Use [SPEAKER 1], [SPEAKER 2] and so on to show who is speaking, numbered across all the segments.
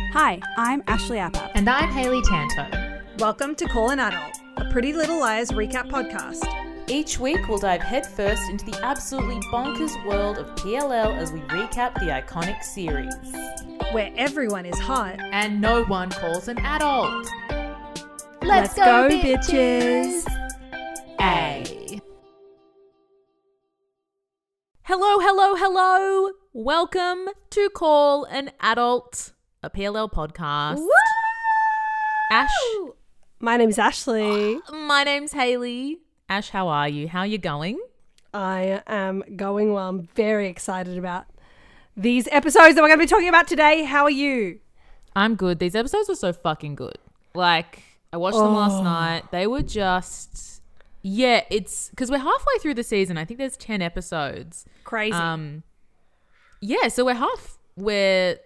[SPEAKER 1] Hi, I'm Ashley Appap.
[SPEAKER 2] And I'm Haley Tanto.
[SPEAKER 3] Welcome to Call an Adult, a Pretty Little Liars recap podcast.
[SPEAKER 4] Each week, we'll dive headfirst into the absolutely bonkers world of PLL as we recap the iconic series.
[SPEAKER 3] Where everyone is hot.
[SPEAKER 2] And no one calls an adult.
[SPEAKER 1] Let's go, bitches.
[SPEAKER 2] A.
[SPEAKER 4] Hello, hello, hello. Welcome to Call an Adult, a PLL podcast. Ash,
[SPEAKER 1] My name's Ashley.
[SPEAKER 4] my name's Haley. Ash, how are you? How you going?
[SPEAKER 1] I am going well. I'm very excited about these episodes that we're going to be talking about today. How are you?
[SPEAKER 4] I'm good. These episodes were so fucking good. Like, I watched them last night. They were just, yeah, it's because we're halfway through the season. I think there's 10 episodes.
[SPEAKER 1] Crazy.
[SPEAKER 4] Um, yeah, so we're half, we're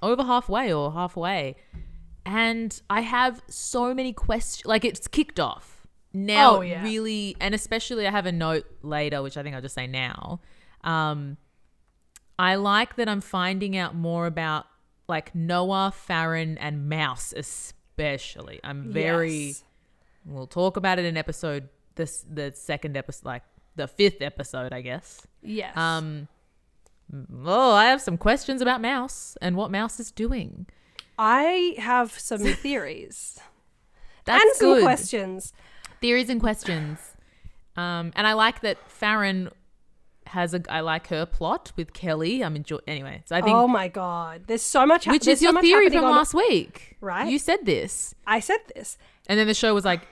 [SPEAKER 4] over halfway or halfway, and I have so many questions. Like it's kicked off now,
[SPEAKER 1] Oh, yeah.
[SPEAKER 4] really, and especially I have a note later, which I think I'll just say now. Um, I like that I'm finding out more about like Noah, Farron, and Mouse, especially. I'm very.
[SPEAKER 1] Yes.
[SPEAKER 4] We'll talk about it in episode this the second episode, like the fifth episode, I guess.
[SPEAKER 1] Yes.
[SPEAKER 4] Um, oh, I have some questions about Mouse and what Mouse is doing.
[SPEAKER 1] I have some theories
[SPEAKER 4] That's
[SPEAKER 1] and some
[SPEAKER 4] good.
[SPEAKER 1] questions.
[SPEAKER 4] Theories and questions. Um, and I like that Farron has a. I like her plot with Kelly. I'm enjoy. Anyway, so I think
[SPEAKER 1] Oh my god. There's so much. hap-
[SPEAKER 4] which
[SPEAKER 1] there's
[SPEAKER 4] is
[SPEAKER 1] so
[SPEAKER 4] your
[SPEAKER 1] much
[SPEAKER 4] theory
[SPEAKER 1] happening
[SPEAKER 4] from
[SPEAKER 1] on-
[SPEAKER 4] last week,
[SPEAKER 1] Right.
[SPEAKER 4] You said this,
[SPEAKER 1] I said this.
[SPEAKER 4] and then the show was like,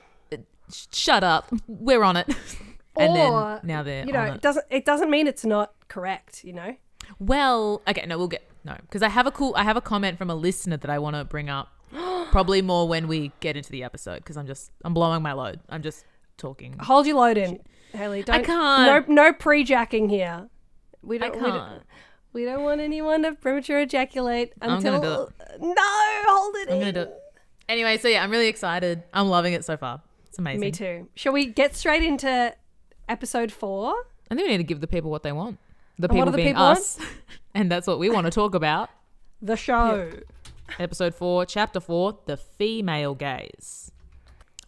[SPEAKER 4] "Sh- "Shut up, we're on it." and
[SPEAKER 1] Or,
[SPEAKER 4] then now they're
[SPEAKER 1] You know,
[SPEAKER 4] on it.
[SPEAKER 1] it doesn't it doesn't mean it's not correct, you know?
[SPEAKER 4] Well, okay, no, we'll get no because I have a cool. I have a comment from a listener that I want to bring up. Probably more when we get into the episode because I'm just I'm blowing my load. I'm just talking.
[SPEAKER 1] Hold your load in, Haley. Don't,
[SPEAKER 4] can't.
[SPEAKER 1] No, no pre-jacking here. We
[SPEAKER 4] I
[SPEAKER 1] don't. We don't,
[SPEAKER 4] can't.
[SPEAKER 1] we don't want anyone to premature ejaculate
[SPEAKER 4] I'm
[SPEAKER 1] until.
[SPEAKER 4] gonna
[SPEAKER 1] No, hold it
[SPEAKER 4] I'm
[SPEAKER 1] in.
[SPEAKER 4] gonna do it. Anyway, so yeah, I'm really excited. I'm loving it so far. It's amazing.
[SPEAKER 1] Me too. Shall we get straight into episode four?
[SPEAKER 4] I think we need to give the people what they want. The
[SPEAKER 1] And what
[SPEAKER 4] people
[SPEAKER 1] do the
[SPEAKER 4] being
[SPEAKER 1] people want?
[SPEAKER 4] us, and that's what we want to talk about.
[SPEAKER 1] The show.
[SPEAKER 4] Episode 4, Chapter 4 The Female Gaze.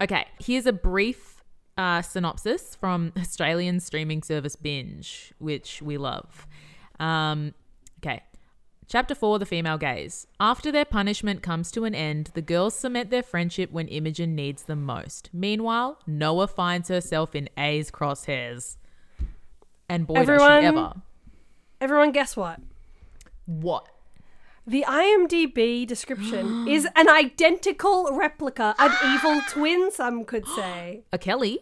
[SPEAKER 4] Okay, here's a brief uh, synopsis from Australian streaming service Binge, which we love. Um, okay. Chapter 4 The Female Gaze. After their punishment comes to an end, the girls cement their friendship when Imogen needs them most. Meanwhile, Noah finds herself in A's crosshairs. And boy, does
[SPEAKER 1] Everyone-
[SPEAKER 4] she ever.
[SPEAKER 1] Everyone, guess what?
[SPEAKER 4] What?
[SPEAKER 1] The IMDb description is an identical replica, an evil twin, some could say.
[SPEAKER 4] A Kelly?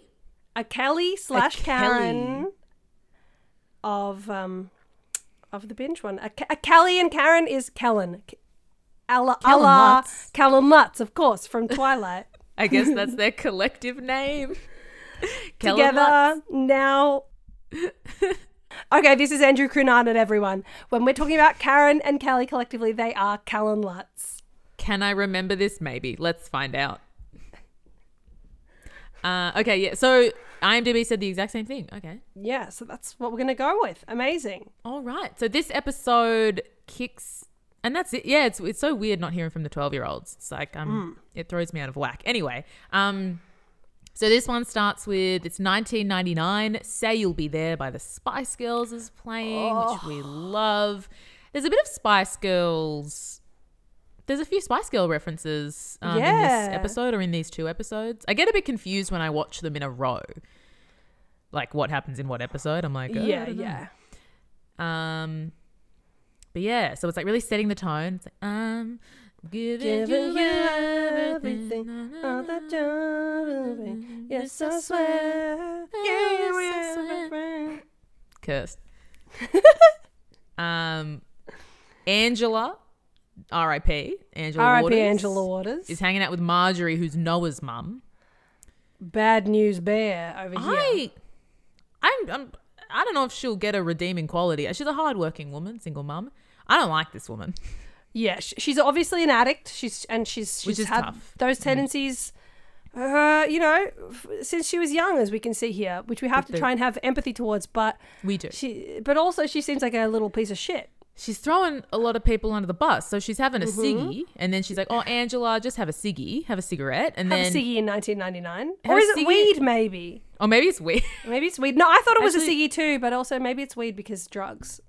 [SPEAKER 1] a Kelly slash
[SPEAKER 4] Kelly.
[SPEAKER 1] Karen of um of the binge one. A, Ke- a Kelly and Karen is Kellen. K- Alla,
[SPEAKER 4] Kellen
[SPEAKER 1] Alla,
[SPEAKER 4] Lutz.
[SPEAKER 1] Kellen Lutz, of course, from Twilight.
[SPEAKER 4] I guess that's their collective name. Kellen Lutz.
[SPEAKER 1] Together now. okay, this is Andrew Cunanan, everyone. When we're talking about Karen and Kelly collectively, they are Kellen Lutz.
[SPEAKER 4] Can I remember this? Maybe. Let's find out. Uh, okay, yeah. So IMDb said the exact same thing. Okay.
[SPEAKER 1] Yeah, so that's what we're going to go with. Amazing.
[SPEAKER 4] All right. So this episode kicks, and that's it. Yeah, it's it's so weird not hearing from the twelve year olds. It's like um,
[SPEAKER 1] Mm.
[SPEAKER 4] it throws me out of whack. Anyway, um, so this one starts with it's 1999. Say you'll be there by the Spice Girls is playing, which
[SPEAKER 1] Oh.
[SPEAKER 4] we love. There's a bit of Spice Girls. There's a few Spice Girl references um, in
[SPEAKER 1] Yeah.
[SPEAKER 4] this episode or in these two episodes. I get a bit confused when I watch them in a row. Like what happens in what episode? I'm like, oh, I
[SPEAKER 1] yeah,
[SPEAKER 4] don't know.
[SPEAKER 1] yeah.
[SPEAKER 4] Um, but yeah, so it's like really setting the tone. It's like, um, giving,
[SPEAKER 1] Giving
[SPEAKER 4] you
[SPEAKER 1] you everything,
[SPEAKER 4] everything.
[SPEAKER 1] all that juggling. Yes, I swear.
[SPEAKER 4] Yes, I
[SPEAKER 1] Yes, I
[SPEAKER 4] swear.
[SPEAKER 1] swear.
[SPEAKER 4] Cursed. um, Angela, R.I.P. Angela.
[SPEAKER 1] R.I.P.
[SPEAKER 4] Waters,
[SPEAKER 1] Angela Waters.
[SPEAKER 4] is hanging out with Marjorie, who's Noah's mum.
[SPEAKER 1] Bad news bear over here.
[SPEAKER 4] I, I'm, I'm, I don't know if she'll get a redeeming quality. She's a hardworking woman, single mum. I don't like this woman.
[SPEAKER 1] Yeah, sh- she's obviously an addict. She's and she's she's
[SPEAKER 4] Which is
[SPEAKER 1] had
[SPEAKER 4] tough. Mm.
[SPEAKER 1] those tendencies. Uh, you know, f- since she was young, as we can see here, which we have to
[SPEAKER 4] the-
[SPEAKER 1] try and have empathy towards, but
[SPEAKER 4] We do.
[SPEAKER 1] she, but also she seems like a little piece of shit.
[SPEAKER 4] she's throwing a lot of people under the bus. So she's having a
[SPEAKER 1] Mm-hmm.
[SPEAKER 4] ciggy, and then she's like, "Oh, Angela, just have a ciggy, have a cigarette," and
[SPEAKER 1] Have
[SPEAKER 4] then
[SPEAKER 1] a ciggy in 1999,
[SPEAKER 4] Have
[SPEAKER 1] or
[SPEAKER 4] a
[SPEAKER 1] is it
[SPEAKER 4] ciggy-
[SPEAKER 1] weed? Maybe,
[SPEAKER 4] oh, maybe it's weird.
[SPEAKER 1] maybe it's weed. No, I thought it was
[SPEAKER 4] Actually-
[SPEAKER 1] a ciggy too, but also maybe it's weed because drugs.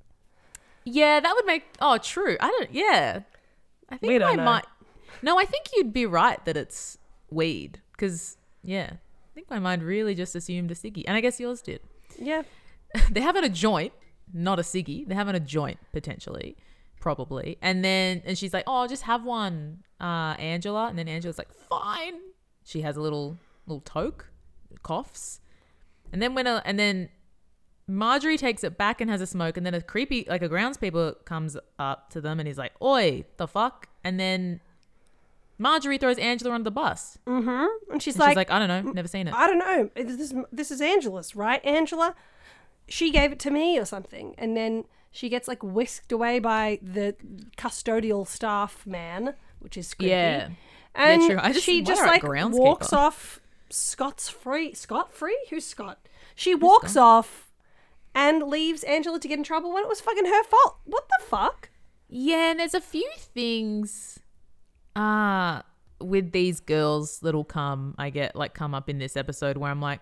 [SPEAKER 4] yeah, that would make oh, true. I don't. Yeah, I think
[SPEAKER 1] We don't
[SPEAKER 4] I
[SPEAKER 1] know.
[SPEAKER 4] might. No, I think you'd be right that it's weed because yeah, I think my mind really just assumed a ciggy, and I guess yours did.
[SPEAKER 1] Yeah,
[SPEAKER 4] they're having a joint, not a ciggy. They're having a joint potentially, probably. And then and she's like, "Oh, just have one, uh, Angela." And then Angela's like, "Fine." She has a little little toke, coughs, and then when a, and then Marjorie takes it back and has a smoke, and then a creepy like a groundskeeper comes up to them and he's like, "Oi, the fuck!" And then Marjorie throws Angela under the bus. And
[SPEAKER 1] and she's
[SPEAKER 4] she's
[SPEAKER 1] like,
[SPEAKER 4] like, "I don't know, never seen it."
[SPEAKER 1] I don't know. This is this is Angela's, right? Angela, she gave it to me or something, and then she gets like whisked away by the custodial staff man, which is creepy.
[SPEAKER 4] Yeah.
[SPEAKER 1] and
[SPEAKER 4] true. I just-
[SPEAKER 1] she
[SPEAKER 4] why
[SPEAKER 1] just
[SPEAKER 4] are
[SPEAKER 1] like
[SPEAKER 4] groundskeeper?
[SPEAKER 1] walks off. Scott's free. Scott free? Who's Scott? She walks off and leaves Angela to get in trouble when it was fucking her fault. What the fuck?
[SPEAKER 4] Yeah, and there's a few things uh with these girls that'll come I get like come up in this episode where I'm like,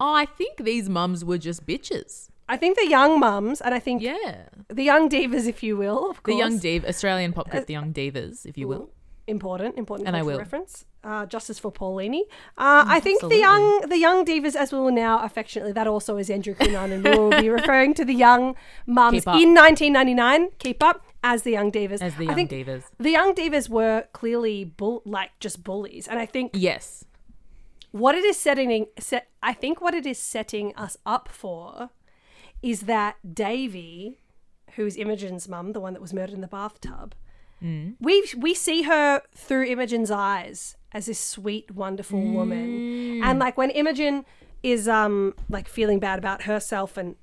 [SPEAKER 4] Oh, I think these mums were just bitches.
[SPEAKER 1] I think the young mums, and I think
[SPEAKER 4] Yeah.
[SPEAKER 1] the young divas, if you will, of
[SPEAKER 4] The
[SPEAKER 1] course,
[SPEAKER 4] young div Australian pop group, the young divas, if you will.
[SPEAKER 1] important, important,
[SPEAKER 4] And I
[SPEAKER 1] cultural
[SPEAKER 4] will. Mm,
[SPEAKER 1] reference. Uh, justice for Paulini. Uh, I think the young, the young divas, as we will now affectionately, that also is Andrew Cunan, and we will be referring to the young mums
[SPEAKER 4] Keep up.
[SPEAKER 1] in 1999. Keep up as the young divas.
[SPEAKER 4] As the
[SPEAKER 1] I
[SPEAKER 4] young
[SPEAKER 1] think
[SPEAKER 4] divas.
[SPEAKER 1] The young divas were clearly bull- like just bullies, and I think
[SPEAKER 4] Yes.
[SPEAKER 1] what it is setting set, I think what it is setting us up for is that Davy, who's Imogen's mum, the one that was murdered in the bathtub, we we see her through Imogen's eyes as this sweet, wonderful woman, and like when Imogen is um like feeling bad about herself and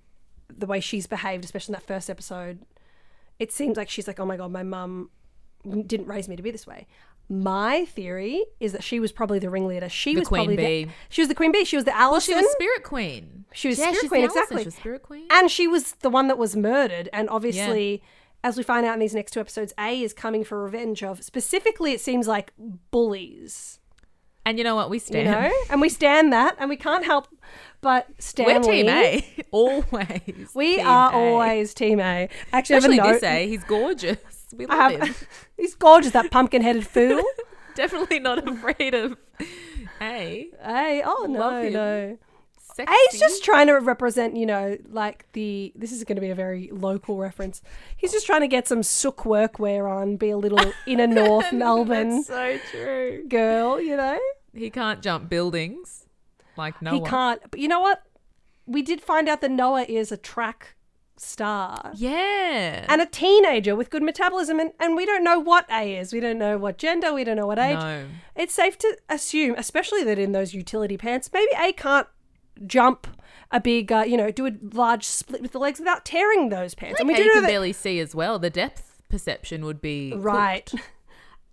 [SPEAKER 1] the way she's behaved, especially in that first episode, it seems like she's like, oh my god, my mum didn't raise me to be this way. My theory is that she was probably the ringleader. She was
[SPEAKER 4] queen
[SPEAKER 1] probably
[SPEAKER 4] bee.
[SPEAKER 1] The, she was the queen bee. She was the Allison.
[SPEAKER 4] She was spirit queen.
[SPEAKER 1] She was
[SPEAKER 4] Yeah,
[SPEAKER 1] Spirit
[SPEAKER 4] she's
[SPEAKER 1] Queen,
[SPEAKER 4] the Allison.
[SPEAKER 1] exactly.
[SPEAKER 4] She was spirit queen.
[SPEAKER 1] And she was the one that was murdered. And obviously, as we find out in these next two episodes, A is coming for revenge of specifically, it seems like bullies,
[SPEAKER 4] And you know what? We
[SPEAKER 1] you
[SPEAKER 4] stand.
[SPEAKER 1] know? And we stand that and we can't help but
[SPEAKER 4] We're
[SPEAKER 1] stand.
[SPEAKER 4] team
[SPEAKER 1] Lee.
[SPEAKER 4] A. always.
[SPEAKER 1] We
[SPEAKER 4] Team
[SPEAKER 1] are
[SPEAKER 4] A.
[SPEAKER 1] always team A. Actually, I have a
[SPEAKER 4] especially
[SPEAKER 1] note.
[SPEAKER 4] this A. He's gorgeous. We
[SPEAKER 1] I
[SPEAKER 4] love him.
[SPEAKER 1] have, he's gorgeous, that pumpkin headed fool.
[SPEAKER 4] Definitely not afraid of A.
[SPEAKER 1] hey, oh
[SPEAKER 4] Love
[SPEAKER 1] no,
[SPEAKER 4] him.
[SPEAKER 1] no.
[SPEAKER 4] Sexy.
[SPEAKER 1] A's just trying to represent, you know, like the. This is going to be a very local reference. He's just trying to get some sook workwear on, be a little inner north Melbourne
[SPEAKER 4] so true.
[SPEAKER 1] girl, you know?
[SPEAKER 4] He can't jump buildings like no
[SPEAKER 1] he
[SPEAKER 4] one.
[SPEAKER 1] can't. But you know what? We did find out that Noah is a track star
[SPEAKER 4] Yeah.
[SPEAKER 1] and a teenager with good metabolism, and, and we don't know what A is. We don't know what gender, we don't know what age.
[SPEAKER 4] no.
[SPEAKER 1] It's safe to assume, especially that in those utility pants, maybe A can't jump a big, uh, you know, do a large split with the legs without tearing those pants. and we
[SPEAKER 4] Like, A
[SPEAKER 1] do know
[SPEAKER 4] can
[SPEAKER 1] that.
[SPEAKER 4] barely see as well. The depth perception would be cooked.
[SPEAKER 1] Right.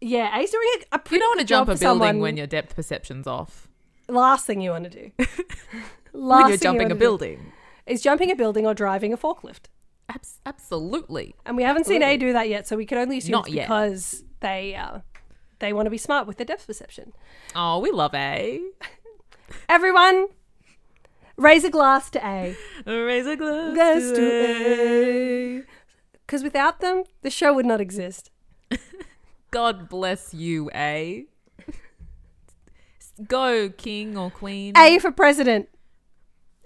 [SPEAKER 1] Yeah, A's doing a, a pretty
[SPEAKER 4] You don't want to
[SPEAKER 1] good job
[SPEAKER 4] jump a
[SPEAKER 1] for
[SPEAKER 4] building
[SPEAKER 1] someone.
[SPEAKER 4] when your depth perception's off.
[SPEAKER 1] Last thing you want to do. Last
[SPEAKER 4] When you're
[SPEAKER 1] thing you
[SPEAKER 4] jumping
[SPEAKER 1] wanna
[SPEAKER 4] a
[SPEAKER 1] do
[SPEAKER 4] building.
[SPEAKER 1] is jumping a building or driving a forklift.
[SPEAKER 4] Abs- absolutely.
[SPEAKER 1] And we haven't seen A do that yet, so we can only assume
[SPEAKER 4] Not
[SPEAKER 1] it's
[SPEAKER 4] yet.
[SPEAKER 1] because they uh, they want to be smart with their depth perception.
[SPEAKER 4] Oh, we love A.
[SPEAKER 1] Everyone, raise a glass to A.
[SPEAKER 4] Raise a glass.
[SPEAKER 1] Glass
[SPEAKER 4] to
[SPEAKER 1] to A. Because without them, the show would not exist.
[SPEAKER 4] God bless you, A. Go, king or queen.
[SPEAKER 1] A for president.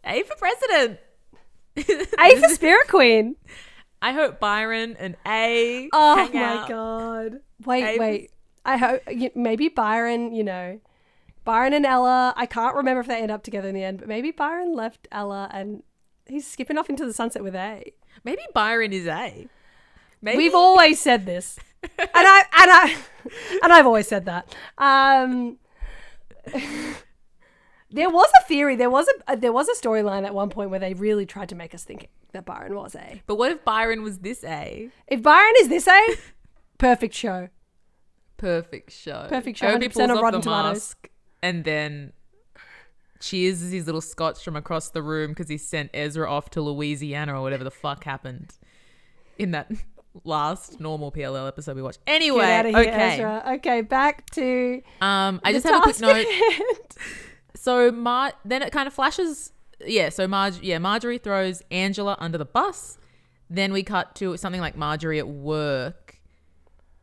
[SPEAKER 4] A for president.
[SPEAKER 1] A for spirit queen.
[SPEAKER 4] I hope Byron and A.
[SPEAKER 1] Oh
[SPEAKER 4] hang
[SPEAKER 1] my
[SPEAKER 4] out.
[SPEAKER 1] god! Wait,
[SPEAKER 4] Abe
[SPEAKER 1] wait. I hope you, maybe Byron. You know, Byron and Ella. I can't remember if they end up together in the end, but maybe Byron left Ella and he's skipping off into the sunset with A.
[SPEAKER 4] Maybe Byron is A. Maybe
[SPEAKER 1] We've always said this, and I and I and I've always said that. Um, there was a theory. There was a there was a storyline at one point where they really tried to make us think that Byron was A.
[SPEAKER 4] But what if Byron was this A?
[SPEAKER 1] If Byron is this A, perfect show.
[SPEAKER 4] Perfect show.
[SPEAKER 1] Perfect show,
[SPEAKER 4] Obi
[SPEAKER 1] 100%
[SPEAKER 4] pulls
[SPEAKER 1] on
[SPEAKER 4] off
[SPEAKER 1] Rotten
[SPEAKER 4] the
[SPEAKER 1] Tomatoes.
[SPEAKER 4] mask and then cheers his little scotch from across the room because he sent Ezra off to Louisiana or whatever the fuck happened in that last normal PLL episode we watched. Anyway,
[SPEAKER 1] Get out of here,
[SPEAKER 4] okay.
[SPEAKER 1] Ezra. Okay, back to
[SPEAKER 4] Um, I
[SPEAKER 1] the
[SPEAKER 4] just have a quick
[SPEAKER 1] task
[SPEAKER 4] note.
[SPEAKER 1] at hand.
[SPEAKER 4] So Mar then it kind of flashes yeah, so Marge yeah, Marjorie throws Angela under the bus. Then we cut to something like Marjorie at work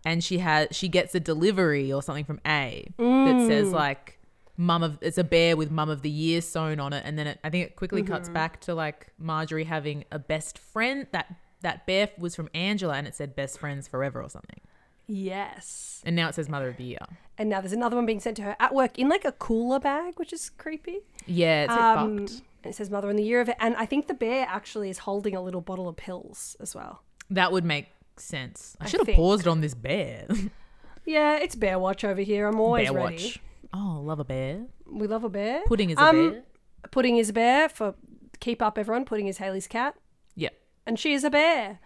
[SPEAKER 4] and she has she gets a delivery or something from A that says like mum of it's a bear with mum of the year sewn on it and then it, I think it quickly cuts back to like Marjorie having a best friend that that bear was from Angela and it said best friends forever or something.
[SPEAKER 1] Yes.
[SPEAKER 4] And now it says mother of the year.
[SPEAKER 1] And now there's another one being sent to her at work in like a cooler bag, which is creepy.
[SPEAKER 4] Yeah, it's
[SPEAKER 1] Um,
[SPEAKER 4] fucked.
[SPEAKER 1] and it says mother in the year of it. And I think the bear actually is holding a little bottle of pills as well.
[SPEAKER 4] That would make sense. I
[SPEAKER 1] I
[SPEAKER 4] should have
[SPEAKER 1] think.
[SPEAKER 4] paused on this bear.
[SPEAKER 1] Yeah, it's bear watch over here. I'm always
[SPEAKER 4] bear
[SPEAKER 1] ready.
[SPEAKER 4] watch. Oh, love a bear.
[SPEAKER 1] We love a bear.
[SPEAKER 4] Pudding is a
[SPEAKER 1] Um,
[SPEAKER 4] bear.
[SPEAKER 1] Pudding is a bear for keep up everyone. Pudding is Haley's cat.
[SPEAKER 4] Yeah.
[SPEAKER 1] And she is a bear.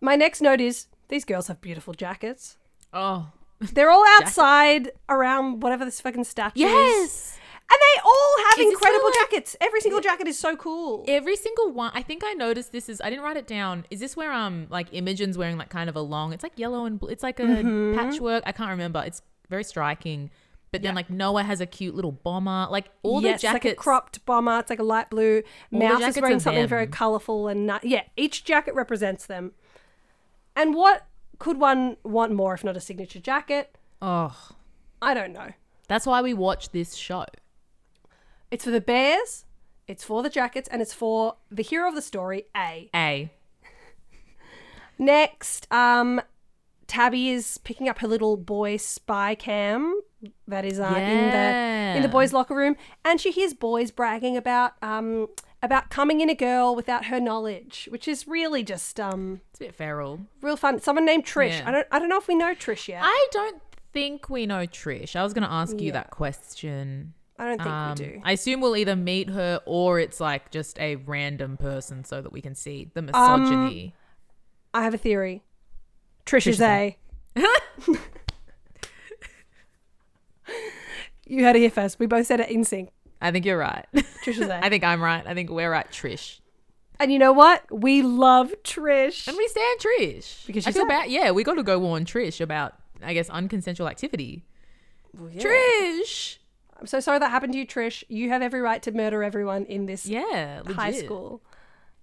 [SPEAKER 1] My next note is these girls have beautiful jackets.
[SPEAKER 4] Oh.
[SPEAKER 1] They're all outside around whatever this fucking statue is. And they all have
[SPEAKER 4] Is it
[SPEAKER 1] incredible
[SPEAKER 4] still like-
[SPEAKER 1] jackets. Every single jacket is so cool.
[SPEAKER 4] Every single one. I think I noticed this is. I didn't write it down. Is this where um like Imogen's wearing like kind of a long? It's like yellow and blue. It's like a
[SPEAKER 1] Mm-hmm.
[SPEAKER 4] patchwork. I can't remember. It's very striking. But then like Noah has a cute little bomber. Like all
[SPEAKER 1] yes,
[SPEAKER 4] the jackets.
[SPEAKER 1] like a cropped bomber. It's like a light blue.
[SPEAKER 4] All the
[SPEAKER 1] Mouse is
[SPEAKER 4] jackets
[SPEAKER 1] wearing
[SPEAKER 4] are
[SPEAKER 1] something very
[SPEAKER 4] them.
[SPEAKER 1] colourful and nut. Yeah, each jacket represents them. And what could one want more if not a signature jacket?
[SPEAKER 4] Oh,
[SPEAKER 1] I don't know.
[SPEAKER 4] that's why we watch this show.
[SPEAKER 1] It's for the bears. It's for the jackets, and it's for the hero of the story, A.
[SPEAKER 4] A.
[SPEAKER 1] Next, um, Tabby is picking up her little boy spy cam that is uh, in the in
[SPEAKER 4] Yeah.
[SPEAKER 1] the boys' locker room, and she hears boys bragging about um about coming in a girl without her knowledge, which is really just um
[SPEAKER 4] It's a bit feral.
[SPEAKER 1] real fun. Someone named Trish.
[SPEAKER 4] Yeah.
[SPEAKER 1] I don't I don't know if we know Trish yet. I,
[SPEAKER 4] I don't think we know Trish. I was going to ask you that question.
[SPEAKER 1] don't think
[SPEAKER 4] Um,
[SPEAKER 1] we do.
[SPEAKER 4] I assume we'll either meet her or it's like just a random person so that we can see the
[SPEAKER 1] Um,
[SPEAKER 4] misogyny.
[SPEAKER 1] I have a theory. Trish,
[SPEAKER 4] Trish
[SPEAKER 1] is
[SPEAKER 4] is
[SPEAKER 1] A. you heard it here first. We both said it in sync.
[SPEAKER 4] I think you're right.
[SPEAKER 1] Trish is A.
[SPEAKER 4] I think I'm right. I think we're right, Trish.
[SPEAKER 1] and you know what? We love Trish.
[SPEAKER 4] And we stand Trish.
[SPEAKER 1] Because
[SPEAKER 4] I
[SPEAKER 1] she's
[SPEAKER 4] feel
[SPEAKER 1] out.
[SPEAKER 4] bad. Yeah, we got to go warn Trish about, I guess, unconsensual activity.
[SPEAKER 1] yeah.
[SPEAKER 4] Trish.
[SPEAKER 1] I'm so sorry that happened to you, Trish. You have every right to murder everyone in this
[SPEAKER 4] Yeah. Legit.
[SPEAKER 1] high school.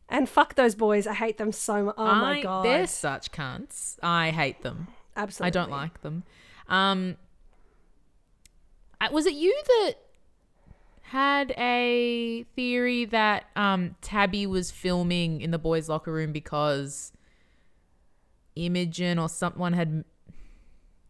[SPEAKER 1] And fuck those boys. I hate them so much. Oh my
[SPEAKER 4] I-
[SPEAKER 1] god.
[SPEAKER 4] They're such cunts. I hate them.
[SPEAKER 1] Absolutely.
[SPEAKER 4] I don't like them. Um, I- was it you that had a theory that um, Tabby was filming in the boys' locker room because Imogen or someone had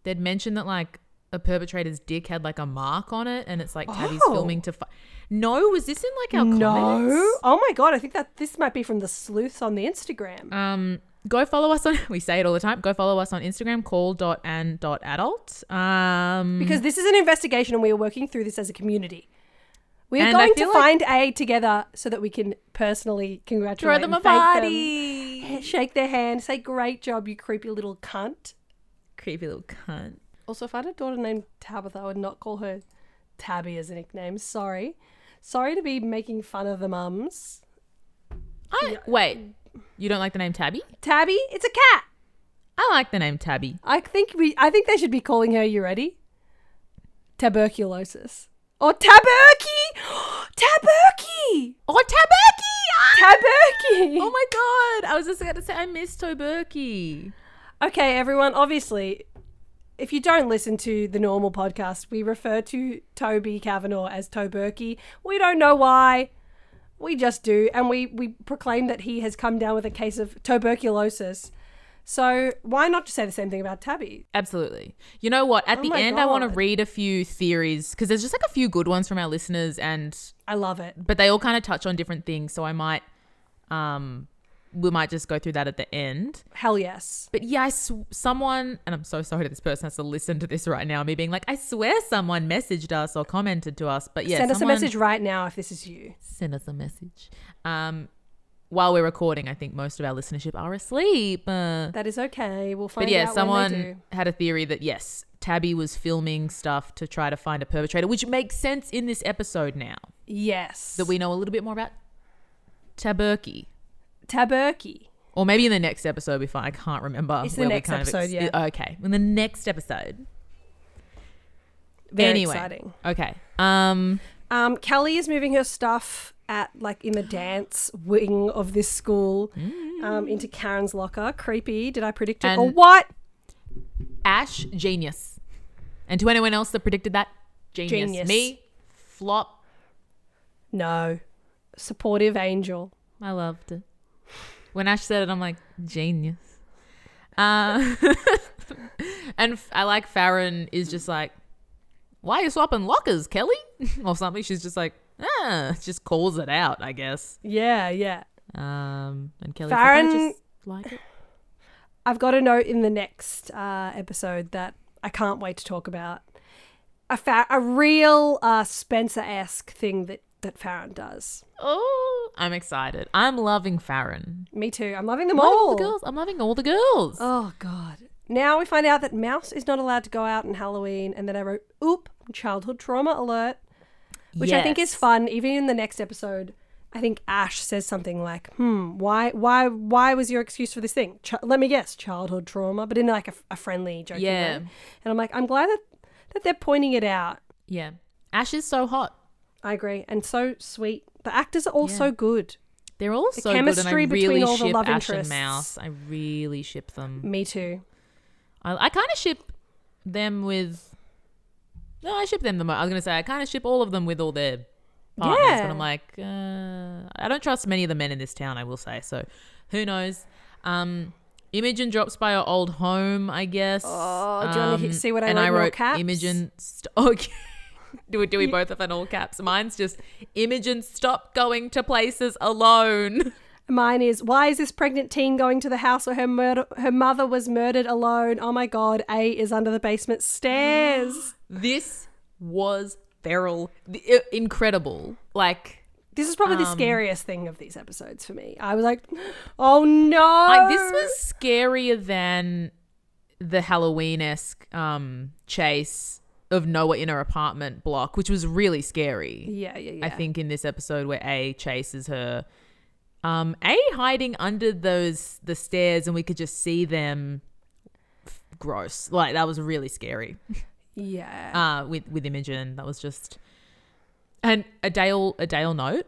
[SPEAKER 4] they'd mentioned that like a perpetrator's dick had like a mark on it, and it's like Tabby's
[SPEAKER 1] Oh.
[SPEAKER 4] filming to. Fi- no, was this in like our
[SPEAKER 1] No.
[SPEAKER 4] comments?
[SPEAKER 1] Oh my god. I think that this might be from the sleuths on the Instagram.
[SPEAKER 4] Um, go follow us on. We say it all the time. Go follow us on Instagram. Call dot and dot adult. Um,
[SPEAKER 1] because this is an investigation and we are working through this as a community. We are
[SPEAKER 4] And I
[SPEAKER 1] going to
[SPEAKER 4] feel
[SPEAKER 1] find A together so that we can personally congratulate
[SPEAKER 4] throw them a
[SPEAKER 1] and thank
[SPEAKER 4] party.
[SPEAKER 1] them, shake their hand, say great job, you creepy little cunt.
[SPEAKER 4] Creepy little cunt.
[SPEAKER 1] Also, if I had a daughter named Tabitha, I would not call her Tabby as a nickname. Sorry, sorry to be making fun of the mums.
[SPEAKER 4] I wait. You don't like the name Tabby?
[SPEAKER 1] Tabby, it's a cat.
[SPEAKER 4] I like the name Tabby.
[SPEAKER 1] I think we, I think they should be calling her. You ready? Tuberculosis or taberky, taberky,
[SPEAKER 4] Or Taberky!
[SPEAKER 1] taberky.
[SPEAKER 4] Oh my god! I was just about to say I miss Toberky.
[SPEAKER 1] Okay, everyone, obviously, if you don't listen to the normal podcast, we refer to Toby Kavanaugh as Toberky. We don't know why. We just do. And we, we proclaim that he has come down with a case of tuberculosis. So why not just say the same thing about Tabby?
[SPEAKER 4] Absolutely. You know what? At the
[SPEAKER 1] Oh my
[SPEAKER 4] end, I want to
[SPEAKER 1] God.
[SPEAKER 4] read a few theories because there's just like a few good ones from our listeners, and
[SPEAKER 1] I love it.
[SPEAKER 4] but they all kind of touch on different things. So I might, um, we might just go through that at the end.
[SPEAKER 1] Hell yes.
[SPEAKER 4] But yeah, I sw- someone, and I'm so sorry that this person has to listen to this right now. Me being like, I swear someone messaged us or commented to us. But yeah,
[SPEAKER 1] Send us a
[SPEAKER 4] someone-
[SPEAKER 1] message right now if this is you.
[SPEAKER 4] Send us a message. Um, while we're recording, I think most of our listenership are asleep. Uh,
[SPEAKER 1] That is okay. We'll find
[SPEAKER 4] but yeah,
[SPEAKER 1] out when they do.
[SPEAKER 4] someone had a theory that yes, Tabby was filming stuff to try to find a perpetrator, which makes sense in this episode now
[SPEAKER 1] Yes.
[SPEAKER 4] that we know a little bit more about Taberky.
[SPEAKER 1] Taberky.
[SPEAKER 4] Or maybe in the next episode we find I can't remember.
[SPEAKER 1] It's the
[SPEAKER 4] where we
[SPEAKER 1] next
[SPEAKER 4] kind of
[SPEAKER 1] episode, yeah.
[SPEAKER 4] Okay. In the next episode.
[SPEAKER 1] Very
[SPEAKER 4] anyway.
[SPEAKER 1] exciting.
[SPEAKER 4] Okay. Um
[SPEAKER 1] Um, Kelly is moving her stuff at like in the dance wing of this school um, into Karen's locker. Creepy. Did I predict it or
[SPEAKER 4] Mm. And-
[SPEAKER 1] what?
[SPEAKER 4] Ash, genius. And to anyone else that predicted that, genius.
[SPEAKER 1] Genius.
[SPEAKER 4] Me, flop.
[SPEAKER 1] No. Supportive angel.
[SPEAKER 4] I loved it. When Ash said it, I'm like, genius. Uh, and f- I like Farron is just like, why are you swapping lockers, Kelly? or something. She's just like, ah, just calls it out, I guess.
[SPEAKER 1] Yeah, yeah.
[SPEAKER 4] Um, and Kelly's
[SPEAKER 1] Farron-
[SPEAKER 4] like, I just like it.
[SPEAKER 1] I've got a note in the next uh, episode that I can't wait to talk about. A fa- a real uh, Spencer esque thing that that Farron does.
[SPEAKER 4] Oh, I'm excited. I'm loving Farron.
[SPEAKER 1] Me too. I'm loving them
[SPEAKER 4] All
[SPEAKER 1] all.
[SPEAKER 4] the girls. I'm loving all the girls.
[SPEAKER 1] Oh God. Now we find out that Mouse is not allowed to go out on Halloween, and then I wrote, "Oop, childhood trauma alert," which I think is
[SPEAKER 4] Yes.
[SPEAKER 1] fun. Even in the next episode, I think Ash says something like, "Hmm, why, why, why was your excuse for this thing? Ch- let me guess, childhood trauma," but in like a, a friendly, joking way.
[SPEAKER 4] Yeah.
[SPEAKER 1] And I'm like, I'm glad that that they're pointing it out.
[SPEAKER 4] Yeah. Ash is so hot.
[SPEAKER 1] I agree, and so sweet. The actors are all so good.
[SPEAKER 4] They're all so good, and I
[SPEAKER 1] chemistry between
[SPEAKER 4] really
[SPEAKER 1] all the
[SPEAKER 4] ship
[SPEAKER 1] love
[SPEAKER 4] Ash and
[SPEAKER 1] interests.
[SPEAKER 4] Mouse. I really ship them.
[SPEAKER 1] Me too.
[SPEAKER 4] I, I kind of ship them with. No, I ship them the most. I was gonna say I kind of ship all of them with all their partners,
[SPEAKER 1] Yeah.
[SPEAKER 4] but I'm like, uh, I don't trust many of the men in this town. I will say so. Who knows? Um, Imogen drops by her old home, I guess. Um,
[SPEAKER 1] Oh, do you wanna he- see what I
[SPEAKER 4] and
[SPEAKER 1] wrote
[SPEAKER 4] I
[SPEAKER 1] in all
[SPEAKER 4] wrote
[SPEAKER 1] caps?
[SPEAKER 4] Imogen. St- okay. Do we, do we both have an all caps? Mine's just Imogen, stop going to places alone.
[SPEAKER 1] Mine is why is this pregnant teen going to the house where her murder her mother was murdered alone? Oh my god, A is under the basement stairs.
[SPEAKER 4] This was feral, I- incredible. Like,
[SPEAKER 1] This is probably the
[SPEAKER 4] Um,
[SPEAKER 1] scariest thing of these episodes for me. I was like, oh no.
[SPEAKER 4] like this was scarier than the Halloween esque um, chase of Noah in her apartment block, which was really scary.
[SPEAKER 1] Yeah, yeah, yeah.
[SPEAKER 4] I think in this episode where A chases her. Um, A hiding under those the stairs and we could just see them gross. Like that was really scary.
[SPEAKER 1] Yeah.
[SPEAKER 4] Uh with with Imogen. That was just and a Dale a Dale note.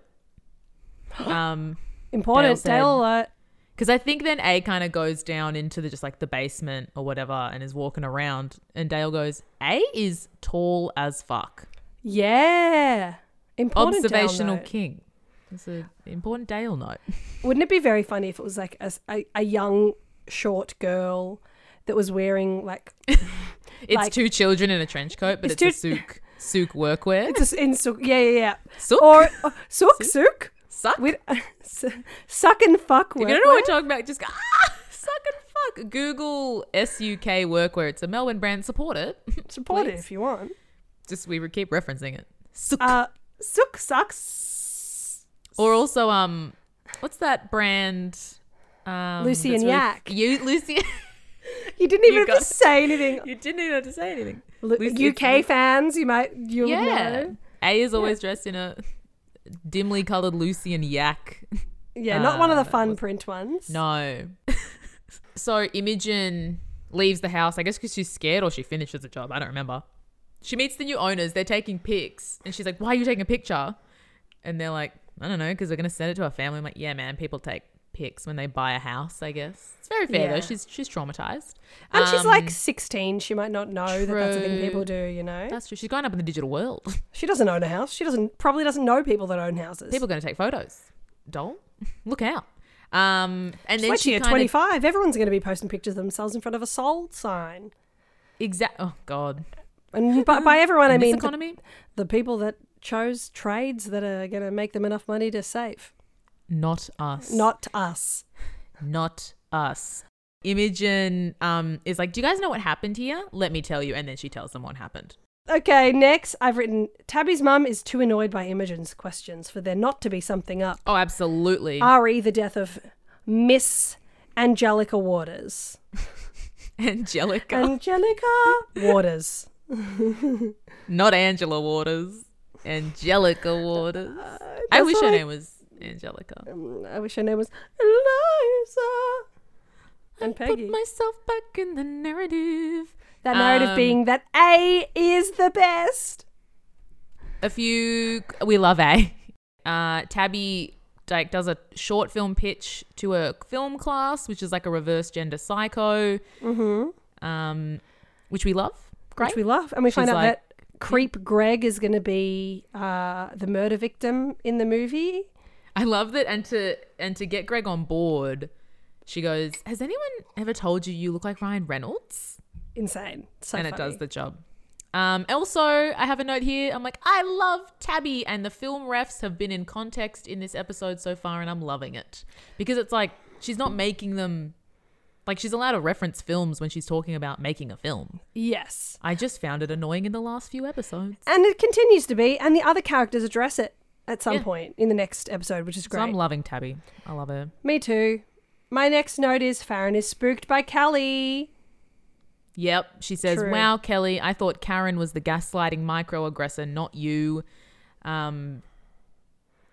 [SPEAKER 4] Um Dale
[SPEAKER 1] Important.
[SPEAKER 4] said-
[SPEAKER 1] Dale, alert.
[SPEAKER 4] Because I think then A kind of goes down into the just like the basement or whatever and is walking around. And Dale goes, A is tall as fuck.
[SPEAKER 1] Yeah. Important. Dale
[SPEAKER 4] Observational
[SPEAKER 1] note.
[SPEAKER 4] king. It's an important Dale note.
[SPEAKER 1] Wouldn't it be very funny if it was like a, s- a- a young short girl that was wearing like
[SPEAKER 4] It's
[SPEAKER 1] Like-
[SPEAKER 4] two children in a trench coat, but
[SPEAKER 1] It's
[SPEAKER 4] it's, a souk souk workwear.
[SPEAKER 1] it's a s- in sook yeah yeah yeah
[SPEAKER 4] Souk?
[SPEAKER 1] or uh, sook sook
[SPEAKER 4] suck.
[SPEAKER 1] with suck and fuck
[SPEAKER 4] if you don't know what we're talking about, just go, ah, suck and fuck. Google SUK workwear. It's a Melbourne brand. Support it.
[SPEAKER 1] support it
[SPEAKER 4] please.
[SPEAKER 1] if you want.
[SPEAKER 4] Just we keep referencing it. Souk.
[SPEAKER 1] Uh, sook sucks.
[SPEAKER 4] Or also, um, what's that brand? Um,
[SPEAKER 1] Lucy
[SPEAKER 4] that's
[SPEAKER 1] and
[SPEAKER 4] really-
[SPEAKER 1] Yak.
[SPEAKER 4] you, Lucy.
[SPEAKER 1] You didn't even
[SPEAKER 4] You
[SPEAKER 1] have
[SPEAKER 4] got-
[SPEAKER 1] to say anything.
[SPEAKER 4] you didn't even have to say anything.
[SPEAKER 1] Lu-
[SPEAKER 4] Lucy-
[SPEAKER 1] UK fans, you might you'll
[SPEAKER 4] Yeah.
[SPEAKER 1] know.
[SPEAKER 4] A is always dressed in a dimly coloured Lucy and Yak.
[SPEAKER 1] Yeah, not one of the
[SPEAKER 4] Uh,
[SPEAKER 1] fun print ones.
[SPEAKER 4] No. so Imogen leaves the house, I guess because she's scared or she finishes the job. I don't remember. She meets the new owners. They're taking pics. And she's like, why are you taking a picture? And they're like, I don't know, because we're going to send it to our family. I'm like, yeah, man, people take pics when they buy a house, I guess. It's very fair,
[SPEAKER 1] Yeah.
[SPEAKER 4] though. She's, she's traumatized.
[SPEAKER 1] and she's like
[SPEAKER 4] Um,
[SPEAKER 1] 16. She might not know that that's a thing
[SPEAKER 4] true.
[SPEAKER 1] people do. You know,
[SPEAKER 4] That's true. She's going up in the digital world.
[SPEAKER 1] she doesn't own a house. She doesn't probably doesn't know people that own houses.
[SPEAKER 4] People are going to take photos. Doll, look out. Um, and then
[SPEAKER 1] Wait till
[SPEAKER 4] she
[SPEAKER 1] you're
[SPEAKER 4] kind of
[SPEAKER 1] 25. Everyone's going to be posting pictures of themselves in front of a sold sign.
[SPEAKER 4] exact. Oh God,
[SPEAKER 1] And by, by everyone, I
[SPEAKER 4] In this
[SPEAKER 1] mean the-
[SPEAKER 4] economy.
[SPEAKER 1] the people that chose trades that are going to make them enough money to save.
[SPEAKER 4] Not us.
[SPEAKER 1] Not us.
[SPEAKER 4] not us. Imogen um, is like, do you guys know what happened here? Let me tell you. And then she tells them what happened.
[SPEAKER 1] Okay, next I've written Tabby's mum is too annoyed by Imogen's questions for there not to be something up.
[SPEAKER 4] Oh, absolutely.
[SPEAKER 1] RE the death of Miss Angelica Waters.
[SPEAKER 4] Angelica,
[SPEAKER 1] Angelica Waters.
[SPEAKER 4] not Angela Waters. Angelica Waters. I
[SPEAKER 1] that's Um,
[SPEAKER 4] wish her
[SPEAKER 1] what I-
[SPEAKER 4] name was Angelica.
[SPEAKER 1] I wish her name was Hello closer. And Peggy.
[SPEAKER 4] Put myself back in the narrative.
[SPEAKER 1] that narrative
[SPEAKER 4] Um,
[SPEAKER 1] being that A is the best.
[SPEAKER 4] a few we love a uh, tabby like does a short film pitch to a film class which is like a reverse gender psycho mm-hmm. um, which we love great
[SPEAKER 1] Which we love. And we find
[SPEAKER 4] She's
[SPEAKER 1] out
[SPEAKER 4] like-
[SPEAKER 1] that creep Greg is going to be uh, the murder victim in the movie.
[SPEAKER 4] i love that and to and to get greg on board she goes has anyone ever told you you look like ryan reynolds
[SPEAKER 1] Insane. So
[SPEAKER 4] and it
[SPEAKER 1] funny.
[SPEAKER 4] does the job um, also i have a note here i'm like i love tabby and the film refs have been in context in this episode so far and i'm loving it because it's like she's not making them like she's allowed to reference films when she's talking about making a film
[SPEAKER 1] Yes.
[SPEAKER 4] i just found it annoying in the last few episodes
[SPEAKER 1] And it continues to be. And the other characters address it at some
[SPEAKER 4] Yeah.
[SPEAKER 1] point in the next episode, which is
[SPEAKER 4] so
[SPEAKER 1] great.
[SPEAKER 4] i'm loving tabby i love her
[SPEAKER 1] Me too. My next note is Farron is spooked by Callie.
[SPEAKER 4] Yep. She says,
[SPEAKER 1] True.
[SPEAKER 4] Wow, Kelly, I thought Karen was the gaslighting microaggressor, not you. Um,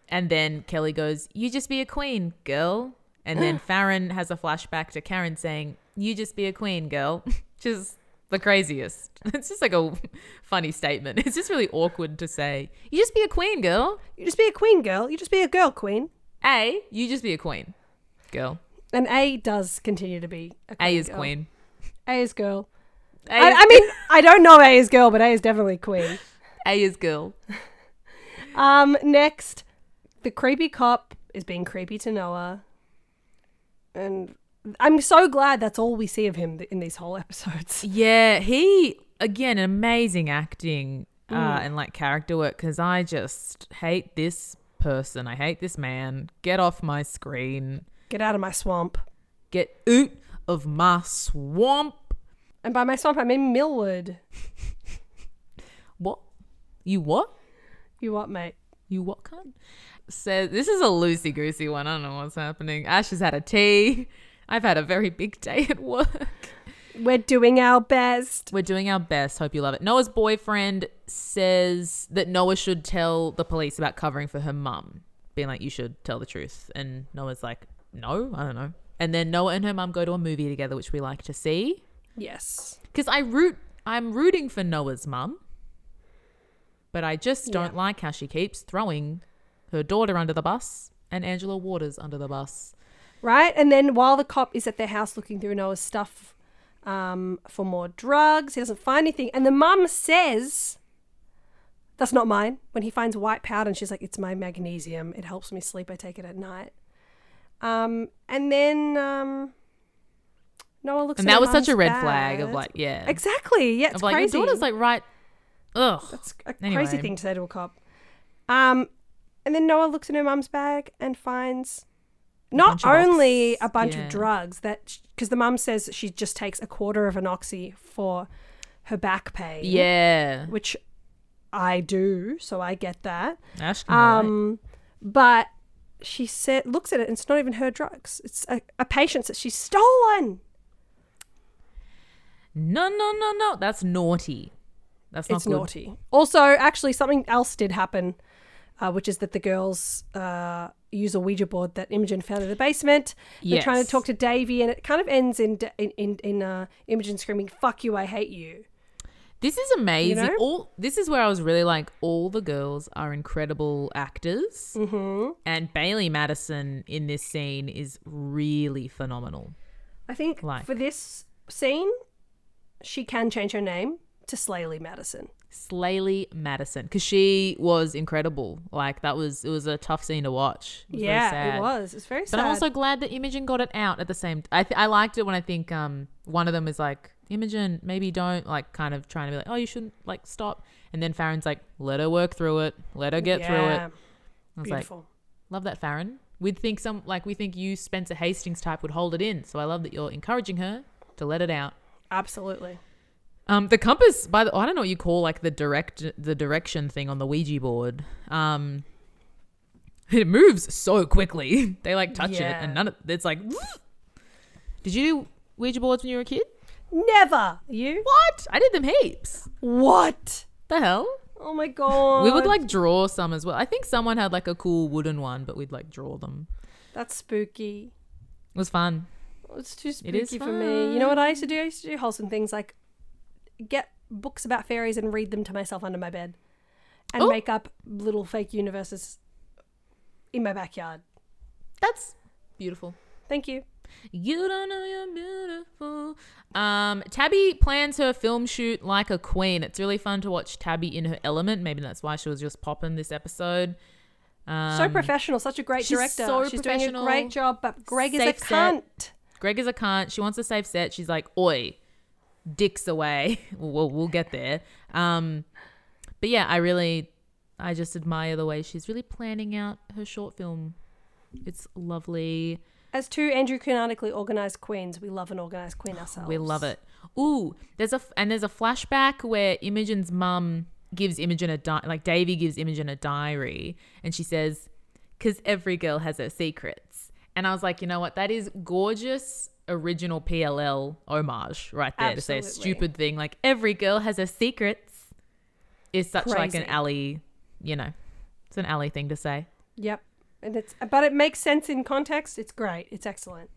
[SPEAKER 4] and then Kelly goes, You just be a queen, girl. And then Farron has a flashback to Karen saying, You just be a queen, girl. Which is the craziest. It's just like a funny statement. It's just really awkward to say, You just be a queen, girl.
[SPEAKER 1] You just be a queen, girl. You just be a girl queen.
[SPEAKER 4] A, you just be a queen, girl.
[SPEAKER 1] And A does continue to be a queen.
[SPEAKER 4] A is
[SPEAKER 1] girl.
[SPEAKER 4] queen.
[SPEAKER 1] A is girl.
[SPEAKER 4] A,
[SPEAKER 1] I, I mean, I don't know A is girl, but A is definitely queen.
[SPEAKER 4] A is girl.
[SPEAKER 1] Um, next, the creepy cop is being creepy to Noah, and I'm so glad that's all we see of him th- in these whole episodes.
[SPEAKER 4] Yeah, he again amazing acting uh, and like character work because I just hate this person. I hate this man. Get off my screen.
[SPEAKER 1] Get out of my swamp,
[SPEAKER 4] Get out of my swamp.
[SPEAKER 1] and by my swamp I mean Millwood.
[SPEAKER 4] What? You what?
[SPEAKER 1] You what, mate?
[SPEAKER 4] You what kind? So this is a loosey goosey one. I don't know what's happening. Ash has had a tea. I've had a very big day at work.
[SPEAKER 1] We're doing our best.
[SPEAKER 4] We're doing our best. Hope you love it. Noah's boyfriend says that Noah should tell the police about covering for her mum, being like, you should tell the truth. And Noah's like, no, I don't know. And then Noah and her mum go to a movie together, which we like to see.
[SPEAKER 1] Yes,
[SPEAKER 4] Because I root, I'm rooting for Noah's mum, but I just don't like how she keeps throwing her daughter under the bus and Angela Waters under the bus.
[SPEAKER 1] right. And then while the cop is at their house looking through Noah's stuff um, for more drugs, he doesn't find anything, and the mum says. That's not mine. When he finds white powder and she's like, it's my magnesium. It helps me sleep. I take it at night. Um, and then um, Noah looks
[SPEAKER 4] And
[SPEAKER 1] at
[SPEAKER 4] that
[SPEAKER 1] her
[SPEAKER 4] was such a
[SPEAKER 1] mum's
[SPEAKER 4] red
[SPEAKER 1] bag.
[SPEAKER 4] flag of like, yeah.
[SPEAKER 1] Exactly. Yeah, it's
[SPEAKER 4] Of like,
[SPEAKER 1] crazy.
[SPEAKER 4] your daughter's like, right. Ugh.
[SPEAKER 1] That's a
[SPEAKER 4] Anyway.
[SPEAKER 1] crazy thing to say to a cop. Um, and then Noah looks in her mum's bag and finds
[SPEAKER 4] bunch
[SPEAKER 1] not
[SPEAKER 4] of ox-
[SPEAKER 1] only a bunch
[SPEAKER 4] yeah.
[SPEAKER 1] of drugs that because the mum says she just takes a quarter of an oxy for her back pain.
[SPEAKER 4] Yeah.
[SPEAKER 1] Which I do, so I get that.
[SPEAKER 4] Ash can relate.
[SPEAKER 1] Um, but she said, looks at it, and it's not even her drugs. It's a, a patient's that she's stolen.
[SPEAKER 4] No, no, no, no. That's naughty. That's not
[SPEAKER 1] it's
[SPEAKER 4] Oh, good.
[SPEAKER 1] naughty. Also, actually, something else did happen, uh, which is that the girls uh, use a Ouija board that Imogen found in the basement. They're trying
[SPEAKER 4] Yes.
[SPEAKER 1] to talk to Davy, and it kind of ends in in in, in uh, Imogen screaming, "Fuck you! I hate you."
[SPEAKER 4] This is amazing.
[SPEAKER 1] know?
[SPEAKER 4] All this is where I was really like, all the girls are incredible actors, mm-hmm. and Bailey Madison in this scene is really phenomenal.
[SPEAKER 1] I think
[SPEAKER 4] Like-
[SPEAKER 1] for this scene, she can change her name to Slaley Madison.
[SPEAKER 4] Slaley Madison, because she was incredible. Like that was it was a tough scene to watch. It was very
[SPEAKER 1] yeah,
[SPEAKER 4] sad.
[SPEAKER 1] it was. It's very
[SPEAKER 4] But
[SPEAKER 1] sad.
[SPEAKER 4] I'm also glad that Imogen got it out at the same. I th- I liked it when I think um one of them is like Imogen, maybe don't like kind of trying to be like, oh, you shouldn't like stop, and then Farron's like, let her work through it, let her get through it.
[SPEAKER 1] Yeah,
[SPEAKER 4] I was
[SPEAKER 1] Beautiful.
[SPEAKER 4] like, love that Farron. We'd think some like we think you Spencer Hastings type would hold it in, so I love that you're encouraging her to let it out.
[SPEAKER 1] Absolutely.
[SPEAKER 4] Um, the compass by the I don't know what you call like the direct the direction thing on the Ouija board. Um, it moves so quickly. They like touch it,
[SPEAKER 1] Yeah.
[SPEAKER 4] and none of it's like. Did you do Ouija boards when you were a kid?
[SPEAKER 1] Never you.
[SPEAKER 4] What? I did them heaps.
[SPEAKER 1] What?
[SPEAKER 4] The hell?
[SPEAKER 1] Oh my god.
[SPEAKER 4] We would like draw some as well. I think someone had like a cool wooden one, but we'd like draw them.
[SPEAKER 1] That's spooky.
[SPEAKER 4] It was fun.
[SPEAKER 1] It's too
[SPEAKER 4] It is
[SPEAKER 1] spooky for me. You know what I used to do? I used to do wholesome things like get books about fairies and read them to myself under my bed and
[SPEAKER 4] Oh.
[SPEAKER 1] make up little fake universes in my backyard.
[SPEAKER 4] That's beautiful.
[SPEAKER 1] Thank you.
[SPEAKER 4] You don't know you're beautiful. Um, Tabby plans her film shoot like a queen. It's really fun to watch Tabby in her element. Maybe that's why she was just popping this episode. Um,
[SPEAKER 1] so professional, such a great
[SPEAKER 4] she's
[SPEAKER 1] director.
[SPEAKER 4] so
[SPEAKER 1] she's doing a
[SPEAKER 4] professional.
[SPEAKER 1] great job, but Greg is a
[SPEAKER 4] Safe set.
[SPEAKER 1] cunt.
[SPEAKER 4] Greg is a cunt. She wants a safe set. She's like, oi, dicks away. we'll, we'll get there. Um, but yeah, I really, I just admire the way she's really planning out her short film. It's lovely.
[SPEAKER 1] As two Andrew canonically organized queens, we love an organized queen ourselves.
[SPEAKER 4] We love it. Ooh, there's a f- and there's a flashback where Imogen's mum gives Imogen a di- like Davy gives Imogen a diary, and she says, "Cause every girl has her secrets." And I was like, you know what? That is gorgeous original PLL homage right there to say a
[SPEAKER 1] Absolutely.
[SPEAKER 4] stupid thing like every girl has her secrets is such like an
[SPEAKER 1] Crazy.
[SPEAKER 4] alley, you know, it's an alley thing to say.
[SPEAKER 1] Yep. And it's but it makes sense in context. It's great. It's excellent.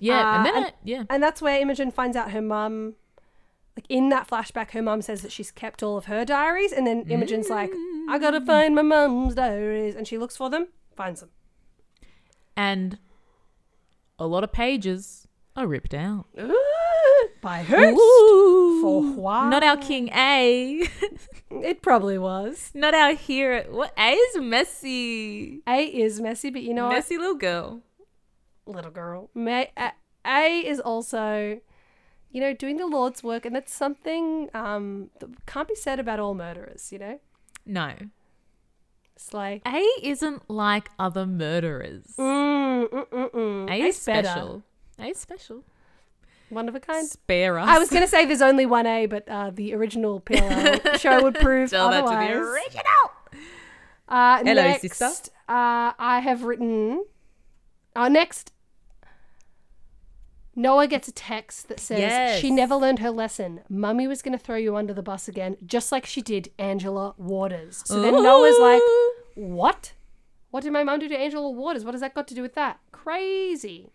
[SPEAKER 4] Yeah, and
[SPEAKER 1] Uh,
[SPEAKER 4] then
[SPEAKER 1] and-
[SPEAKER 4] it, yeah,
[SPEAKER 1] And that's where Imogen finds out her mum, like in that flashback, her mum says that she's kept all of her diaries. And then Imogen's like, I gotta
[SPEAKER 4] Mm.
[SPEAKER 1] find my mum's diaries. And she looks for them, finds them.
[SPEAKER 4] and a lot of pages are ripped out.
[SPEAKER 1] By Hearst.
[SPEAKER 4] Ooh.
[SPEAKER 1] For why?
[SPEAKER 4] Not our King A.
[SPEAKER 1] It probably was.
[SPEAKER 4] Not our hero. What A is messy.
[SPEAKER 1] A is messy, but you know what?
[SPEAKER 4] Messy little girl.
[SPEAKER 1] Little girl. May, a, a is also, you know, doing the Lord's work. And that's something um, that can't be said about all murderers, you know?
[SPEAKER 4] No.
[SPEAKER 1] It's like,
[SPEAKER 4] A isn't like other murderers.
[SPEAKER 1] mm, mm, mm, mm.
[SPEAKER 4] A is
[SPEAKER 1] A's better.
[SPEAKER 4] special. A is special.
[SPEAKER 1] One of a kind.
[SPEAKER 4] Spare us.
[SPEAKER 1] I was going to say there's only one A, but uh, the original PLL show would prove
[SPEAKER 4] tell that to
[SPEAKER 1] otherwise.
[SPEAKER 4] the original.
[SPEAKER 1] Uh,
[SPEAKER 4] Hello,
[SPEAKER 1] next,
[SPEAKER 4] sister.
[SPEAKER 1] Uh, I have written. Uh, next, Noah gets a text that says
[SPEAKER 4] Yes.
[SPEAKER 1] she never learned her lesson. Mummy was going to throw you under the bus again, just like she did Angela Waters. So then Noah's like,
[SPEAKER 4] Ooh.
[SPEAKER 1] "What? What did my mum do to Angela Waters? What has that got to do with that? Crazy."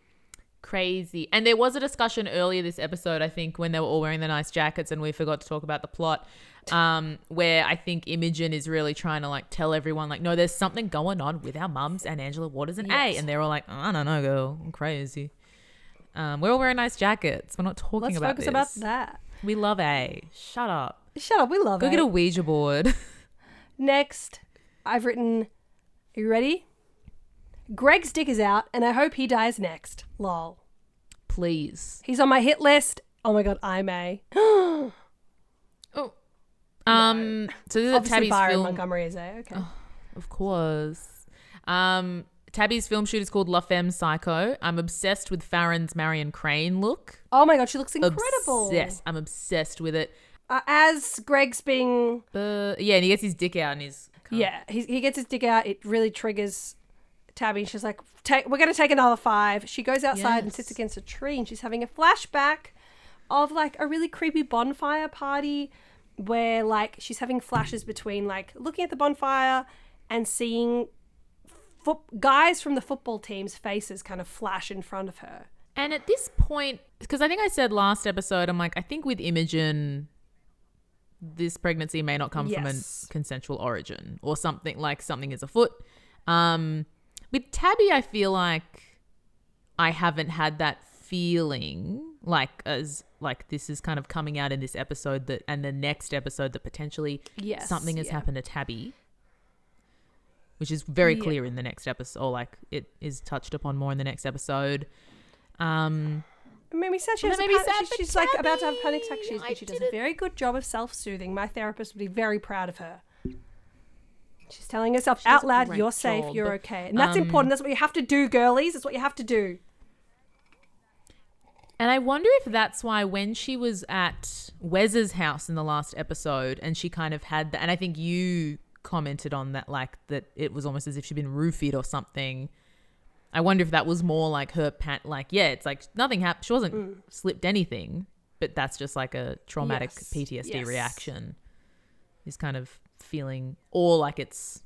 [SPEAKER 4] Crazy. And there was a discussion earlier this episode, I think, when they were all wearing the nice jackets and we forgot to talk about the plot. Um, where I think Imogen is really trying to like tell everyone, like, no, there's something going on with our mums and Angela Waters and A. And they're all like, I don't know, girl. I'm crazy. Um, we're all wearing nice jackets. We're not talking
[SPEAKER 1] Let's
[SPEAKER 4] about
[SPEAKER 1] focus
[SPEAKER 4] this.
[SPEAKER 1] about that.
[SPEAKER 4] We love A. Shut up.
[SPEAKER 1] Shut up. We love
[SPEAKER 4] Go
[SPEAKER 1] it.
[SPEAKER 4] get a Ouija board.
[SPEAKER 1] Next, I've written, Are you ready? Greg's dick is out, and I hope he dies next. Lol.
[SPEAKER 4] Please.
[SPEAKER 1] He's on my hit list. Oh my god, I'm a.
[SPEAKER 4] Oh. Um, so this is a
[SPEAKER 1] Obviously,
[SPEAKER 4] Tabby's
[SPEAKER 1] Byron
[SPEAKER 4] film.
[SPEAKER 1] Montgomery is a. Okay.
[SPEAKER 4] Of course. Um, Tabby's film shoot is called La Femme Psycho. I'm obsessed with Farron's Marion Crane look.
[SPEAKER 1] Oh my god, she looks incredible.
[SPEAKER 4] Yes, I'm obsessed with it.
[SPEAKER 1] Uh, as Greg's being,
[SPEAKER 4] But yeah, and he gets his dick out and his.
[SPEAKER 1] yeah, he, he gets his dick out. It really triggers Tabby. She's like, take, we're gonna take another five. She goes outside and
[SPEAKER 4] Yes.
[SPEAKER 1] sits against a tree, and she's having a flashback of like a really creepy bonfire party where like she's having flashes between like looking at the bonfire and seeing fo- guys from the football team's faces kind of flash in front of her.
[SPEAKER 4] And at this point, because I think I said last episode, I'm like, I think with Imogen, this pregnancy may not come
[SPEAKER 1] Yes.
[SPEAKER 4] from a consensual origin or something like something is afoot. Um, with Tabby, I feel like I haven't had that feeling like as like this is kind of coming out in this episode that and the next episode that potentially
[SPEAKER 1] Yes,
[SPEAKER 4] something has
[SPEAKER 1] yeah.
[SPEAKER 4] happened to Tabby. Which is very
[SPEAKER 1] Yeah.
[SPEAKER 4] clear in the next episode, or like it is touched upon more in the next episode. Um,
[SPEAKER 1] It made me sad. She
[SPEAKER 4] Well,
[SPEAKER 1] has
[SPEAKER 4] that
[SPEAKER 1] a
[SPEAKER 4] made me
[SPEAKER 1] pan-
[SPEAKER 4] sad
[SPEAKER 1] she-
[SPEAKER 4] for
[SPEAKER 1] she's like about to have a panic attack.
[SPEAKER 4] Tabby.
[SPEAKER 1] She's,
[SPEAKER 4] I
[SPEAKER 1] but she does a
[SPEAKER 4] didn't-
[SPEAKER 1] very good job of self-soothing. My therapist would be very proud of her. She's telling herself
[SPEAKER 4] does
[SPEAKER 1] out
[SPEAKER 4] a
[SPEAKER 1] loud,
[SPEAKER 4] great
[SPEAKER 1] "You're safe.
[SPEAKER 4] job.
[SPEAKER 1] You're okay," and that's
[SPEAKER 4] Um,
[SPEAKER 1] important. That's what you have to do, girlies. It's what you have to do.
[SPEAKER 4] And I wonder if that's why when she was at Wes's house in the last episode and she kind of had that, and I think you commented on that, like that it was almost as if she'd been roofied or something. I wonder if that was more like her pat, like, yeah, it's like nothing happened. She wasn't
[SPEAKER 1] Mm.
[SPEAKER 4] slipped anything, but that's just like a traumatic
[SPEAKER 1] Yes.
[SPEAKER 4] PTSD
[SPEAKER 1] Yes.
[SPEAKER 4] reaction. This kind of feeling, or like it's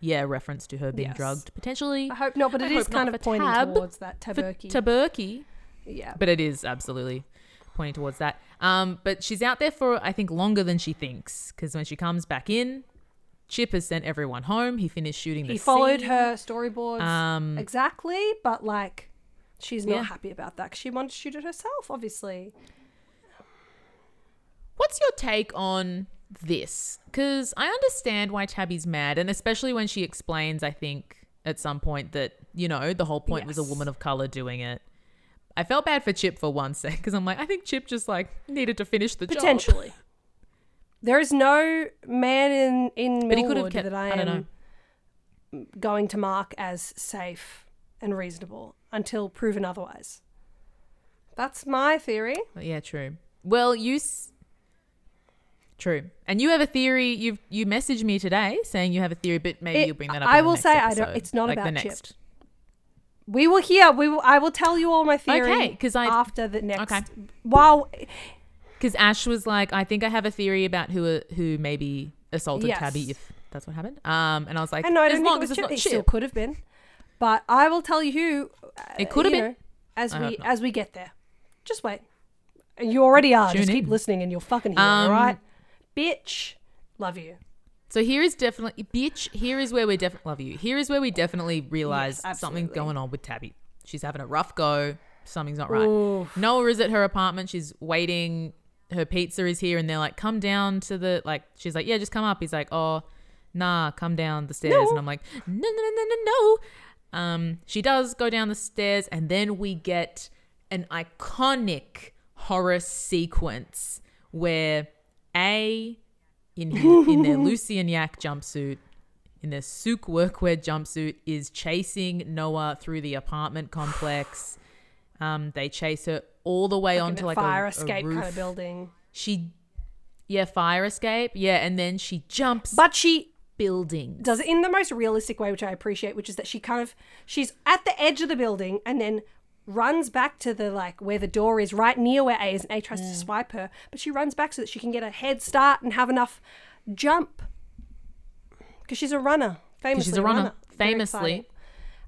[SPEAKER 4] yeah, reference to her being
[SPEAKER 1] Yes.
[SPEAKER 4] drugged potentially.
[SPEAKER 1] I hope not, but
[SPEAKER 4] I
[SPEAKER 1] it
[SPEAKER 4] hope
[SPEAKER 1] is kind
[SPEAKER 4] not
[SPEAKER 1] of
[SPEAKER 4] for
[SPEAKER 1] pointing
[SPEAKER 4] Tab,
[SPEAKER 1] towards that
[SPEAKER 4] for
[SPEAKER 1] taberky.
[SPEAKER 4] Taberky.
[SPEAKER 1] yeah.
[SPEAKER 4] But it is absolutely pointing towards that. Um, but she's out there for I think longer than she thinks because when she comes back in, Chip has sent everyone home. He finished shooting.
[SPEAKER 1] He
[SPEAKER 4] the
[SPEAKER 1] followed
[SPEAKER 4] scene.
[SPEAKER 1] her storyboards
[SPEAKER 4] Um,
[SPEAKER 1] exactly, but like she's not
[SPEAKER 4] Yeah.
[SPEAKER 1] happy about that 'cause she wanted to shoot it herself, obviously.
[SPEAKER 4] What's your take on this? Because I understand why Tabby's mad, and especially when she explains, I think at some point that you know the whole point was a
[SPEAKER 1] Yes.
[SPEAKER 4] woman of color doing it. I felt bad for Chip for one sec because I'm like, I think Chip just like needed to finish the job.
[SPEAKER 1] Potentially. There is no man in in
[SPEAKER 4] But he could have
[SPEAKER 1] Millwood
[SPEAKER 4] kept-
[SPEAKER 1] that I
[SPEAKER 4] I don't
[SPEAKER 1] am going to mark as safe and reasonable until proven otherwise. That's my theory.
[SPEAKER 4] But yeah, true. Well, you. S- True, and you have a theory. You you messaged me today saying you have a theory, but maybe
[SPEAKER 1] It-
[SPEAKER 4] you'll bring that up.
[SPEAKER 1] I
[SPEAKER 4] in the
[SPEAKER 1] will
[SPEAKER 4] next
[SPEAKER 1] say I don't-
[SPEAKER 4] episode,
[SPEAKER 1] it's not
[SPEAKER 4] like the
[SPEAKER 1] about Chip.
[SPEAKER 4] next.
[SPEAKER 1] We will hear. We will. I will tell you all my theory.
[SPEAKER 4] Okay, 'cause I-
[SPEAKER 1] after the next.
[SPEAKER 4] okay.
[SPEAKER 1] While
[SPEAKER 4] Because Ash was like, I think I have a theory about who who maybe assaulted
[SPEAKER 1] Yes.
[SPEAKER 4] Tabby if that's what happened. Um, and I was like,
[SPEAKER 1] and no, I
[SPEAKER 4] as
[SPEAKER 1] don't
[SPEAKER 4] long
[SPEAKER 1] think it
[SPEAKER 4] as
[SPEAKER 1] was
[SPEAKER 4] it's
[SPEAKER 1] Chip. It
[SPEAKER 4] not
[SPEAKER 1] still
[SPEAKER 4] Chip.
[SPEAKER 1] could have been, but I will tell you. uh,
[SPEAKER 4] It could have
[SPEAKER 1] you
[SPEAKER 4] been.
[SPEAKER 1] know, as
[SPEAKER 4] I
[SPEAKER 1] we
[SPEAKER 4] hope not.
[SPEAKER 1] as we get there. Just wait. You already are.
[SPEAKER 4] Tune
[SPEAKER 1] Just keep
[SPEAKER 4] in.
[SPEAKER 1] listening, and you'll fucking hear.
[SPEAKER 4] Um,
[SPEAKER 1] all right, bitch. Love you.
[SPEAKER 4] So here is definitely, bitch. Here is where we definitely love you. Here is where we definitely realize
[SPEAKER 1] Yes,
[SPEAKER 4] something's
[SPEAKER 1] absolutely.
[SPEAKER 4] going on with Tabby. She's having a rough go. Something's not right. Noah is at her apartment. She's waiting. Her pizza is here, and they're like, "Come down to the like." She's like, "Yeah, just come up." He's like, "Oh, nah, come down the stairs." And I'm like, "No, no, no, no, no, no." Um, she does go down the stairs, and then we get an iconic horror sequence where A in his, in their Lucian Yak jumpsuit, in their Souk workwear jumpsuit, is chasing Noah through the apartment complex. Um, they chase her all the way
[SPEAKER 1] Fucking
[SPEAKER 4] onto like
[SPEAKER 1] fire
[SPEAKER 4] a, a
[SPEAKER 1] escape
[SPEAKER 4] roof.
[SPEAKER 1] kind of building.
[SPEAKER 4] She, yeah, fire escape, yeah, and then she jumps
[SPEAKER 1] But she
[SPEAKER 4] building.
[SPEAKER 1] does it in the most realistic way, which I appreciate, which is that she kind of she's at the edge of the building and then runs back to the like where the door is, right near where A is, and A tries
[SPEAKER 4] Mm.
[SPEAKER 1] to swipe her, but she runs back so that she can get a head start and have enough jump because she's a runner, famously.
[SPEAKER 4] She's a runner,
[SPEAKER 1] Very
[SPEAKER 4] famously,
[SPEAKER 1] exciting.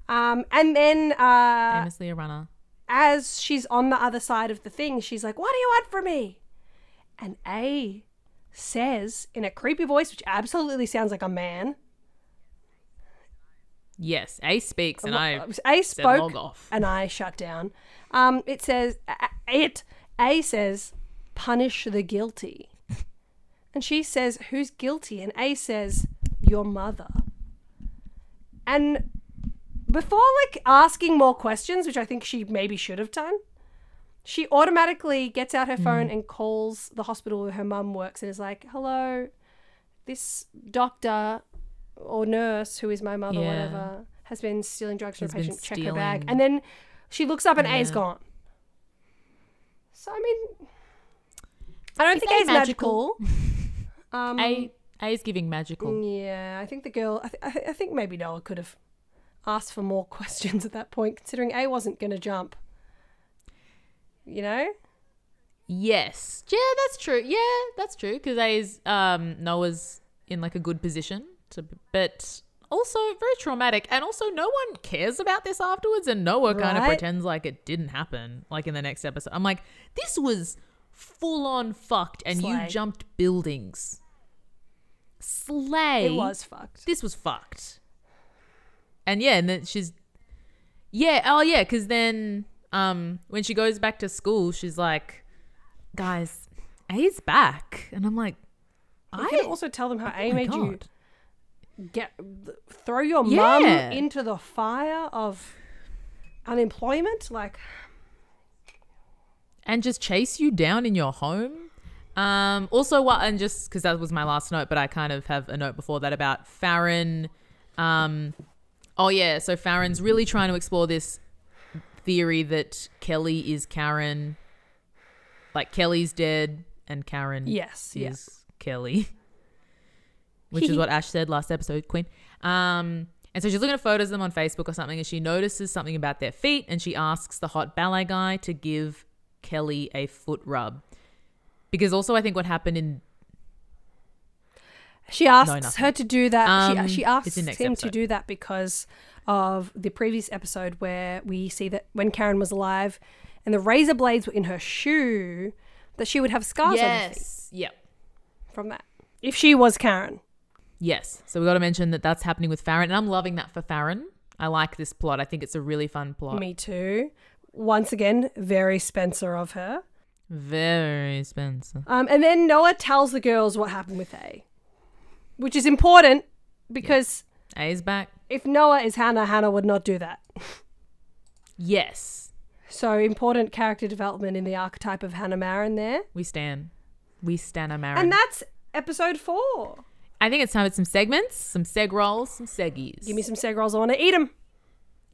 [SPEAKER 1] Um, and then uh,
[SPEAKER 4] famously a runner.
[SPEAKER 1] as she's on the other side of the thing, she's like, What do you want from me? And A says in a creepy voice, which absolutely sounds like a man.
[SPEAKER 4] Yes, A speaks, and I
[SPEAKER 1] A
[SPEAKER 4] said
[SPEAKER 1] uh, spoke
[SPEAKER 4] log off.
[SPEAKER 1] and I shut down. Um, it says a- it. A says punish the guilty, and she says who's guilty, and A says your mother. And before like asking more questions, which I think she maybe should have done, she automatically gets out her phone and calls the hospital where her mum works and is like, "Hello, this doctor or nurse who is my mother,
[SPEAKER 4] Yeah.
[SPEAKER 1] whatever, has been stealing drugs from a
[SPEAKER 4] Has been
[SPEAKER 1] patient. Check her bag."
[SPEAKER 4] stealing.
[SPEAKER 1] And then she looks up and A's
[SPEAKER 4] Yeah.
[SPEAKER 1] gone. So I mean, I don't
[SPEAKER 4] Is
[SPEAKER 1] think
[SPEAKER 4] A
[SPEAKER 1] A's magical. um,
[SPEAKER 4] A A is giving magical.
[SPEAKER 1] yeah, I think the girl. I, th- I, th- I think maybe Noah could have asked for more questions at that point, considering A wasn't going to jump. You know,
[SPEAKER 4] Yes, yeah, that's true. Yeah, that's true. Because A is um Noah's in like a good position to, but also very traumatic, and also no one cares about this afterwards, and Noah kind of
[SPEAKER 1] Right.
[SPEAKER 4] pretends like it didn't happen. Like in the next episode, I'm like, this was full on fucked, and you
[SPEAKER 1] Slay.
[SPEAKER 4] jumped buildings. Slay.
[SPEAKER 1] it was fucked.
[SPEAKER 4] This was fucked. And yeah, and then she's Yeah, oh yeah, cuz then um when she goes back to school, she's like, "Guys, A's back." And I'm like,
[SPEAKER 1] You
[SPEAKER 4] "I
[SPEAKER 1] can also tell them how A
[SPEAKER 4] oh my
[SPEAKER 1] made you
[SPEAKER 4] God.
[SPEAKER 1] get throw your mum
[SPEAKER 4] Yeah.
[SPEAKER 1] into the fire of unemployment. Like,
[SPEAKER 4] and just chase you down in your home. Um, also, what and just because that was my last note, but I kind of have a note before that about Farron. Um, oh yeah, so Farron's really trying to explore this theory that Kelly is Karen, like Kelly's dead and Karen
[SPEAKER 1] Yes,
[SPEAKER 4] is
[SPEAKER 1] yeah.
[SPEAKER 4] Kelly, which is what Ash said last episode, Queen. Um, and so she's looking at photos of them on Facebook or something, and she notices something about their feet, and she asks the hot ballet guy to give Kelly a foot rub. Because also, I think what happened in
[SPEAKER 1] She asks
[SPEAKER 4] nothing.
[SPEAKER 1] her to do that.
[SPEAKER 4] Um,
[SPEAKER 1] she, she
[SPEAKER 4] it's
[SPEAKER 1] asks
[SPEAKER 4] in
[SPEAKER 1] him
[SPEAKER 4] next
[SPEAKER 1] to
[SPEAKER 4] episode.
[SPEAKER 1] do that because of the previous episode where we see that when Karen was alive and the razor blades were in her shoe, that she would have scars on her feet
[SPEAKER 4] Yes. Yep.
[SPEAKER 1] from that. If she was Karen.
[SPEAKER 4] Yes. So we got to mention that that's happening with Farron, and I'm loving that for Farron. I like this plot. I think it's a really fun plot.
[SPEAKER 1] Me too. Once again, very Spencer of her.
[SPEAKER 4] Very Spencer.
[SPEAKER 1] Um, and then Noah tells the girls what happened with A, which is important because
[SPEAKER 4] A's back.
[SPEAKER 1] if Noah is Hannah, Hannah would not do that.
[SPEAKER 4] Yes.
[SPEAKER 1] So important character development in the archetype of Hannah Marin there.
[SPEAKER 4] We stand. We stand Amara.
[SPEAKER 1] And that's episode four.
[SPEAKER 4] I think it's time for some segments, some seg rolls, some seggies.
[SPEAKER 1] Give me some seg rolls. I want to eat them.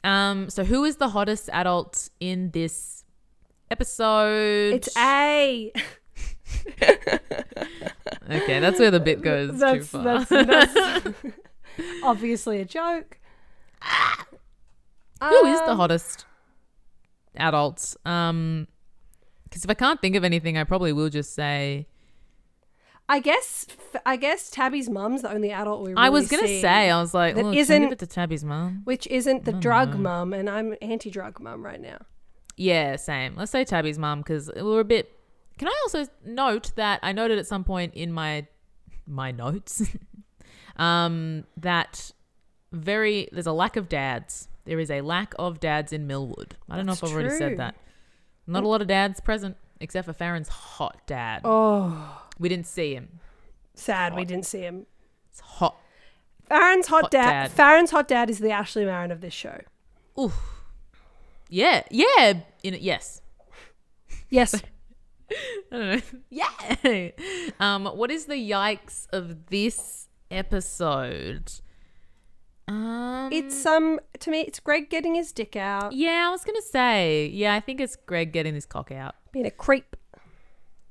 [SPEAKER 4] um. So who is the hottest adult in this episode?
[SPEAKER 1] It's A.
[SPEAKER 4] okay. That's where the bit goes too
[SPEAKER 1] That's,
[SPEAKER 4] far.
[SPEAKER 1] that's, that's obviously a joke. Ah.
[SPEAKER 4] Who
[SPEAKER 1] um,
[SPEAKER 4] is the hottest adult? Um, because if I can't think of anything, I probably will just say
[SPEAKER 1] I guess. I guess Tabby's mum's the only adult we. Really
[SPEAKER 4] I was gonna
[SPEAKER 1] see,
[SPEAKER 4] say Oh, I was like,
[SPEAKER 1] that
[SPEAKER 4] well,
[SPEAKER 1] isn't-
[SPEAKER 4] give it to Tabby's mum.
[SPEAKER 1] which isn't the drug mum, and I'm anti-drug mum right now.
[SPEAKER 4] Yeah, same. Let's say Tabby's mum because we're a bit. Can I also note that I noted at some point in my my notes um, that very there's a lack of dads. There is a lack of dads in Millwood. I don't know
[SPEAKER 1] That's
[SPEAKER 4] if I've already
[SPEAKER 1] true.
[SPEAKER 4] said that. Not a lot of dads present except for Farron's hot dad.
[SPEAKER 1] Oh,
[SPEAKER 4] We didn't see him.
[SPEAKER 1] sad we didn't see him.
[SPEAKER 4] It's hot.
[SPEAKER 1] Farron's hot,
[SPEAKER 4] Hot
[SPEAKER 1] dad.
[SPEAKER 4] dad.
[SPEAKER 1] Farron's hot dad is the Ashley Marin of this show.
[SPEAKER 4] Yeah, yeah. In it, yes.
[SPEAKER 1] Yes,
[SPEAKER 4] I don't know. Yeah. Um, what is the yikes of this episode? Um,
[SPEAKER 1] it's um to me it's Greg getting his dick out,
[SPEAKER 4] yeah. I was gonna say yeah. I think it's Greg getting his cock out.
[SPEAKER 1] being a creep.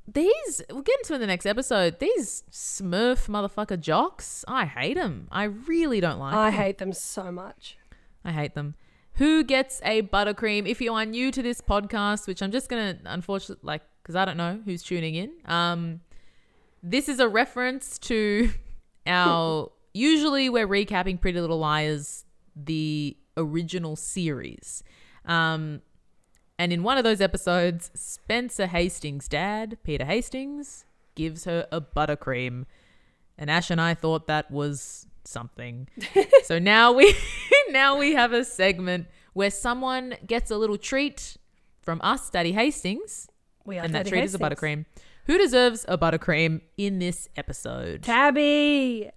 [SPEAKER 4] These we'll get into in the next episode. These Smurf motherfucker jocks. I hate them. I really don't like.
[SPEAKER 1] I
[SPEAKER 4] I,
[SPEAKER 1] hate them so much.
[SPEAKER 4] I hate them. Who gets a buttercream? If you are new to this podcast, which I'm just gonna unfortunately like because I don't know who's tuning in. Um, This is a reference to our. usually, we're recapping Pretty Little Liars, the original series. Um, and in one of those episodes, Spencer Hastings' dad, Peter Hastings, gives her a buttercream. And Ash and I thought that was something. so now we now we have a segment where someone gets a little treat from us, Daddy Hastings,
[SPEAKER 1] We are
[SPEAKER 4] and that
[SPEAKER 1] Daddy
[SPEAKER 4] treat is a
[SPEAKER 1] Hastings.
[SPEAKER 4] buttercream. Who deserves a buttercream in this episode?
[SPEAKER 1] Tabby.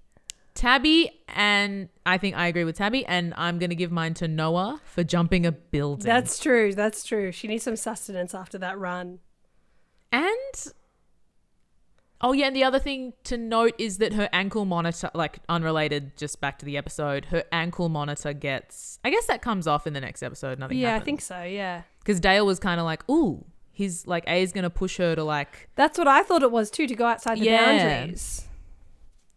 [SPEAKER 4] Tabby and I think I agree with Tabby, and I'm gonna give mine to Noah for jumping a building.
[SPEAKER 1] That's true. That's true. She needs some sustenance after that run.
[SPEAKER 4] and oh yeah, and the other thing to note is that her ankle monitor, like unrelated, just back to the episode, her ankle monitor gets. I guess that comes off in the next episode. Nothing.
[SPEAKER 1] Yeah, I think so. Yeah,
[SPEAKER 4] because Dale was kind of like, ooh, he's like A is gonna push her to like
[SPEAKER 1] that's what I thought it was too to go outside the
[SPEAKER 4] Yeah.
[SPEAKER 1] boundaries.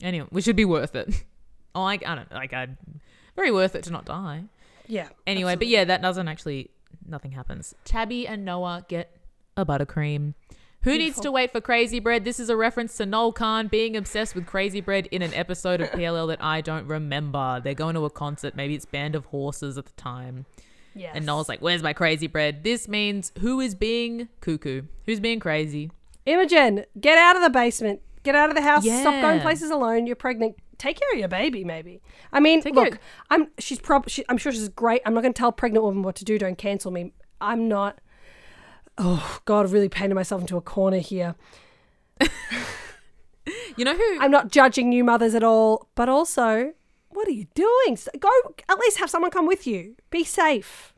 [SPEAKER 4] anyway, which should be worth it. oh, I, I don't like I very worth it to not die.
[SPEAKER 1] Yeah.
[SPEAKER 4] Anyway, but yeah, that doesn't actually nothing happens. Tabby and Noah get a buttercream. Who needs to wait for Crazy Bread? This is a reference to Noel Khan being obsessed with Crazy Bread in an episode of PLL that I don't remember. They're going to a concert, maybe it's Band of Horses at the time.
[SPEAKER 1] Yes.
[SPEAKER 4] And Noel's like, Where's my Crazy Bread? This means who is being cuckoo? Who's being crazy?
[SPEAKER 1] Imogen, get out of the basement. Get out of the house. Stop going
[SPEAKER 4] Yeah.
[SPEAKER 1] places alone. You're pregnant. Take care of your baby, maybe. I mean,
[SPEAKER 4] Take care-
[SPEAKER 1] look, I'm she's prob she, I'm sure she's great. I'm not going to tell a pregnant woman what to do. Don't cancel me. I'm not. Oh God, I've really painted myself into a corner here.
[SPEAKER 4] You know who
[SPEAKER 1] I'm not judging new mothers at all, but also, what are you doing? S- Go at least have someone come with you. Be safe.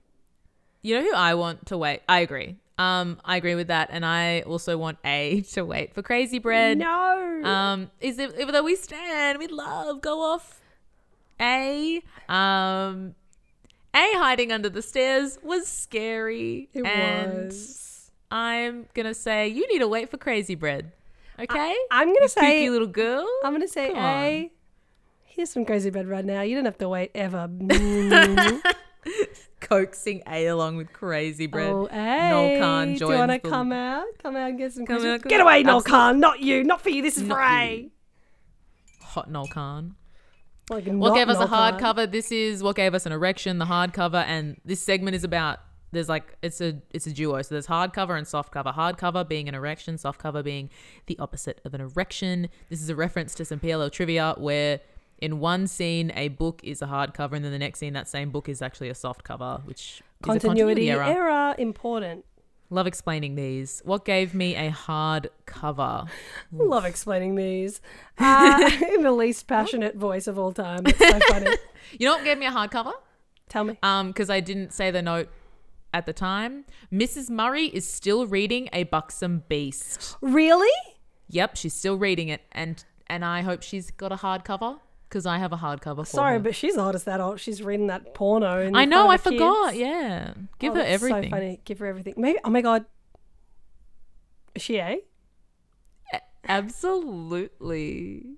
[SPEAKER 4] You know who I want to wait? I agree. Um, I agree with that, and I also want A to wait for Crazy Bread.
[SPEAKER 1] No.
[SPEAKER 4] Um, is it even though we stand with love, go off A. Um, A hiding under the stairs was scary.
[SPEAKER 1] It
[SPEAKER 4] and
[SPEAKER 1] was.
[SPEAKER 4] I'm gonna say you need to wait for Crazy Bread. Okay,
[SPEAKER 1] I'm gonna
[SPEAKER 4] You
[SPEAKER 1] say-
[SPEAKER 4] kooky little girl.
[SPEAKER 1] I'm going to say
[SPEAKER 4] Come
[SPEAKER 1] A. Here's some crazy bed right now. You don't have to wait ever.
[SPEAKER 4] coaxing A along with Crazy Bread.
[SPEAKER 1] Oh, hey.
[SPEAKER 4] Noel Khan
[SPEAKER 1] Do you
[SPEAKER 4] joins
[SPEAKER 1] want to
[SPEAKER 4] the-
[SPEAKER 1] come out? Come out and get some
[SPEAKER 4] Come
[SPEAKER 1] crazy-
[SPEAKER 4] out, come
[SPEAKER 1] Get
[SPEAKER 4] out.
[SPEAKER 1] away, Noel
[SPEAKER 4] Absolutely.
[SPEAKER 1] Khan. Not you. Not for you. This is for
[SPEAKER 4] Not
[SPEAKER 1] A.
[SPEAKER 4] you. Hot Noel Khan.
[SPEAKER 1] Like,
[SPEAKER 4] What
[SPEAKER 1] not
[SPEAKER 4] gave us a
[SPEAKER 1] knock
[SPEAKER 4] hard
[SPEAKER 1] on.
[SPEAKER 4] cover? This is what gave us an erection. The hard cover, and this segment is about. There's like it's a it's a duo. So there's hard cover and soft cover. Hard cover being an erection, soft cover being the opposite of an erection. This is a reference to some PLO trivia where in one scene a book is a hard cover, and then the next scene that same book is actually a soft cover, which
[SPEAKER 1] Continuity,
[SPEAKER 4] is a continuity error.
[SPEAKER 1] error important.
[SPEAKER 4] Love explaining these. What gave me a hard cover?
[SPEAKER 1] Love explaining these uh, in the least passionate voice of all time. It's so funny.
[SPEAKER 4] You know what gave me a hard cover?
[SPEAKER 1] Tell me.
[SPEAKER 4] Um, because I didn't say the note at the time. Mrs. Murray is still reading a buxom beast.
[SPEAKER 1] Really?
[SPEAKER 4] Yep, she's still reading it, and and I hope she's got a hard cover because I have a hard cover. For
[SPEAKER 1] Sorry,
[SPEAKER 4] her.
[SPEAKER 1] but she's not as that old. She's reading that porno. in
[SPEAKER 4] I know I
[SPEAKER 1] front of the
[SPEAKER 4] forgot.
[SPEAKER 1] kids.
[SPEAKER 4] Yeah, give
[SPEAKER 1] Oh,
[SPEAKER 4] her
[SPEAKER 1] that's
[SPEAKER 4] everything.
[SPEAKER 1] So funny. Give her everything. Maybe. Oh my god. Is she a?
[SPEAKER 4] Absolutely.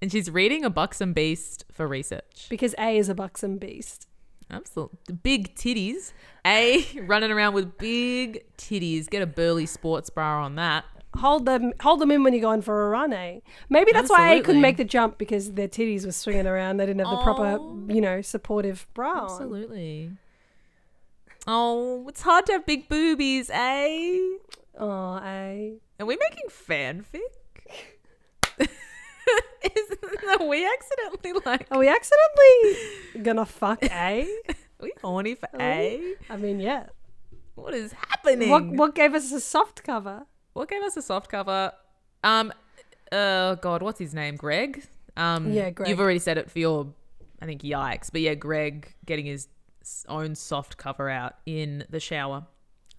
[SPEAKER 4] And she's reading a buxom beast for research.
[SPEAKER 1] Because a is a buxom beast.
[SPEAKER 4] Absolutely. Big titties. A running around with big titties. Get a burly sports bra on that.
[SPEAKER 1] Hold them. Hold them in when you're going for a run. Eh. Maybe that's why a
[SPEAKER 4] Absolutely.
[SPEAKER 1] couldn't make the jump because their titties were swinging around. They didn't have the
[SPEAKER 4] Oh.
[SPEAKER 1] proper, you know, supportive bra. on.
[SPEAKER 4] Absolutely. Oh, it's hard to have big boobies, eh?
[SPEAKER 1] Oh, a.
[SPEAKER 4] Are we making fanfic? Isn't that we accidentally like
[SPEAKER 1] Are we accidentally gonna fuck a?
[SPEAKER 4] we horny for A?
[SPEAKER 1] I mean, yeah.
[SPEAKER 4] What is happening?
[SPEAKER 1] What what gave us a soft cover?
[SPEAKER 4] what gave us a soft cover? Um, uh, God, what's his name? Greg. Um,
[SPEAKER 1] Yeah, Greg.
[SPEAKER 4] You've already said it for your, I think, yikes. But yeah, Greg getting his s- own soft cover out in the shower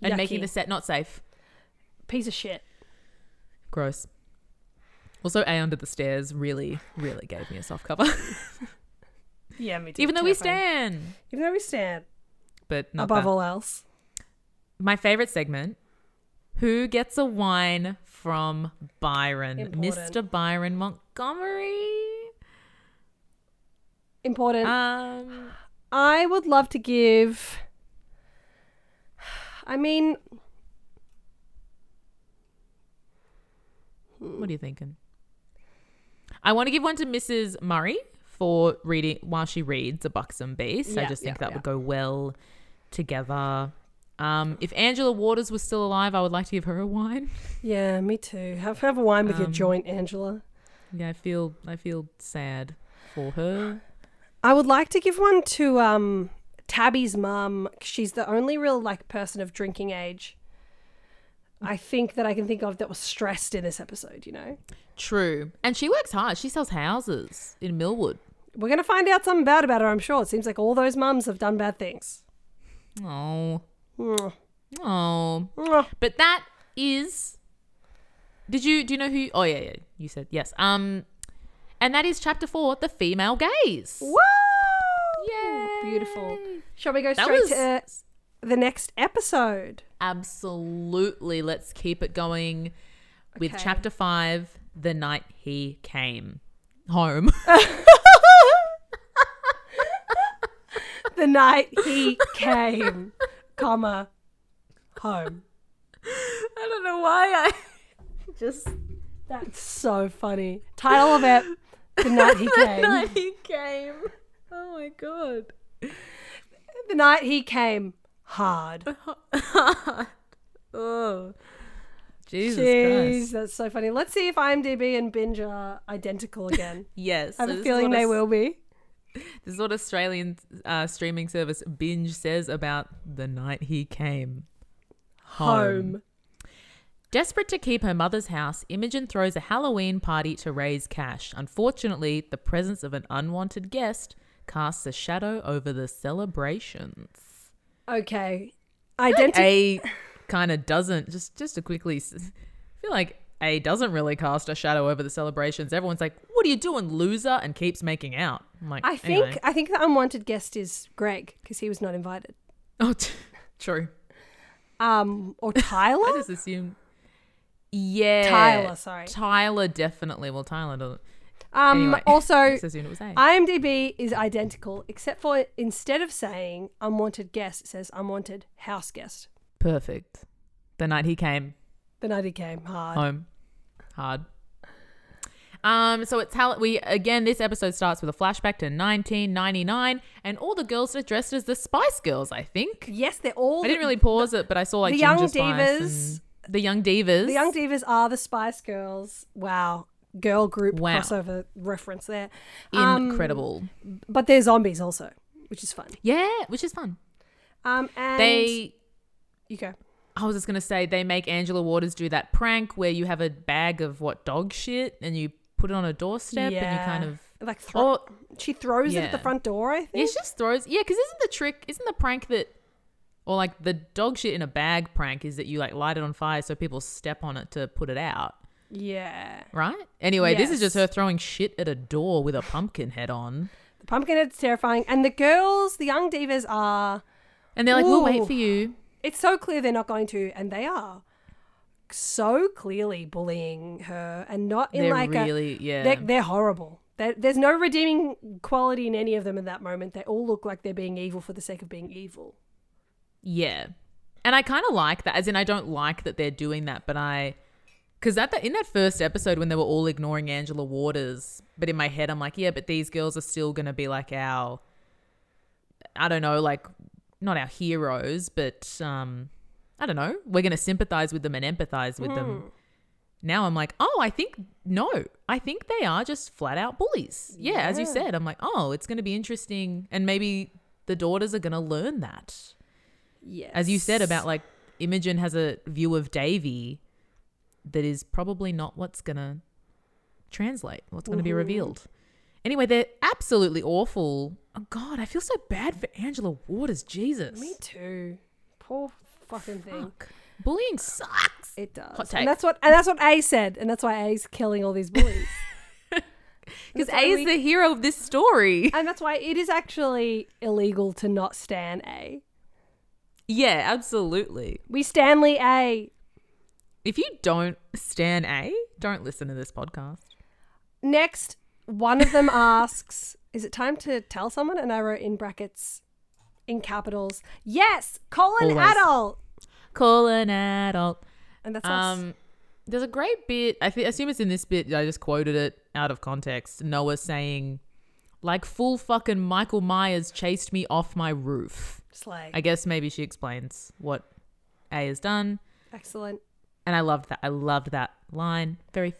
[SPEAKER 4] and making
[SPEAKER 1] Yucky.
[SPEAKER 4] the set not safe.
[SPEAKER 1] Piece of shit.
[SPEAKER 4] Gross. Also, A under the stairs really, really gave me a soft cover.
[SPEAKER 1] Yeah, me too.
[SPEAKER 4] Even though we
[SPEAKER 1] Terrifying.
[SPEAKER 4] stand,
[SPEAKER 1] Even though we stand
[SPEAKER 4] but not
[SPEAKER 1] above
[SPEAKER 4] that.
[SPEAKER 1] all else.
[SPEAKER 4] My favorite segment. Who gets a wine from Byron?
[SPEAKER 1] Important.
[SPEAKER 4] Mr. Byron Montgomery.
[SPEAKER 1] Important.
[SPEAKER 4] Um,
[SPEAKER 1] I would love to give. I mean,
[SPEAKER 4] What are you thinking? I want to give one to Mrs. Murray for reading while she reads A Buxom Beast. I
[SPEAKER 1] Yeah,
[SPEAKER 4] just think
[SPEAKER 1] yeah,
[SPEAKER 4] that
[SPEAKER 1] yeah.
[SPEAKER 4] would go well together. Um, if Angela Waters was still alive, I would like to give her a wine.
[SPEAKER 1] yeah, me too. Have have a wine with your
[SPEAKER 4] Um,
[SPEAKER 1] joint, Angela.
[SPEAKER 4] Yeah, I feel I feel sad for her.
[SPEAKER 1] I would like to give one to um Tabby's mum. She's the only real like person of drinking age. I think that I can think of that was stressed in this episode. You know,
[SPEAKER 4] True, and she works hard. She sells houses in Millwood.
[SPEAKER 1] we're gonna find out something bad about her. I'm sure. It seems like all those mums have done bad things.
[SPEAKER 4] Oh,
[SPEAKER 1] Mwah.
[SPEAKER 4] oh.
[SPEAKER 1] Mwah.
[SPEAKER 4] But that is. Did you do you know who? Oh yeah, yeah. You said yes. Um, and that is chapter four, the female gaze.
[SPEAKER 1] Whoa! Beautiful. Shall we go
[SPEAKER 4] That
[SPEAKER 1] straight
[SPEAKER 4] was
[SPEAKER 1] to uh, the next episode?
[SPEAKER 4] absolutely. Let's keep it going with
[SPEAKER 1] Okay.
[SPEAKER 4] chapter five, the night he came home.
[SPEAKER 1] the night he came, comma, home.
[SPEAKER 4] I don't know why I just
[SPEAKER 1] That's so funny. Title of it, the night he came.
[SPEAKER 4] he came. Oh my god.
[SPEAKER 1] The night he came, hard.
[SPEAKER 4] Oh. Jesus
[SPEAKER 1] Jeez,
[SPEAKER 4] Christ.
[SPEAKER 1] that's so funny. Let's see if IMDb and Binge are identical again.
[SPEAKER 4] Yes.
[SPEAKER 1] I have
[SPEAKER 4] so this
[SPEAKER 1] a
[SPEAKER 4] is
[SPEAKER 1] feeling
[SPEAKER 4] what
[SPEAKER 1] they
[SPEAKER 4] us-
[SPEAKER 1] will be.
[SPEAKER 4] This is what Australian uh, streaming service Binge says about the night he came.
[SPEAKER 1] Home.
[SPEAKER 4] Desperate to keep her mother's house, Imogen throws a Halloween party to raise cash. Unfortunately, the presence of an unwanted guest casts a shadow over the celebrations.
[SPEAKER 1] Okay. Identical.
[SPEAKER 4] A kind of doesn't. Just just to quickly, s- I feel like A doesn't really cast a shadow over the celebrations. Everyone's like, "What are you doing, loser?" and keeps making out. I'm like,
[SPEAKER 1] I think
[SPEAKER 4] anyway.
[SPEAKER 1] I think the unwanted guest is Greg because he was not invited.
[SPEAKER 4] Oh, t- true.
[SPEAKER 1] Um, or
[SPEAKER 4] I
[SPEAKER 1] Tyler.
[SPEAKER 4] just assume. Yeah.
[SPEAKER 1] Tyler, sorry.
[SPEAKER 4] Tyler definitely. Well, Tyler doesn't.
[SPEAKER 1] Um,
[SPEAKER 4] Anyway,
[SPEAKER 1] also
[SPEAKER 4] just assumed it was A.
[SPEAKER 1] IMDb is identical, except for instead of saying unwanted guest, it says unwanted house guest.
[SPEAKER 4] Perfect. The night he came Oh.
[SPEAKER 1] The night he came hard.
[SPEAKER 4] home, hard. Um, so it's how we again. This episode starts with a flashback to 1999, and all the girls are dressed as the Spice Girls. I think
[SPEAKER 1] Yes, they're all
[SPEAKER 4] I didn't really pause it, but I saw like
[SPEAKER 1] The young
[SPEAKER 4] Ginger Spice
[SPEAKER 1] divas.
[SPEAKER 4] and the young divas.
[SPEAKER 1] The Young Divas are the Spice Girls. Wow. Girl group
[SPEAKER 4] Wow.
[SPEAKER 1] crossover reference there. Um,
[SPEAKER 4] incredible.
[SPEAKER 1] but they're zombies also, which is fun.
[SPEAKER 4] yeah, which is fun.
[SPEAKER 1] Um, and
[SPEAKER 4] They.
[SPEAKER 1] you go.
[SPEAKER 4] I was just gonna say they make Angela Waters do that prank where you have a bag of what dog shit and you put it on a doorstep and you kind of
[SPEAKER 1] like throw.
[SPEAKER 4] Oh,
[SPEAKER 1] she throws it at the
[SPEAKER 4] yeah.
[SPEAKER 1] front door. I
[SPEAKER 4] Yeah,
[SPEAKER 1] think.
[SPEAKER 4] she just throws. Yeah, because isn't the trick? Isn't the prank that, or like the dog shit in a bag prank is that you like light it on fire so people step on it to put it out,
[SPEAKER 1] Yeah.
[SPEAKER 4] right? Anyway, this is just
[SPEAKER 1] Yes.
[SPEAKER 4] her throwing shit at a door with a pumpkin head on,
[SPEAKER 1] The pumpkin head's terrifying, and the girls, the Young Divas, are.
[SPEAKER 4] and they're like, "We'll wait
[SPEAKER 1] Ooh.
[SPEAKER 4] for you."
[SPEAKER 1] It's so clear they're not going to, and they are so clearly bullying her, and not in
[SPEAKER 4] They're
[SPEAKER 1] like a.
[SPEAKER 4] really, yeah.
[SPEAKER 1] They're, they're horrible. they there's no redeeming quality in any of them in that moment. They all look like they're being evil for the sake of being evil.
[SPEAKER 4] Yeah. And I kind of like that. As in, I don't like that they're doing that, but I. Because that, in that first episode when they were all ignoring Angela Waters, but in my head, I'm like, yeah, but these girls are still going to be like our. I don't know, like, not our heroes, but um, I don't know. We're going to sympathize with them and empathize with them. Now I'm like, oh, I think, no, I think they are just flat out bullies. Yeah, as you said, I'm like, oh, it's going to be interesting. And maybe the daughters are going to learn that
[SPEAKER 1] Yes.
[SPEAKER 4] as you said about like Imogen has a view of Davy that is probably not what's gonna translate, what's gonna be revealed. Anyway, they're absolutely awful. Oh God, I feel so bad for Angela Waters. Jesus,
[SPEAKER 1] Me too. Poor fucking thing.
[SPEAKER 4] Fuck. bullying sucks.
[SPEAKER 1] It does.
[SPEAKER 4] Hot take.
[SPEAKER 1] And that's what and that's what A said, and that's why A's killing all these bullies.
[SPEAKER 4] Because
[SPEAKER 1] why
[SPEAKER 4] A is
[SPEAKER 1] we-
[SPEAKER 4] the hero of this story.
[SPEAKER 1] and that's why it is actually illegal to not stan A.
[SPEAKER 4] Yeah, absolutely.
[SPEAKER 1] We Stanley A.
[SPEAKER 4] If you don't stan A, don't listen to this podcast.
[SPEAKER 1] Next, one of them asks, "Is it time to tell someone?" And I wrote in brackets, in capitals, "Yes, colon
[SPEAKER 4] Always.
[SPEAKER 1] adult."
[SPEAKER 4] Call an adult.
[SPEAKER 1] And that's us.
[SPEAKER 4] Um, there's a great bit. I, thi- I assume it's in this bit. I just quoted it out of context. Noah saying, "Like full fucking Michael Myers chased me off my roof."
[SPEAKER 1] Slay.
[SPEAKER 4] I guess maybe she explains what A has done,
[SPEAKER 1] Excellent.
[SPEAKER 4] and I loved that. I loved that line. Very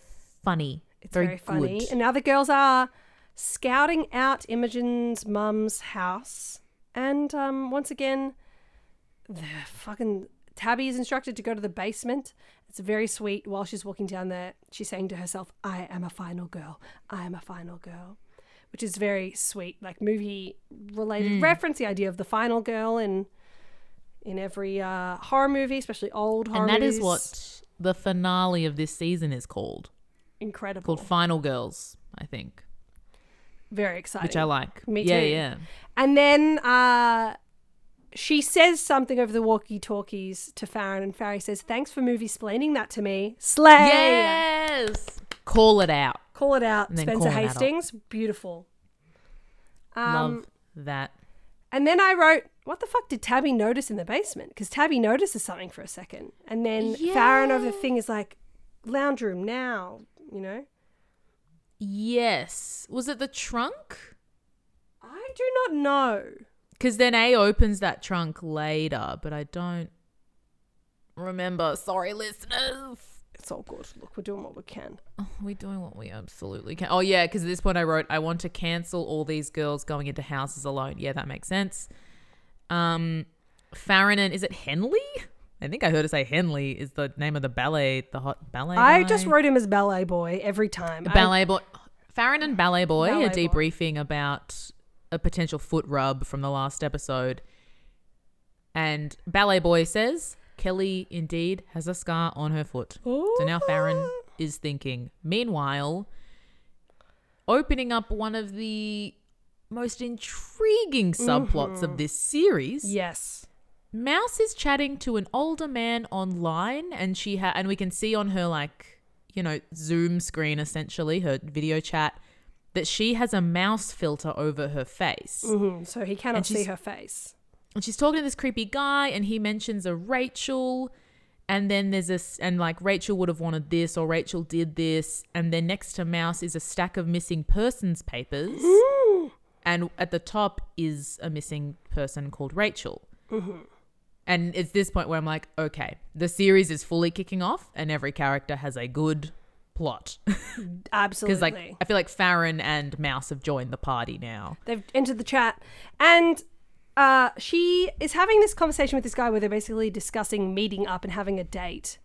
[SPEAKER 4] funny.
[SPEAKER 1] It's very, funny.
[SPEAKER 4] good.
[SPEAKER 1] And now the girls are scouting out Imogen's mum's house. And um, once again, the fucking Tabby is instructed to go to the basement. It's very sweet. While she's walking down there, she's saying to herself, I am a final girl. I am a final girl. Which is very sweet, like movie related
[SPEAKER 4] Hmm.
[SPEAKER 1] reference, the idea of the final girl in in every uh, horror movie, especially old horror
[SPEAKER 4] and that is
[SPEAKER 1] movies.
[SPEAKER 4] what the finale of this season is called.
[SPEAKER 1] incredible.
[SPEAKER 4] Called Final Girls, I think,
[SPEAKER 1] very exciting.
[SPEAKER 4] which I like.
[SPEAKER 1] Me
[SPEAKER 4] yeah,
[SPEAKER 1] too.
[SPEAKER 4] yeah.
[SPEAKER 1] And then uh, she says something over the walkie talkies to Farron, and Farry says, Thanks for movie splaining that to me. Slay!
[SPEAKER 4] Yes. Call it out.
[SPEAKER 1] Call it out,
[SPEAKER 4] And then
[SPEAKER 1] Spencer
[SPEAKER 4] call it out.
[SPEAKER 1] Hastings. Beautiful. Um,
[SPEAKER 4] Love that.
[SPEAKER 1] And then I wrote, What the fuck did Tabby notice in the basement? Because Tabby notices something for a second. And then Farron over the thing is like, Lounge room now, you know?
[SPEAKER 4] Yes. Was it the trunk?
[SPEAKER 1] I do not know.
[SPEAKER 4] Because then A opens that trunk later, but I don't remember. Sorry, listeners.
[SPEAKER 1] It's all good. Look, we're doing what we can.
[SPEAKER 4] Oh, we're doing what we absolutely can. Oh, yeah, because at this point I wrote, I want to cancel all these girls going into houses alone. Yeah, that makes sense. Um, Farron and is it Henley? I think I heard her say Henley is the name of the ballet, the hot ballet.
[SPEAKER 1] I
[SPEAKER 4] guy.
[SPEAKER 1] just wrote him as ballet boy every time. I-
[SPEAKER 4] ballet boy Farron and ballet boy
[SPEAKER 1] Ballet
[SPEAKER 4] are
[SPEAKER 1] Boy.
[SPEAKER 4] debriefing about a potential foot rub from the last episode and ballet boy says kelly indeed has a scar on her foot so now Farron is thinking meanwhile opening up one of the most intriguing subplots
[SPEAKER 1] Mm-hmm.
[SPEAKER 4] of this series
[SPEAKER 1] yes.
[SPEAKER 4] Mouse is chatting to an older man online, and she ha- and we can see on her like you know Zoom screen essentially her video chat that she has a mouse filter over her face,
[SPEAKER 1] Mhm. So he cannot
[SPEAKER 4] And
[SPEAKER 1] see
[SPEAKER 4] she's-
[SPEAKER 1] her face.
[SPEAKER 4] and she's talking to this creepy guy, and he mentions a Rachel, And then there's this, and like Rachel would have wanted this, or Rachel did this. And then next to Mouse is a stack of missing persons papers. and at the top is a missing person called Rachel. And it's this point where I'm like, okay, the series is fully kicking off, and every character has a good plot.
[SPEAKER 1] Absolutely.
[SPEAKER 4] Because like I feel like Farron and Mouse have joined the party now.
[SPEAKER 1] They've entered the chat, and uh, she is having this conversation with this guy where they're basically discussing meeting up and having a date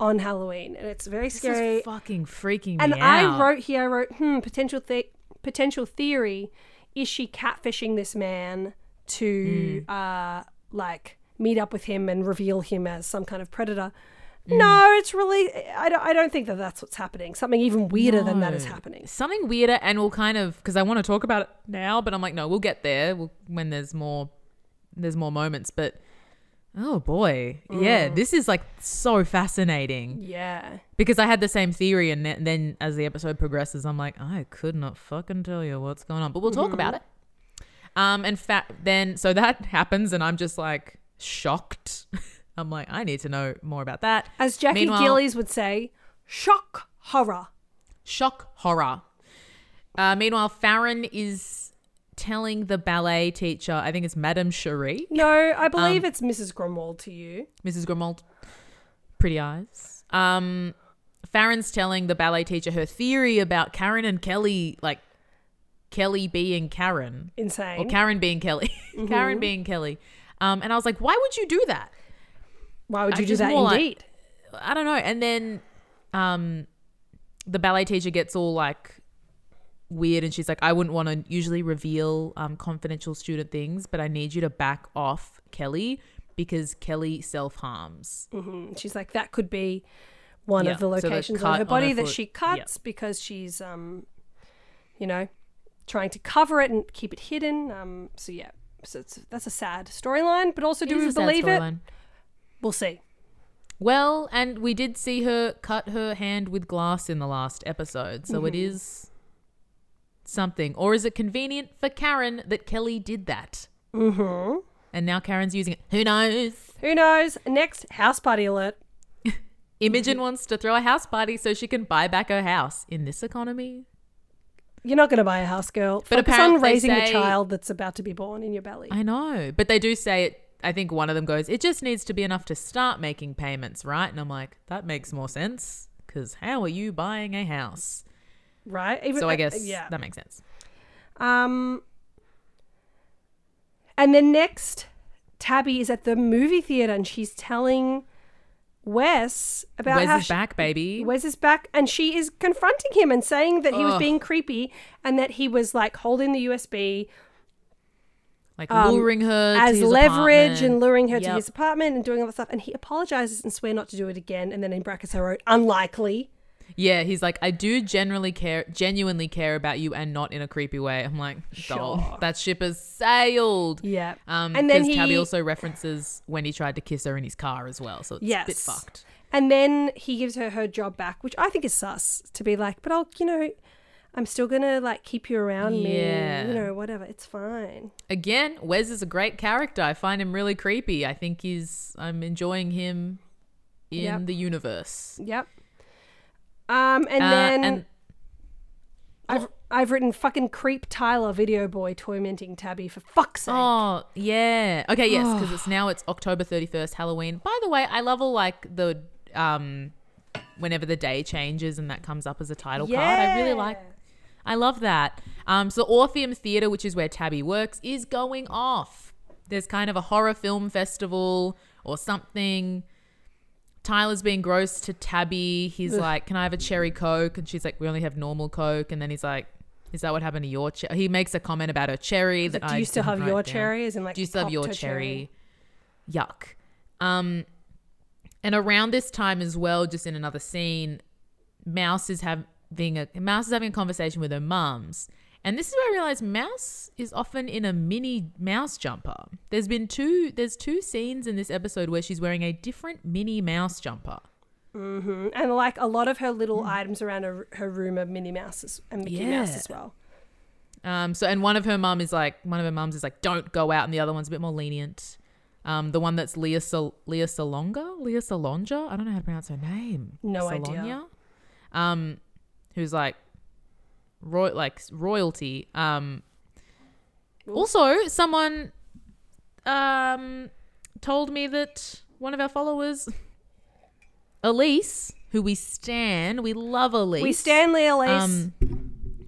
[SPEAKER 1] on Halloween, and it's very
[SPEAKER 4] This
[SPEAKER 1] scary.
[SPEAKER 4] is fucking freaking
[SPEAKER 1] and
[SPEAKER 4] me out.
[SPEAKER 1] I wrote here, I wrote, hmm, potential the- potential theory: is she catfishing this man
[SPEAKER 4] Mm.
[SPEAKER 1] to uh, like meet up with him and reveal him as some kind of predator?
[SPEAKER 4] Mm.
[SPEAKER 1] No, it's really. I don't. I don't think that that's what's happening. Something even weirder than that is happening.
[SPEAKER 4] something weirder, and we'll kind of because I want to talk about it now, but I'm like, no, we'll get there we'll, when there's more. There's more moments, but oh boy, yeah, this is like so fascinating.
[SPEAKER 1] Yeah.
[SPEAKER 4] because I had the same theory, and th- then as the episode progresses, I'm like, I could not fucking tell you what's going on, but we'll talk about it. Um, and fa- then so that happens, and I'm just like shocked. I'm like, I need to know more about that.
[SPEAKER 1] As Jackie
[SPEAKER 4] Meanwhile-
[SPEAKER 1] Gillies would say, shock horror.
[SPEAKER 4] shock horror. Uh, meanwhile, Farron is telling the ballet teacher, I think it's Madame Cherie,
[SPEAKER 1] No, I believe
[SPEAKER 4] Um,
[SPEAKER 1] it's Mrs. Grumwald to you.
[SPEAKER 4] Mrs. Grimald, pretty eyes. Um, Farron's telling the ballet teacher her theory about Karen and Kelly, like Kelly being Karen
[SPEAKER 1] Insane.
[SPEAKER 4] or Karen being Kelly, Karen being Kelly. Um, and I was like, why would you do that?
[SPEAKER 1] Why would
[SPEAKER 4] I
[SPEAKER 1] you do
[SPEAKER 4] just
[SPEAKER 1] that?
[SPEAKER 4] more like-
[SPEAKER 1] Indeed.
[SPEAKER 4] I don't know. And then um, the ballet teacher gets all like weird and she's like, I wouldn't want to usually reveal um, confidential student things, but I need you to back off Kelly because Kelly self harms.
[SPEAKER 1] Mm, She's like, that could be one
[SPEAKER 4] Yeah,
[SPEAKER 1] of the
[SPEAKER 4] so the
[SPEAKER 1] locations
[SPEAKER 4] cut
[SPEAKER 1] on her
[SPEAKER 4] on
[SPEAKER 1] body
[SPEAKER 4] her
[SPEAKER 1] that
[SPEAKER 4] foot.
[SPEAKER 1] she
[SPEAKER 4] Yeah.
[SPEAKER 1] cuts because she's, um, you know, trying to cover it and keep it hidden. Um, so yeah, so it's, that's a sad storyline. But also, do we believe it? We'll see.
[SPEAKER 4] Well, and we did see her cut her hand with glass in the last episode, so it is something. Or is it convenient for Karen that Kelly did that?
[SPEAKER 1] hmm
[SPEAKER 4] And now Karen's using it. Who knows?
[SPEAKER 1] Who knows? Next house party alert.
[SPEAKER 4] Imogen wants to throw a house party so she can buy back her house in this economy.
[SPEAKER 1] You're not going to buy a house, girl.
[SPEAKER 4] But
[SPEAKER 1] But Focus
[SPEAKER 4] apparently
[SPEAKER 1] on
[SPEAKER 4] they
[SPEAKER 1] raising
[SPEAKER 4] say-
[SPEAKER 1] the child that's about to be born in your belly.
[SPEAKER 4] I know, but they do say it. I think one of them goes, "It just needs to be enough to start making payments, right?" And I'm like, "That makes more sense because how are you buying a house?"
[SPEAKER 1] right? Even,
[SPEAKER 4] So
[SPEAKER 1] uh,
[SPEAKER 4] I guess
[SPEAKER 1] yeah.
[SPEAKER 4] that makes sense.
[SPEAKER 1] Um, and then next, Tabby is at the movie theater and she's telling Wes about
[SPEAKER 4] Wes
[SPEAKER 1] how
[SPEAKER 4] is
[SPEAKER 1] she-
[SPEAKER 4] back, baby.
[SPEAKER 1] Wes is back, and she is confronting him and saying that he was
[SPEAKER 4] Ugh.
[SPEAKER 1] being creepy and that he was like holding the USB
[SPEAKER 4] like
[SPEAKER 1] um,
[SPEAKER 4] luring her
[SPEAKER 1] as
[SPEAKER 4] to his
[SPEAKER 1] leverage and
[SPEAKER 4] apartment.
[SPEAKER 1] luring her to
[SPEAKER 4] Yep.
[SPEAKER 1] his apartment and doing all that stuff. And he apologizes and swear not to do it again. And then in brackets, I wrote unlikely.
[SPEAKER 4] Yeah, he's like, I do generally care, genuinely care about you, and not in a creepy way. I'm like, doll,
[SPEAKER 1] Sure.
[SPEAKER 4] that ship has sailed.
[SPEAKER 1] Yeah,
[SPEAKER 4] Um,
[SPEAKER 1] and then
[SPEAKER 4] because Tabby
[SPEAKER 1] he-
[SPEAKER 4] also references when he tried to kiss her in his car as well, so it's a bit
[SPEAKER 1] Yes.
[SPEAKER 4] fucked.
[SPEAKER 1] And then he gives her her job back, which I think is sus to be like, but I'll, you know, I'm still gonna like keep you around
[SPEAKER 4] Yeah.
[SPEAKER 1] me, you know, whatever. It's fine.
[SPEAKER 4] Again, Wes is a great character. I find him really creepy. I think he's. I'm enjoying him in
[SPEAKER 1] Yep.
[SPEAKER 4] the universe.
[SPEAKER 1] Yep. Um, and
[SPEAKER 4] Uh,
[SPEAKER 1] then
[SPEAKER 4] and
[SPEAKER 1] I've I've written fucking creep Tyler video boy tormenting Tabby for fuck's sake.
[SPEAKER 4] Oh yeah. Okay. Yes, because it's now it's October thirty first, Halloween. By the way, I love all like the um, whenever the day changes and that comes up as a title card. I really like. I love that. Um, so Orpheum Theatre, which is where Tabby works, is going off. There's kind of a horror film festival or something. Tyler's being gross to Tabby. He's like, "Can I have a cherry coke?" And she's like, "We only have normal coke." And then he's like, "Is that what happened to your?" Che-? He makes a comment about her cherry. That
[SPEAKER 1] Do
[SPEAKER 4] I
[SPEAKER 1] you still
[SPEAKER 4] didn't
[SPEAKER 1] have
[SPEAKER 4] write
[SPEAKER 1] your
[SPEAKER 4] down.
[SPEAKER 1] cherry? As in like
[SPEAKER 4] Do you still have
[SPEAKER 1] popped
[SPEAKER 4] your
[SPEAKER 1] her
[SPEAKER 4] cherry? Yuck. Um, and around this time as well, just in another scene, Mouse is having a Mouse is having a conversation with her mums, and this is where I realized Mouse is often in a mini Mouse jumper. There's been two there's two scenes in this episode where she's wearing a different mini Mouse jumper.
[SPEAKER 1] Mm, And like a lot of her little
[SPEAKER 4] Mm.
[SPEAKER 1] items around her, her room are Minnie Mouse's and Mickey Mouse
[SPEAKER 4] Yeah.
[SPEAKER 1] as well.
[SPEAKER 4] Um, so and one of her mum is like one of her mums is like, don't go out, and the other one's a bit more lenient. Um, the one that's Leah Sol- Leah Salonga, Leah Salonja. I don't know how to pronounce her name.
[SPEAKER 1] No idea.
[SPEAKER 4] Salonia? Um, who's like, roy like royalty. Um, also someone, um, told me that one of our followers, Elise, who we stan, we love Elise.
[SPEAKER 1] We Stanley Elise.
[SPEAKER 4] Um,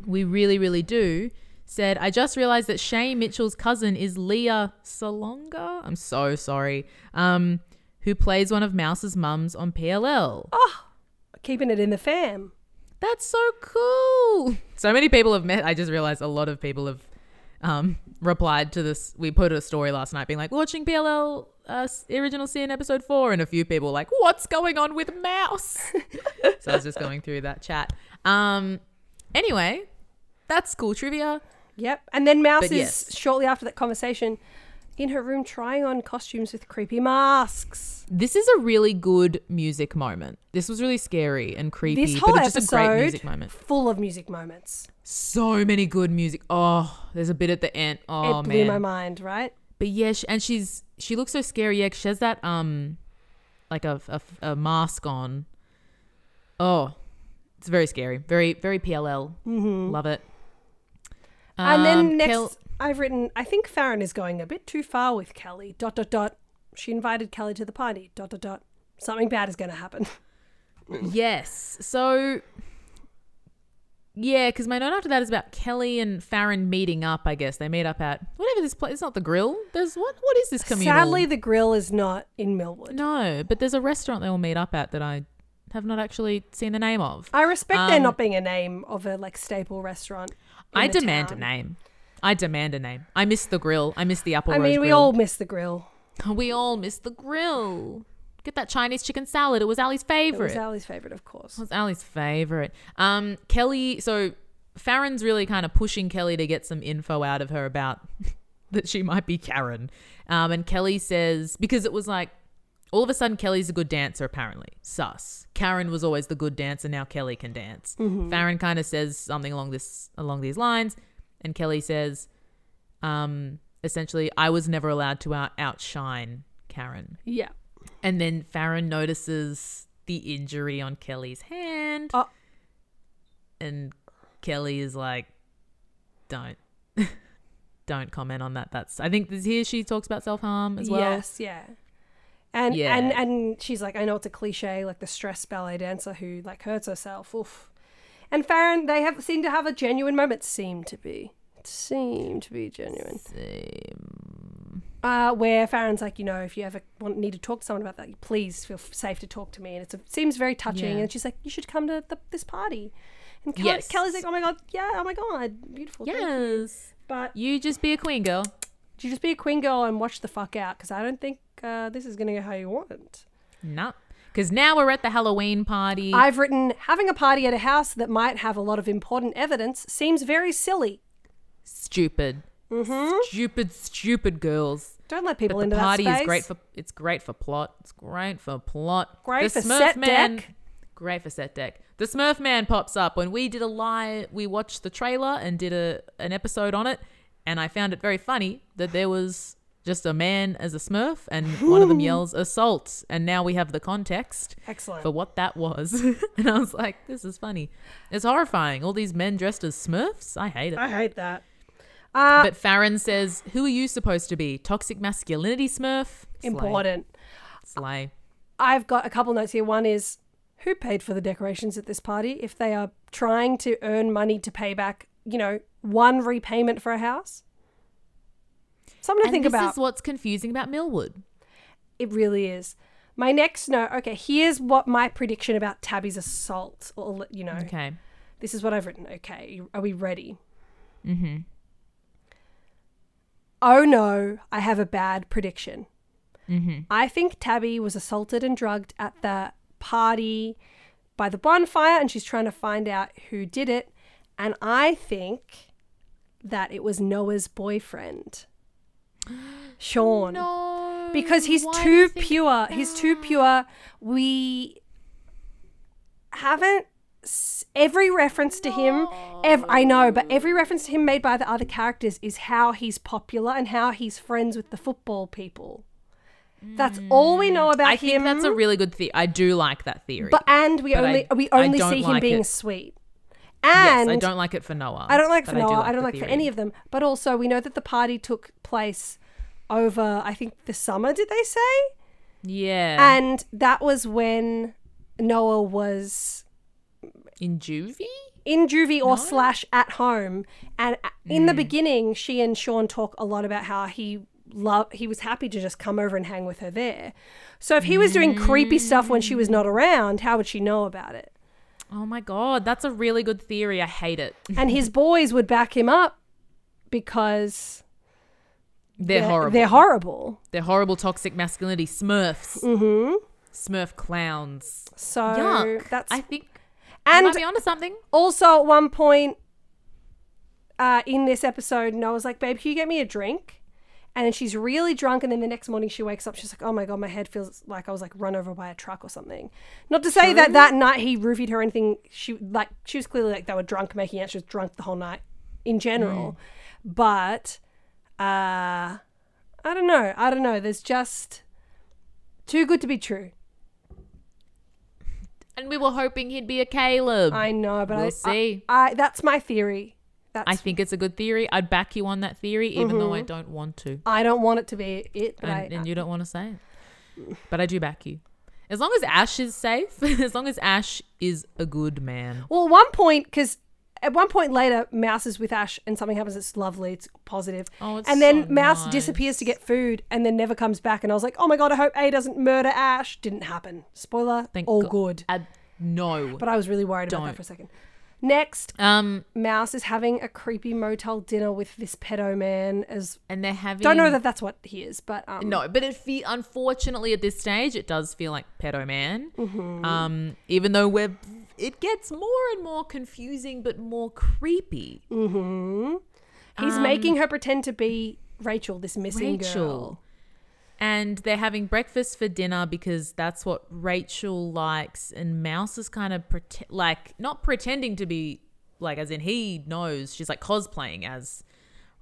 [SPEAKER 4] we really, really do. Said, I just realized that Shay Mitchell's cousin is Leah Salonga. I'm so sorry. Um, who plays one of Mouse's mums on PLL.
[SPEAKER 1] Keeping it in the fam.
[SPEAKER 4] That's so cool. So many people have met. I just realized a lot of people have um, replied to this. We put a story last night being like, watching PLL uh, s- original sin episode four, and a few people were like, what's going on with Mouse? so I was just going through that chat. Um, anyway, that's cool trivia.
[SPEAKER 1] Yep. And then Mouse
[SPEAKER 4] But
[SPEAKER 1] is
[SPEAKER 4] yes.
[SPEAKER 1] shortly after that conversation in her room trying on costumes with creepy masks.
[SPEAKER 4] This is a really good music moment. This was really scary and creepy,
[SPEAKER 1] This whole
[SPEAKER 4] but it's just a great
[SPEAKER 1] episode
[SPEAKER 4] music moment.
[SPEAKER 1] full of music moments.
[SPEAKER 4] So many good music. Oh, there's a bit at the end. Oh
[SPEAKER 1] it blew
[SPEAKER 4] man,
[SPEAKER 1] my mind, right?
[SPEAKER 4] But yeah, she, and she's she looks so scary. Yeah, 'cause she has that um, like a, a a mask on. Oh, it's very scary. Very very PLL. Love it.
[SPEAKER 1] Mm-hmm. and
[SPEAKER 4] Um,
[SPEAKER 1] then next,
[SPEAKER 4] Kel-
[SPEAKER 1] I've written, I think Farron is going a bit too far with Kelly. Dot, dot, dot. She invited Kelly to the party. Dot, dot, dot. Something bad is going to happen.
[SPEAKER 4] yes. So yeah, because my note after that is about Kelly and Farron meeting up. I guess they meet up at whatever this place. It's not the grill. There's what? What is this communal?
[SPEAKER 1] Sadly, the grill is not in Millwood.
[SPEAKER 4] no. But there's a restaurant they will meet up at that I have not actually seen the name of.
[SPEAKER 1] I respect there
[SPEAKER 4] Um,
[SPEAKER 1] not being a name of a like staple restaurant. in
[SPEAKER 4] I
[SPEAKER 1] the
[SPEAKER 4] demand
[SPEAKER 1] town.
[SPEAKER 4] a name. I demand a name. I miss the grill. I miss the apple
[SPEAKER 1] I
[SPEAKER 4] rose
[SPEAKER 1] mean, we all
[SPEAKER 4] grill.
[SPEAKER 1] miss the grill.
[SPEAKER 4] all we all miss the grill. Get that Chinese chicken salad. It was Ali's
[SPEAKER 1] It was
[SPEAKER 4] favorite. It
[SPEAKER 1] Ali's favorite, of course.
[SPEAKER 4] was Ali's favorite. Um, Kelly. So Farron's really kind of pushing Kelly to get some info out of her about that she might be Karen. Um, and Kelly says because it was like all of a sudden Kelly's a good dancer apparently. Sus. Karen was always the good dancer. Now Kelly can dance. Farron kind of says something along this along these lines, and Kelly says, um, essentially, I was never allowed to out- outshine Karen.
[SPEAKER 1] Yeah.
[SPEAKER 4] And then Farron notices the injury on Kelly's hand,
[SPEAKER 1] Oh.
[SPEAKER 4] and Kelly is like, don't. Don't comment on that. That's I think this here she talks about self harm as well.
[SPEAKER 1] Yes, yeah. And
[SPEAKER 4] Yeah.
[SPEAKER 1] and and she's like, I know it's a cliche, like the stressed ballet dancer who like hurts herself. Oof. And Farron, they have seem to have a genuine moment. Seem to be, seem to be genuine. Uh, where Farron's like, you know, if you ever want need to talk to someone about that, please feel f- safe to talk to me. And it's a, seems very touching.
[SPEAKER 4] Yeah.
[SPEAKER 1] And she's like, you should come to the, this party. And Kelly,
[SPEAKER 4] Yes.
[SPEAKER 1] Kelly's like, oh my god, yeah, oh my god, beautiful. thank you."
[SPEAKER 4] Yes.
[SPEAKER 1] But
[SPEAKER 4] You just be a queen, girl.
[SPEAKER 1] you just be a queen girl and watch the fuck out because I don't think uh, this is gonna go how you want it.
[SPEAKER 4] Nah. Because now we're at the Halloween party.
[SPEAKER 1] I've written having a party at a house that might have a lot of important evidence seems very silly.
[SPEAKER 4] stupid.
[SPEAKER 1] Mm-hmm.
[SPEAKER 4] Stupid, stupid girls.
[SPEAKER 1] Don't let people
[SPEAKER 4] But the
[SPEAKER 1] into
[SPEAKER 4] party
[SPEAKER 1] that space.
[SPEAKER 4] is great for it's great for plot. It's great for plot.
[SPEAKER 1] Great
[SPEAKER 4] the
[SPEAKER 1] for set
[SPEAKER 4] man,
[SPEAKER 1] deck.
[SPEAKER 4] Great for set deck. The Smurf man pops up when we did a live. We watched the trailer and did a an episode on it, and I found it very funny that there was just a man as a Smurf, and one of them yells assault, and now we have the context.
[SPEAKER 1] Excellent.
[SPEAKER 4] for what that was. and I was like, this is funny. It's horrifying. All these men dressed as Smurfs. I hate it.
[SPEAKER 1] I hate that. Ah, Uh,
[SPEAKER 4] but Farron says, who are you supposed to be? Toxic masculinity Smurf? Slay.
[SPEAKER 1] Important.
[SPEAKER 4] Slay.
[SPEAKER 1] I've got a couple notes here. One is who paid for the decorations at this party if they are trying to earn money to pay back, you know, one repayment for a house? Something to
[SPEAKER 4] And
[SPEAKER 1] think
[SPEAKER 4] this
[SPEAKER 1] about.
[SPEAKER 4] is what's confusing about Millwood.
[SPEAKER 1] It really is. My next note. Okay, here's what my prediction about Tabby's assault, or you know,
[SPEAKER 4] Okay.
[SPEAKER 1] This is what I've written. Okay, are we ready? Mm-hmm. Oh no, I have a bad prediction. Mm-hmm. I think Tabby was assaulted and drugged at the party by the bonfire, and she's trying to find out who did it. And I think that it was Noah's boyfriend, Sean
[SPEAKER 4] No.
[SPEAKER 1] because he's
[SPEAKER 4] why do you
[SPEAKER 1] too
[SPEAKER 4] think
[SPEAKER 1] pure. He's too pure. We haven't s- every reference to him. Ev- I know, but every reference to him made by the other characters is how he's popular and how he's friends with the football people. That's all we know about
[SPEAKER 4] Mm. I think
[SPEAKER 1] him.
[SPEAKER 4] that's a really good theory. I do like that theory.
[SPEAKER 1] but and we
[SPEAKER 4] but I-
[SPEAKER 1] only we
[SPEAKER 4] I
[SPEAKER 1] only
[SPEAKER 4] don't
[SPEAKER 1] see him
[SPEAKER 4] like
[SPEAKER 1] being
[SPEAKER 4] it.
[SPEAKER 1] sweet.
[SPEAKER 4] yes,
[SPEAKER 1] And
[SPEAKER 4] I don't like it for Noah.
[SPEAKER 1] I don't like
[SPEAKER 4] but
[SPEAKER 1] Fanoa. I,
[SPEAKER 4] do
[SPEAKER 1] don't
[SPEAKER 4] the
[SPEAKER 1] like for
[SPEAKER 4] theory.
[SPEAKER 1] any of them. But also, we know that the party took place over, I think, the summer. Did they say?
[SPEAKER 4] Yeah.
[SPEAKER 1] And that was when Noah was
[SPEAKER 4] in juvie?
[SPEAKER 1] in juvie or slash at home. And a- in
[SPEAKER 4] Mm.
[SPEAKER 1] the beginning, she and Sean talk a lot about how he love he was happy to just come over and hang with her there. So if he was doing creepy stuff when she was
[SPEAKER 4] Mm.
[SPEAKER 1] not around, how would she know about it?
[SPEAKER 4] Oh my god, that's a really good theory. I hate it.
[SPEAKER 1] And his boys would back him up because
[SPEAKER 4] They're horrible.
[SPEAKER 1] They're horrible.
[SPEAKER 4] They're horrible toxic masculinity smurfs. Smurf clowns.
[SPEAKER 1] Mm-hmm. So
[SPEAKER 4] Yuck.
[SPEAKER 1] that's
[SPEAKER 4] I think I
[SPEAKER 1] and
[SPEAKER 4] might be onto something.
[SPEAKER 1] Also, at one point uh, in this episode, Noah's like, babe, can you get me a drink? And then she's really drunk. And then the next morning she wakes up. She's like, oh my God, my head feels like I was like run over by a truck or something. Not to say that that night he roofied her or anything. She like, she was clearly like, they were drunk making out. She was drunk the whole night in general.
[SPEAKER 4] Mm.
[SPEAKER 1] But uh, I don't know. I don't know. There's just too good to be true.
[SPEAKER 4] And we were hoping he'd be a Caleb.
[SPEAKER 1] I know, but I,
[SPEAKER 4] We'll see.
[SPEAKER 1] I, I, that's my theory. That's
[SPEAKER 4] I think it's a good theory. I'd back you on that theory, even though I don't want to.
[SPEAKER 1] I don't want it to be it, but
[SPEAKER 4] And,
[SPEAKER 1] Mm-hmm. I,
[SPEAKER 4] and you don't want to say it. But I do back you. As long as Ash is safe, as long as Ash is a good man.
[SPEAKER 1] well, one point because at one point later, Mouse is with Ash, and something happens. It's lovely. It's positive.
[SPEAKER 4] Oh, it's
[SPEAKER 1] and then
[SPEAKER 4] so
[SPEAKER 1] Mouse
[SPEAKER 4] nice.
[SPEAKER 1] disappears to get food, and then never comes back. And I was like, oh my god, I hope A doesn't murder Ash. Didn't happen. Spoiler.
[SPEAKER 4] Thank
[SPEAKER 1] all
[SPEAKER 4] God.
[SPEAKER 1] good.
[SPEAKER 4] Ab- no.
[SPEAKER 1] But I was really worried about
[SPEAKER 4] Don't.
[SPEAKER 1] that for a second. Next,
[SPEAKER 4] Um,
[SPEAKER 1] Mouse is having a creepy motel dinner with this pedo man. As
[SPEAKER 4] and they're having.
[SPEAKER 1] don't know that that's what he is, but um,
[SPEAKER 4] No, but it fe- unfortunately at this stage it does feel like pedo man.
[SPEAKER 1] Mm-hmm.
[SPEAKER 4] Um, even though we're, it gets more and more confusing, but more creepy.
[SPEAKER 1] he's making her pretend to be Rachel, this missing girl.
[SPEAKER 4] Um, Rachel. And they're having breakfast for dinner because that's what Rachel likes. And Mouse is kind of prete- like not pretending to be like, as in he knows she's like cosplaying as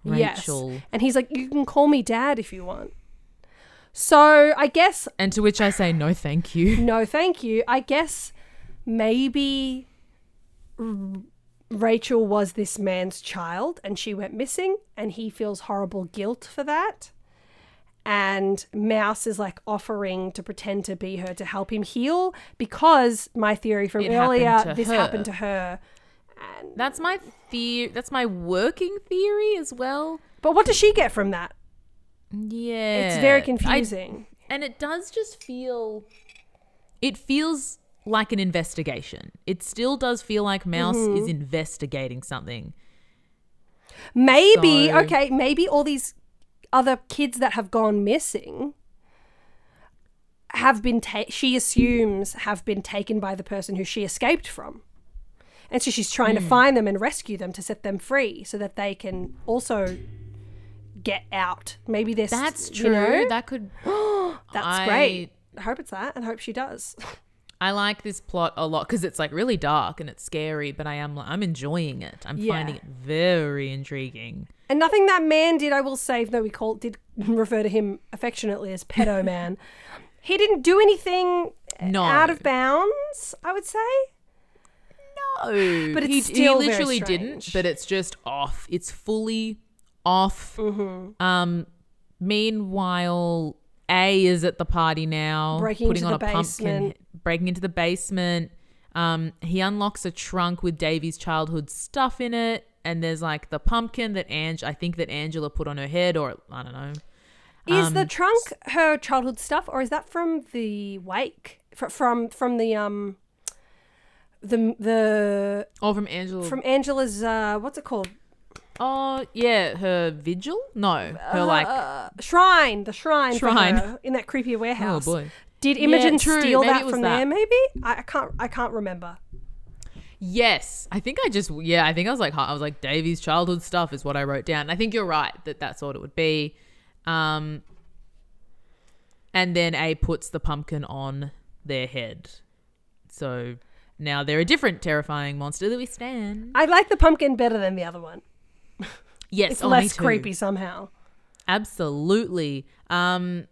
[SPEAKER 4] Rachel.
[SPEAKER 1] Yes. And he's like, You can call me dad if you want. So I guess,
[SPEAKER 4] And to which I say, no, thank you.
[SPEAKER 1] no, thank you. I guess maybe R- Rachel was this man's child and she went missing and he feels horrible guilt for that. And Mouse is like offering to pretend to be her to help him heal because my theory from
[SPEAKER 4] It happened
[SPEAKER 1] earlier,
[SPEAKER 4] to
[SPEAKER 1] this
[SPEAKER 4] her.
[SPEAKER 1] happened to her.
[SPEAKER 4] That's my theory. That's my working theory as well.
[SPEAKER 1] But what does she get from that?
[SPEAKER 4] Yeah.
[SPEAKER 1] It's very
[SPEAKER 4] I-
[SPEAKER 1] confusing.
[SPEAKER 4] and it does just feel it feels like an investigation. It still does feel like Mouse is
[SPEAKER 1] Mm-hmm.
[SPEAKER 4] investigating something.
[SPEAKER 1] Maybe,
[SPEAKER 4] So-
[SPEAKER 1] okay, maybe all these other kids that have gone missing have been ta- she assumes have been taken by the person who she escaped from. And so she's trying
[SPEAKER 4] Hmm.
[SPEAKER 1] to find them and rescue them to set them free so that they can also get out. Maybe there's
[SPEAKER 4] That's
[SPEAKER 1] you
[SPEAKER 4] true.
[SPEAKER 1] know?
[SPEAKER 4] that could
[SPEAKER 1] that's
[SPEAKER 4] I-
[SPEAKER 1] great. I hope it's that and I hope she does.
[SPEAKER 4] I like this plot a lot cuz it's like really dark and it's scary, but I am I'm enjoying it. I'm
[SPEAKER 1] Yeah.
[SPEAKER 4] finding it very intriguing.
[SPEAKER 1] And nothing that man did, I will say, even though we call, did refer to him affectionately as pedo man, he didn't do anything
[SPEAKER 4] No.
[SPEAKER 1] out of bounds, I would say.
[SPEAKER 4] No.
[SPEAKER 1] But it's
[SPEAKER 4] he,
[SPEAKER 1] still
[SPEAKER 4] he
[SPEAKER 1] very
[SPEAKER 4] literally didn't,
[SPEAKER 1] strange.
[SPEAKER 4] but it's just off. It's fully off.
[SPEAKER 1] Mm-hmm.
[SPEAKER 4] Um meanwhile A is at the party now,
[SPEAKER 1] Breaking
[SPEAKER 4] putting
[SPEAKER 1] into
[SPEAKER 4] on
[SPEAKER 1] the
[SPEAKER 4] a
[SPEAKER 1] basement.
[SPEAKER 4] pumpkin, breaking into the basement. Um he unlocks a trunk with Davy's childhood stuff in it and there's like the pumpkin that Ange I think that Angela put on her head or I don't know.
[SPEAKER 1] Is
[SPEAKER 4] Um,
[SPEAKER 1] the trunk her childhood stuff, or is that from the wake? Fr- From from the um the the
[SPEAKER 4] Or Oh, from Angela
[SPEAKER 1] from Angela's uh what's it called
[SPEAKER 4] Oh, yeah, her vigil? No. Her like
[SPEAKER 1] uh, shrine the shrine for
[SPEAKER 4] Shrine. Oh,
[SPEAKER 1] her in that creepy warehouse.
[SPEAKER 4] boy.
[SPEAKER 1] Did Imogen
[SPEAKER 4] true.
[SPEAKER 1] steal
[SPEAKER 4] Maybe it
[SPEAKER 1] that
[SPEAKER 4] was
[SPEAKER 1] from there?
[SPEAKER 4] that.
[SPEAKER 1] Maybe I, I can't I can't remember.
[SPEAKER 4] Yes, I think I just yeah, I think I was like huh, I was like Davy's childhood stuff is what I wrote down. I think you're right that that's what it would be. Um and then A puts the pumpkin on their head. So now they're a different terrifying monster that we stand.
[SPEAKER 1] I like the pumpkin better than the other one.
[SPEAKER 4] Yes,
[SPEAKER 1] It's
[SPEAKER 4] oh, me
[SPEAKER 1] less
[SPEAKER 4] too.
[SPEAKER 1] creepy somehow.
[SPEAKER 4] Absolutely. Um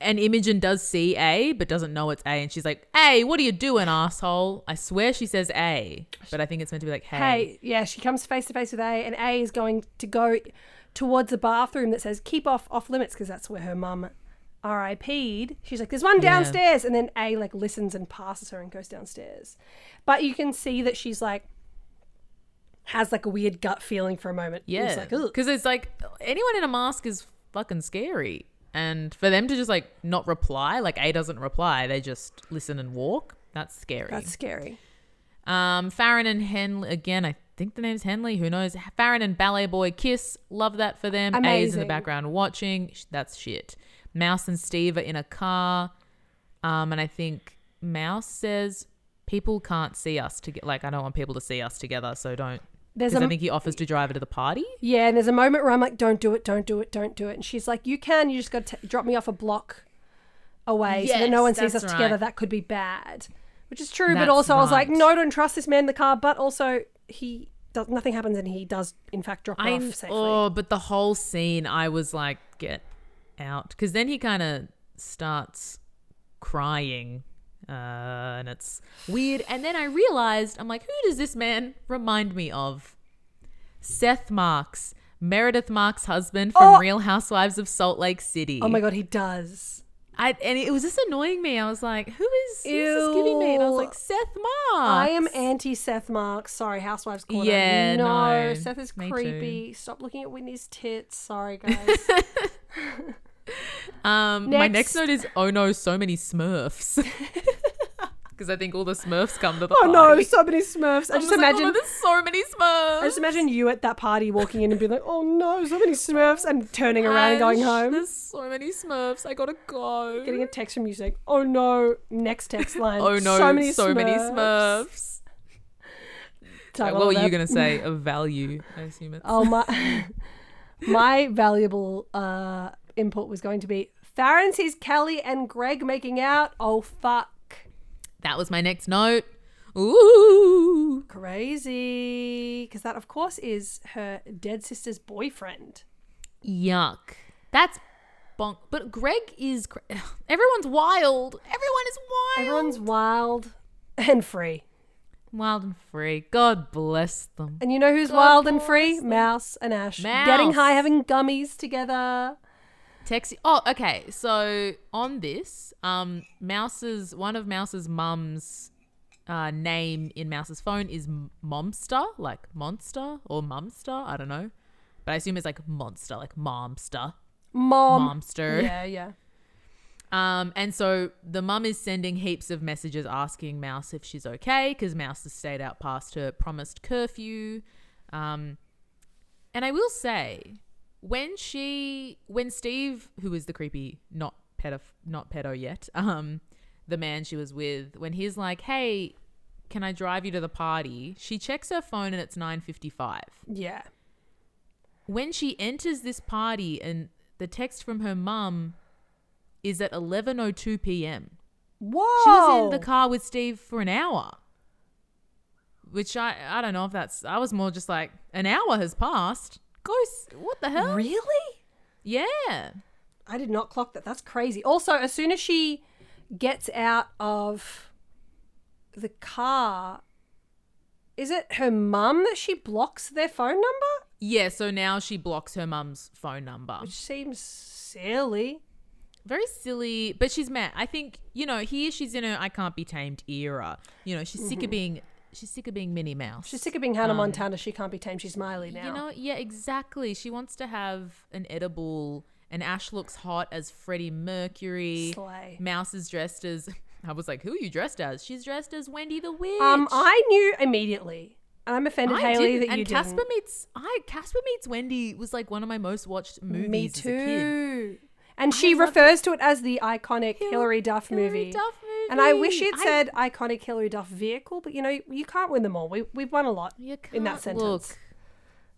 [SPEAKER 4] And Imogen does see A, but doesn't know it's A. And she's like, A, what are you doing, asshole? I swear she says A, but I think it's meant to be like, hey.
[SPEAKER 1] Hey, yeah, she comes face to face with A, and A is going to go towards a bathroom that says "keep off off limits" because that's where her mum R.I.P.'d. She's like, "There's one downstairs," and then A like listens and passes her and goes downstairs. But you can see that she's like has like a weird gut feeling for a moment. It's
[SPEAKER 4] Yeah.
[SPEAKER 1] like, "Ugh."
[SPEAKER 4] Because it's like, anyone in a mask is fucking scary. And for them to just like not reply, like A doesn't reply, they just listen and walk. That's scary.
[SPEAKER 1] that's scary.
[SPEAKER 4] Um, Farron and Henley again. I think the name's Henley. Who knows? Farron and Ballet Boy kiss. Love that for them. A is in the
[SPEAKER 1] Amazing.
[SPEAKER 4] background watching. Sh- That's shit. Mouse and Steve are in a car. Um, and I think Mouse says people can't see us to Like I don't want people to see us together, so don't.
[SPEAKER 1] There's
[SPEAKER 4] Because
[SPEAKER 1] a
[SPEAKER 4] I think he offers to drive her to the party.
[SPEAKER 1] yeah, and there's a moment where I'm like, "Don't do it, don't do it, don't do it," and she's like, "You can. You just got to drop me off a block away so that no
[SPEAKER 4] Yes,
[SPEAKER 1] one sees us
[SPEAKER 4] that's
[SPEAKER 1] together.
[SPEAKER 4] right.
[SPEAKER 1] That could be bad." Which is true, but
[SPEAKER 4] That's
[SPEAKER 1] also I was like,
[SPEAKER 4] right.
[SPEAKER 1] "No, don't trust this man in the car." But also, he does nothing happens, and he does in fact drop her
[SPEAKER 4] I
[SPEAKER 1] off safely.
[SPEAKER 4] oh, but the whole scene, I was like, get out, because then he kind of starts crying, uh, and it's weird. And then I realized, I'm like, who does this man remind me of? Seth Marks, Meredith Marks' husband from
[SPEAKER 1] Oh.
[SPEAKER 4] Real Housewives of Salt Lake City.
[SPEAKER 1] Oh my god, he does.
[SPEAKER 4] I, and it was just annoying me. I was like, who is, who is this giving me? And I was
[SPEAKER 1] Ew.
[SPEAKER 4] like, Seth Marks.
[SPEAKER 1] I am anti Seth Marks. Sorry, Housewives Corner.
[SPEAKER 4] Yeah,
[SPEAKER 1] no,
[SPEAKER 4] no,
[SPEAKER 1] Seth is
[SPEAKER 4] me too.
[SPEAKER 1] creepy. Stop looking at Whitney's tits. Sorry, guys.
[SPEAKER 4] Um, my
[SPEAKER 1] Next.
[SPEAKER 4] next note is oh no, so many Smurfs. Because I think all the Smurfs come to the
[SPEAKER 1] oh
[SPEAKER 4] party.
[SPEAKER 1] no, so many Smurfs. I,
[SPEAKER 4] I'm
[SPEAKER 1] just
[SPEAKER 4] like, oh,
[SPEAKER 1] imagine.
[SPEAKER 4] no, there's so many
[SPEAKER 1] I
[SPEAKER 4] Smurfs.
[SPEAKER 1] just imagine you at that party walking in and being like, "Oh no, so many Smurfs," and turning around and going
[SPEAKER 4] Ash,
[SPEAKER 1] home.
[SPEAKER 4] There's so many Smurfs. I gotta go.
[SPEAKER 1] Getting a text from you saying, "Oh no!" Next text line.
[SPEAKER 4] oh no,
[SPEAKER 1] so many Smurfs.
[SPEAKER 4] Smurfs.
[SPEAKER 1] Type all
[SPEAKER 4] what were
[SPEAKER 1] that.
[SPEAKER 4] you gonna say? A value, I assume it's.
[SPEAKER 1] Oh my! my valuable uh, input was going to be Farron sees Kelly and Greg making out. Oh fuck!
[SPEAKER 4] That was my next note. Ooh.
[SPEAKER 1] Crazy, because that of course is her dead sister's boyfriend.
[SPEAKER 4] Yuck. That's bonk. But Greg is. Cr- Everyone's wild. Everyone is wild.
[SPEAKER 1] Everyone's wild and free.
[SPEAKER 4] Wild and free. God bless them.
[SPEAKER 1] And you know who's wild and free? Mouse and Ash. Getting
[SPEAKER 4] Mouse.
[SPEAKER 1] high, having gummies together.
[SPEAKER 4] Texi. Oh, okay. So on this, um, Mouse's one of Mouse's mum's uh, name in Mouse's phone is M- Momster, like monster or Mumster. I don't know, but I assume it's like monster, like Momster,
[SPEAKER 1] Mom.
[SPEAKER 4] Momster.
[SPEAKER 1] Yeah, yeah.
[SPEAKER 4] Um, and so the mum is sending heaps of messages asking Mouse if she's okay because Mouse has stayed out past her promised curfew. Um, and I will say, when she, when Steve, who is the creepy, not pedo, not pedo yet, um, the man she was with, when he's like, "Hey, can I drive you to the party?" She checks her phone and it's nine fifty-five
[SPEAKER 1] Yeah.
[SPEAKER 4] when she enters this party and the text from her mum is at 11:02 p.m.
[SPEAKER 1] Whoa.
[SPEAKER 4] She was
[SPEAKER 1] Oh.
[SPEAKER 4] in the car with Steve for an hour. Which I I don't know if that's I was more just like an hour has passed. Go s- what the hell?
[SPEAKER 1] Really?
[SPEAKER 4] Yeah.
[SPEAKER 1] I did not clock that. That's crazy. Also, as soon as she gets out of the car, is it her mum that she blocks their phone number?
[SPEAKER 4] Yeah, so now she blocks her mum's phone number.
[SPEAKER 1] Which seems silly.
[SPEAKER 4] Very silly, but she's mad. I think, you know, here she's in her I can't be tamed era. You know, she's sick of being she's sick of being Minnie Mouse.
[SPEAKER 1] Mm-hmm. She's sick of being Hannah Montana. She can't be tamed. She's Miley now.
[SPEAKER 4] You know, yeah, exactly. She wants to have an edible, and Ash looks hot as Freddie Mercury.
[SPEAKER 1] Slay.
[SPEAKER 4] Mouse is dressed as. I was like, who are you dressed as? She's dressed as Wendy the Witch.
[SPEAKER 1] um, I knew immediately, and I'm offended,
[SPEAKER 4] I
[SPEAKER 1] Haley,
[SPEAKER 4] didn't-
[SPEAKER 1] that you
[SPEAKER 4] and Casper
[SPEAKER 1] didn't.
[SPEAKER 4] meets I Casper meets Wendy was like one of my most watched movies.
[SPEAKER 1] Me
[SPEAKER 4] as a kid.
[SPEAKER 1] too. And she refers to it as the iconic Hillary Duff
[SPEAKER 4] Hilary
[SPEAKER 1] movie.
[SPEAKER 4] Duff
[SPEAKER 1] And I
[SPEAKER 4] movie.
[SPEAKER 1] wish it
[SPEAKER 4] I-
[SPEAKER 1] said iconic Hillary Duff vehicle, but you know, you can't win them all. We, we've won a lot
[SPEAKER 4] You
[SPEAKER 1] in that
[SPEAKER 4] can't
[SPEAKER 1] sentence.
[SPEAKER 4] Look,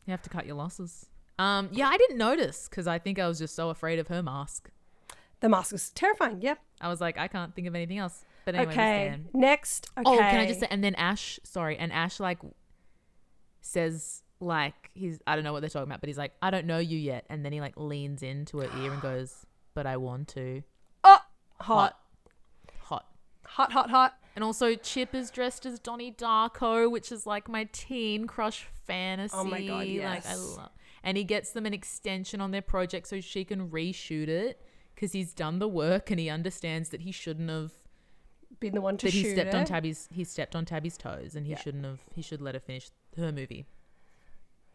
[SPEAKER 4] you have to cut your losses. Um, yeah, I didn't notice because I think I was just so afraid of her mask.
[SPEAKER 1] The mask was terrifying. Yep.
[SPEAKER 4] I was like, I can't think of anything else. But anyway, we
[SPEAKER 1] okay.
[SPEAKER 4] stand.
[SPEAKER 1] Next. Okay.
[SPEAKER 4] Oh, can I just say? And then Ash, sorry, and Ash like says like he's I don't know what they're talking about, but he's like I don't know you yet, and then he like leans into her ear and goes, "But I want to."
[SPEAKER 1] Oh, Hot.
[SPEAKER 4] Hot.
[SPEAKER 1] Hot, hot, hot.
[SPEAKER 4] And also, Chip is dressed as Donnie Darko, which is like my teen crush fantasy.
[SPEAKER 1] Oh my God,
[SPEAKER 4] Like I
[SPEAKER 1] yes.
[SPEAKER 4] love. And he gets them an extension on their project so she can reshoot it because he's done the work and he understands that he shouldn't have.
[SPEAKER 1] Been the one to
[SPEAKER 4] That
[SPEAKER 1] shoot
[SPEAKER 4] he stepped on
[SPEAKER 1] it.
[SPEAKER 4] Tabby's. He stepped on Tabby's toes, and he
[SPEAKER 1] Yeah.
[SPEAKER 4] shouldn't have. He should let her finish her movie.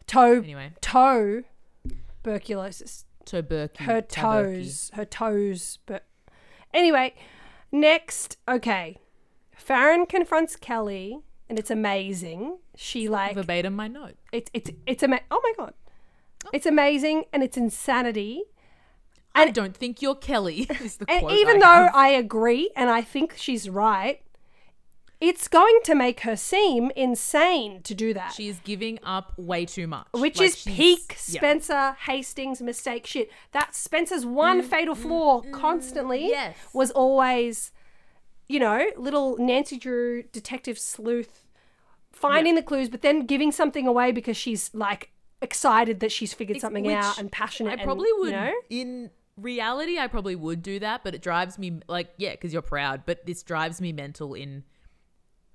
[SPEAKER 1] Toe.
[SPEAKER 4] Anyway.
[SPEAKER 1] Toe. Tuberculosis.
[SPEAKER 4] Toberky.
[SPEAKER 1] Her toes. Her toes. But anyway, next. Okay. Farron confronts Kelly, and it's amazing. She like
[SPEAKER 4] Verbatim my note.
[SPEAKER 1] it's it's it's ama- Oh my god, it's amazing and it's insanity.
[SPEAKER 4] I don't think you're Kelly. Is the
[SPEAKER 1] And
[SPEAKER 4] quote
[SPEAKER 1] even
[SPEAKER 4] I
[SPEAKER 1] though
[SPEAKER 4] have.
[SPEAKER 1] I agree and I think she's right, it's going to make her seem insane to do that.
[SPEAKER 4] she is giving up way too much,
[SPEAKER 1] which
[SPEAKER 4] Like,
[SPEAKER 1] is
[SPEAKER 4] she's-
[SPEAKER 1] peak
[SPEAKER 4] yeah.
[SPEAKER 1] Spencer Hastings mistake shit. That's Spencer's one fatal flaw constantly
[SPEAKER 4] Mm, yes.
[SPEAKER 1] was always, you know, little Nancy Drew detective sleuth finding the clues, but then giving something away because she's like excited that she's figured something
[SPEAKER 4] Which
[SPEAKER 1] out and passionate.
[SPEAKER 4] I
[SPEAKER 1] and,
[SPEAKER 4] probably would.
[SPEAKER 1] You know?
[SPEAKER 4] In reality, I probably would do that, but it drives me like yeah, because you're proud. But this drives me mental in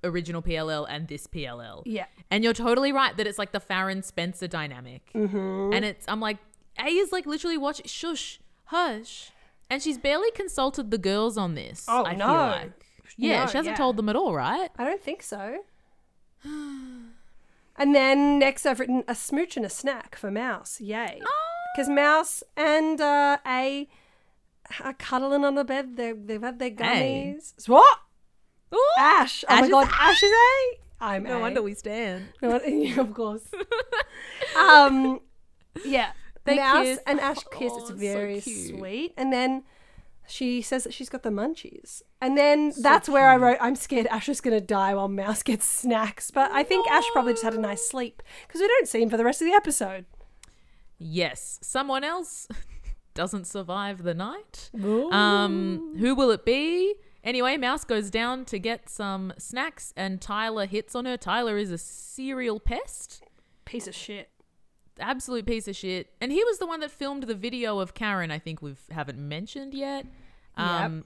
[SPEAKER 4] original PLL and this PLL.
[SPEAKER 1] Yeah.
[SPEAKER 4] and you're totally right that it's like the Farron Spencer dynamic, mm-hmm. and it's I'm like A is like literally watch shush hush, and she's barely consulted the girls on this.
[SPEAKER 1] Oh,
[SPEAKER 4] I
[SPEAKER 1] no.
[SPEAKER 4] Feel like. Yeah,
[SPEAKER 1] No,
[SPEAKER 4] she hasn't
[SPEAKER 1] yeah.
[SPEAKER 4] told them at all, right?
[SPEAKER 1] I don't think so. And then next, I've written a smooch and a snack for Mouse. Yay! Because Mouse and uh, A are cuddling on the bed. They're, they've had their
[SPEAKER 4] Hey.
[SPEAKER 1] gummies. What?
[SPEAKER 4] Ooh,
[SPEAKER 1] Ash! Oh
[SPEAKER 4] Ash
[SPEAKER 1] my
[SPEAKER 4] is
[SPEAKER 1] god,
[SPEAKER 4] A.
[SPEAKER 1] Ash is A. I'm
[SPEAKER 4] no
[SPEAKER 1] A.
[SPEAKER 4] wonder we stand.
[SPEAKER 1] No wonder- yeah, of course. um, yeah.
[SPEAKER 4] They
[SPEAKER 1] Mouse
[SPEAKER 4] kiss.
[SPEAKER 1] and Ash kiss. it's
[SPEAKER 4] Oh, so
[SPEAKER 1] very
[SPEAKER 4] cute.
[SPEAKER 1] sweet. And then she says that she's got the munchies. And then that's where I wrote, I'm scared Ash is going to die while Mouse gets snacks. But I think Ash probably just had a nice sleep because we don't see him for the rest of the episode.
[SPEAKER 4] Yes, someone else doesn't survive the night. Um, who will it be? Anyway, Mouse goes down to get some snacks and Tyler hits on her. Tyler is a serial pest,
[SPEAKER 1] Piece of shit.
[SPEAKER 4] absolute piece of shit. And he was the one that filmed the video of Karen, I think we haven't mentioned yet. Um,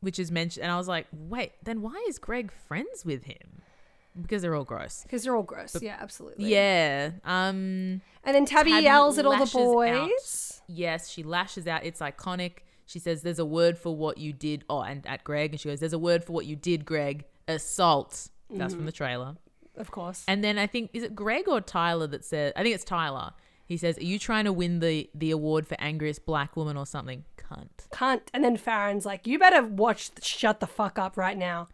[SPEAKER 4] Which is mentioned. And I was like, wait, then why is Greg friends with him? Because they're all gross.
[SPEAKER 1] Because they're all gross. yeah, absolutely.
[SPEAKER 4] Yeah. Um,
[SPEAKER 1] And then Tabby,
[SPEAKER 4] Tabby
[SPEAKER 1] yells at all the
[SPEAKER 4] lashes out.
[SPEAKER 1] boys.
[SPEAKER 4] Yes, she lashes out. It's iconic. She says, There's a word for what you did. Oh, and at Greg. And she goes, There's a word for what you did, Greg. Assault. That's
[SPEAKER 1] Mm-hmm.
[SPEAKER 4] from the trailer.
[SPEAKER 1] Of course.
[SPEAKER 4] And then I think, is it Greg or Tyler that says, I think it's Tyler. He says, Are you trying to win the, the award for angriest black woman or something? Cunt.
[SPEAKER 1] cunt. And then Farron's like, you better watch, shut the fuck up right now.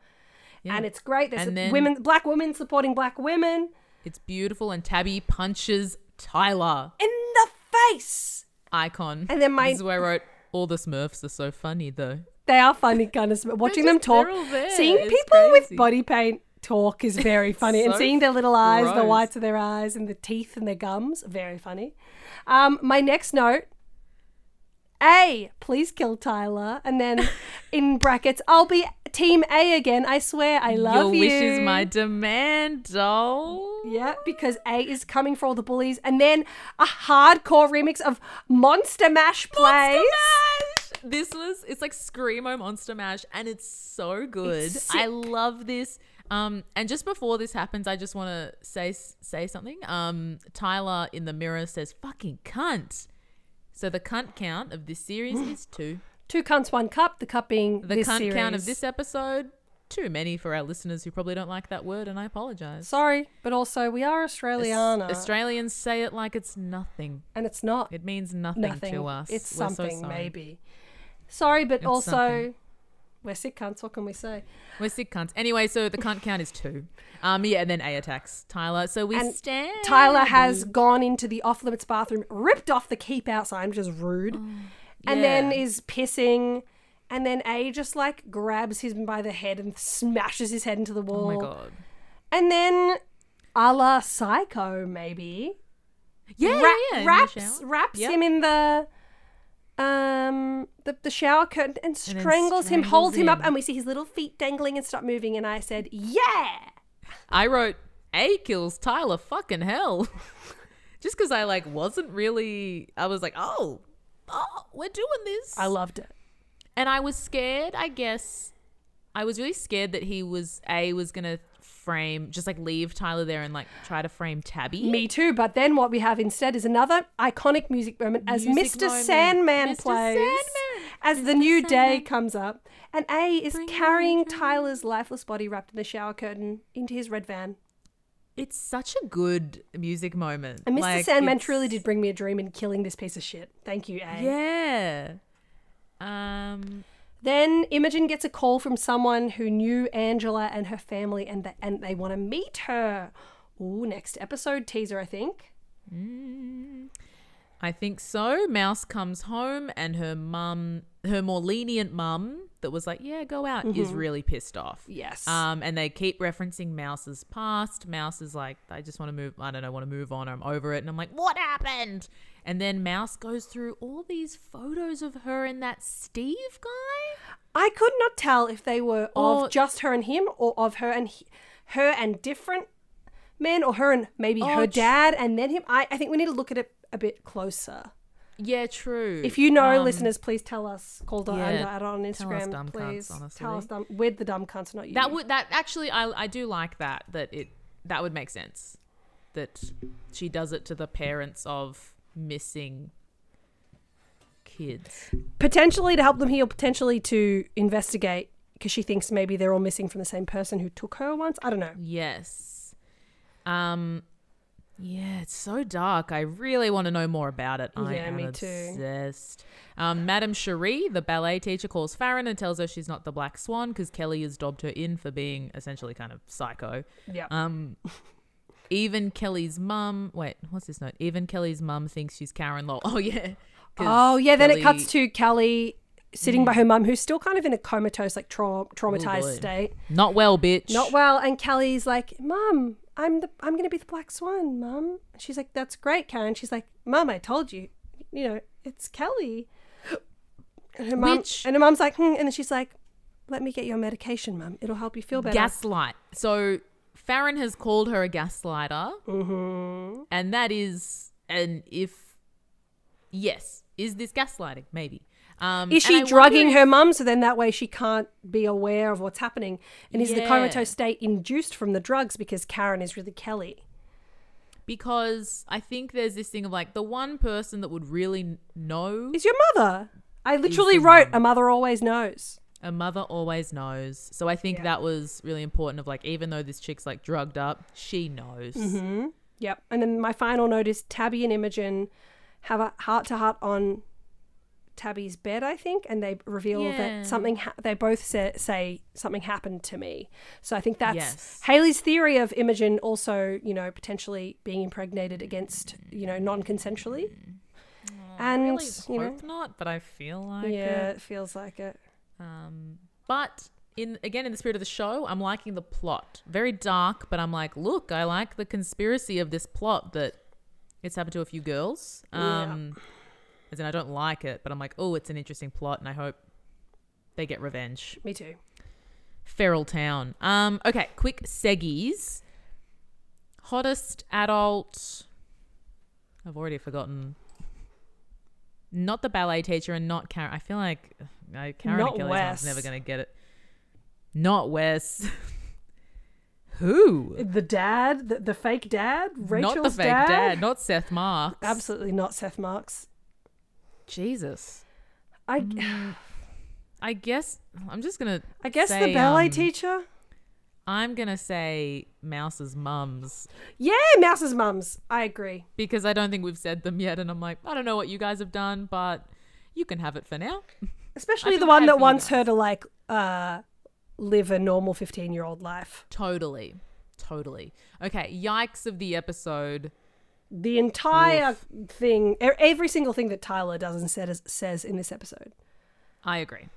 [SPEAKER 1] And it's great. There's
[SPEAKER 4] And then-
[SPEAKER 1] women, black women supporting black women
[SPEAKER 4] It's beautiful. And Tabby punches Tyler.
[SPEAKER 1] in the face.
[SPEAKER 4] Icon.
[SPEAKER 1] And then my-
[SPEAKER 4] This is where I wrote, All the Smurfs are so funny, though.
[SPEAKER 1] They are funny, kind of watching them
[SPEAKER 4] just- they're
[SPEAKER 1] talk,
[SPEAKER 4] all there.
[SPEAKER 1] seeing
[SPEAKER 4] It's
[SPEAKER 1] people
[SPEAKER 4] crazy.
[SPEAKER 1] with body paint talk is very funny, and
[SPEAKER 4] So
[SPEAKER 1] seeing their little eyes, the
[SPEAKER 4] gross.
[SPEAKER 1] whites of their eyes, and the teeth and their gums, very funny. Um, my next note. A, please kill Tyler. And then in brackets, I'll be team A again. I swear, I love
[SPEAKER 4] Your
[SPEAKER 1] you.
[SPEAKER 4] wish is my demand, doll.
[SPEAKER 1] Yeah, because A is coming for all the bullies, and then a hardcore remix of Monster Mash plays.
[SPEAKER 4] This was it's like screamo monster mash, and it's so good.
[SPEAKER 1] It's sick.
[SPEAKER 4] I love this. Um, and just before this happens, I just want to say say something. Um, Tyler in the mirror says "fucking cunt." So the cunt count of this series is two.
[SPEAKER 1] Two cunts, one cup. The cup being
[SPEAKER 4] The
[SPEAKER 1] this
[SPEAKER 4] cunt
[SPEAKER 1] series.
[SPEAKER 4] count of this episode too many for our listeners who probably don't like that word, and I apologize.
[SPEAKER 1] Sorry, but also we are Australiana,
[SPEAKER 4] Australians say it like it's nothing.
[SPEAKER 1] and it's not
[SPEAKER 4] It means nothing,
[SPEAKER 1] nothing
[SPEAKER 4] to us.
[SPEAKER 1] It's
[SPEAKER 4] We're so
[SPEAKER 1] something
[SPEAKER 4] sorry.
[SPEAKER 1] maybe. Sorry, but also
[SPEAKER 4] something.
[SPEAKER 1] we're sick cunts. What can we say?
[SPEAKER 4] We're sick cunts. Anyway, so the cunt count is two. Um, yeah, and then A attacks Tyler. So we
[SPEAKER 1] And
[SPEAKER 4] stand.
[SPEAKER 1] Tyler has gone into the off limits bathroom, ripped off the keep out sign, which is rude, and then
[SPEAKER 4] Oh, yeah.
[SPEAKER 1] is pissing. And then A just like grabs him by the head and smashes his head into the
[SPEAKER 4] Oh
[SPEAKER 1] wall.
[SPEAKER 4] my god.
[SPEAKER 1] And then a la psycho, maybe. Ra-
[SPEAKER 4] Yeah, yeah, yeah. in the
[SPEAKER 1] wraps
[SPEAKER 4] shower.
[SPEAKER 1] wraps
[SPEAKER 4] Yep.
[SPEAKER 1] him in the um the, the shower curtain and
[SPEAKER 4] then
[SPEAKER 1] strangles, him, holds him up,
[SPEAKER 4] strangles him.
[SPEAKER 1] and we see his little feet dangling and stop moving. And I said, Yeah.
[SPEAKER 4] I wrote A kills Tyler. Fucking hell. Just because I like wasn't really. I was like, oh, oh, we're doing this.
[SPEAKER 1] I loved it.
[SPEAKER 4] And I was scared, I guess. I was really scared that he was a was gonna frame just like leave Tyler there and like try to frame Tabby.
[SPEAKER 1] Me too. But then what we have instead is another iconic music moment as
[SPEAKER 4] Music
[SPEAKER 1] Mr.
[SPEAKER 4] moment.
[SPEAKER 1] Sandman
[SPEAKER 4] Mr.
[SPEAKER 1] plays.
[SPEAKER 4] Sandman.
[SPEAKER 1] As the new day comes up, and A is
[SPEAKER 4] Bring on
[SPEAKER 1] carrying
[SPEAKER 4] the day.
[SPEAKER 1] Tyler's lifeless body wrapped in the shower curtain into his red van.
[SPEAKER 4] It's such a good music moment.
[SPEAKER 1] And Mr.
[SPEAKER 4] Like,
[SPEAKER 1] Sandman
[SPEAKER 4] it's-
[SPEAKER 1] truly did bring me a dream in killing this piece of shit. Thank you, A.
[SPEAKER 4] Yeah. Um
[SPEAKER 1] Then Imogen gets a call from someone who knew Angela and her family and, the, and they want to meet her. Ooh, next episode teaser, I think.
[SPEAKER 4] I think so. Mouse comes home and her mum, her more lenient mum that was like, yeah, go out, is really pissed off.
[SPEAKER 1] Yes.
[SPEAKER 4] Um, and they keep referencing Mouse's past. Mouse is like, I just want to move, I don't know, want to move on. I'm over it. And I'm like, what happened? And then Mouse goes through all these photos of her and that Steve guy.
[SPEAKER 1] I could not tell if they were
[SPEAKER 4] Or-
[SPEAKER 1] of just her and him or of her and he, her and different men or her and maybe
[SPEAKER 4] Oh,
[SPEAKER 1] her
[SPEAKER 4] tr-
[SPEAKER 1] dad and then him. I, I think we need to look at it a bit closer.
[SPEAKER 4] Yeah, true.
[SPEAKER 1] If you know,
[SPEAKER 4] Um,
[SPEAKER 1] listeners, please tell us. Call the
[SPEAKER 4] yeah,
[SPEAKER 1] under at on
[SPEAKER 4] tell us
[SPEAKER 1] Instagram,
[SPEAKER 4] dumb cunts,
[SPEAKER 1] please. tell
[SPEAKER 4] honestly.
[SPEAKER 1] us dumb. We're the dumb cunts, not you.
[SPEAKER 4] That would that actually I I do like that that it that would make sense that she does it to the parents of missing kids.
[SPEAKER 1] potentially to help them heal, potentially to investigate because she thinks maybe they're all missing from the same person who took her once. I don't know.
[SPEAKER 4] Yes. Um yeah, it's so dark. I really want to know more about it. I
[SPEAKER 1] Yeah,
[SPEAKER 4] am
[SPEAKER 1] me too.
[SPEAKER 4] obsessed. Um, Madame Cherie, the ballet teacher, calls Farron and tells her she's not the Black Swan because Kelly has dobbed her in for being essentially kind of psycho.
[SPEAKER 1] Yeah.
[SPEAKER 4] Um, even Kelly's mum. Wait, what's this note? Even Kelly's mum thinks she's Karen Lowell. Oh yeah. 'Cause
[SPEAKER 1] oh yeah. Then it
[SPEAKER 4] Kelly-
[SPEAKER 1] cuts to Kelly sitting by her mum, who's still kind of in a comatose, like trau- traumatized
[SPEAKER 4] Oh, boy.
[SPEAKER 1] state.
[SPEAKER 4] not well, bitch.
[SPEAKER 1] Not well. And Kelly's like, "Mum, I'm the I'm gonna be the black swan, Mum." She's like, "That's great, Karen." She's like, "Mum, I told you. You know, it's Kelly." And her mum
[SPEAKER 4] Which-
[SPEAKER 1] and her mum's like, hmm, and then she's like, "Let me get your medication, Mum. It'll help you feel better."
[SPEAKER 4] Gaslight. So Farron has called her a gaslighter,
[SPEAKER 1] Mm-hmm.
[SPEAKER 4] and that is, and if yes, is this gaslighting? Maybe. Um,
[SPEAKER 1] Is
[SPEAKER 4] and I
[SPEAKER 1] she
[SPEAKER 4] wonder
[SPEAKER 1] drugging
[SPEAKER 4] if-
[SPEAKER 1] her mum so then that way she can't be aware of what's happening? And is the
[SPEAKER 4] Yeah.
[SPEAKER 1] comatose state induced from the drugs because Karen is really Kelly?
[SPEAKER 4] Because I think there's this thing of like the one person that would really know
[SPEAKER 1] Is your mother? I literally
[SPEAKER 4] the
[SPEAKER 1] wrote, a mother always knows.
[SPEAKER 4] A mother always knows. So I think that was really important of like, even though this chick's like drugged up, she knows.
[SPEAKER 1] Mm-hmm. Yep. And then my final note is Tabby and Imogen have a heart to heart on Tabby's bed, I think, and they reveal
[SPEAKER 4] Yeah.
[SPEAKER 1] that something, ha- they both say, say something happened to me. So I think that's
[SPEAKER 4] Yes.
[SPEAKER 1] Haley's theory of Imogen also, you know, potentially being impregnated against, you know, non consensually. And,
[SPEAKER 4] Mm. Really
[SPEAKER 1] you know,
[SPEAKER 4] hope not, but I feel like
[SPEAKER 1] yeah,
[SPEAKER 4] it.
[SPEAKER 1] it feels like it.
[SPEAKER 4] Um, but in again, in the spirit of the show, I'm liking the plot. Very dark, but I'm like, look, I like the conspiracy of this plot that it's happened to a few girls. Um, As in, I don't like it, but I'm like, oh, it's an interesting plot, and I hope they get revenge.
[SPEAKER 1] Me too.
[SPEAKER 4] Feral Town. Um, okay, quick seggies. Hottest adult. I've already forgotten. Not the ballet teacher and not Karen. I feel like ugh, no, Karen
[SPEAKER 1] Not
[SPEAKER 4] and Kelly's
[SPEAKER 1] Wes.
[SPEAKER 4] mom's never going to get it. Not Wes. Who?
[SPEAKER 1] The dad, the, the fake dad, Rachel's
[SPEAKER 4] not the fake dad. Not Seth Marks.
[SPEAKER 1] Absolutely not Seth Marks.
[SPEAKER 4] Jesus.
[SPEAKER 1] I,
[SPEAKER 4] Mm. I guess I'm just gonna.
[SPEAKER 1] I guess
[SPEAKER 4] say,
[SPEAKER 1] the ballet
[SPEAKER 4] um,
[SPEAKER 1] teacher.
[SPEAKER 4] I'm gonna say Mouse's mums
[SPEAKER 1] Yeah, Mouse's mums. I agree.
[SPEAKER 4] because I don't think we've said them yet. And I'm like, I don't know what you guys have done, but you can have it for now.
[SPEAKER 1] Especially
[SPEAKER 4] feel
[SPEAKER 1] the one
[SPEAKER 4] bad for
[SPEAKER 1] that
[SPEAKER 4] you
[SPEAKER 1] wants
[SPEAKER 4] guys.
[SPEAKER 1] her to like uh live a normal 15-year-old life.
[SPEAKER 4] Totally. Totally. Okay. Yikes of the episode.
[SPEAKER 1] The entire thing, e- every single thing that Tyler does and says says in this episode.
[SPEAKER 4] I agree.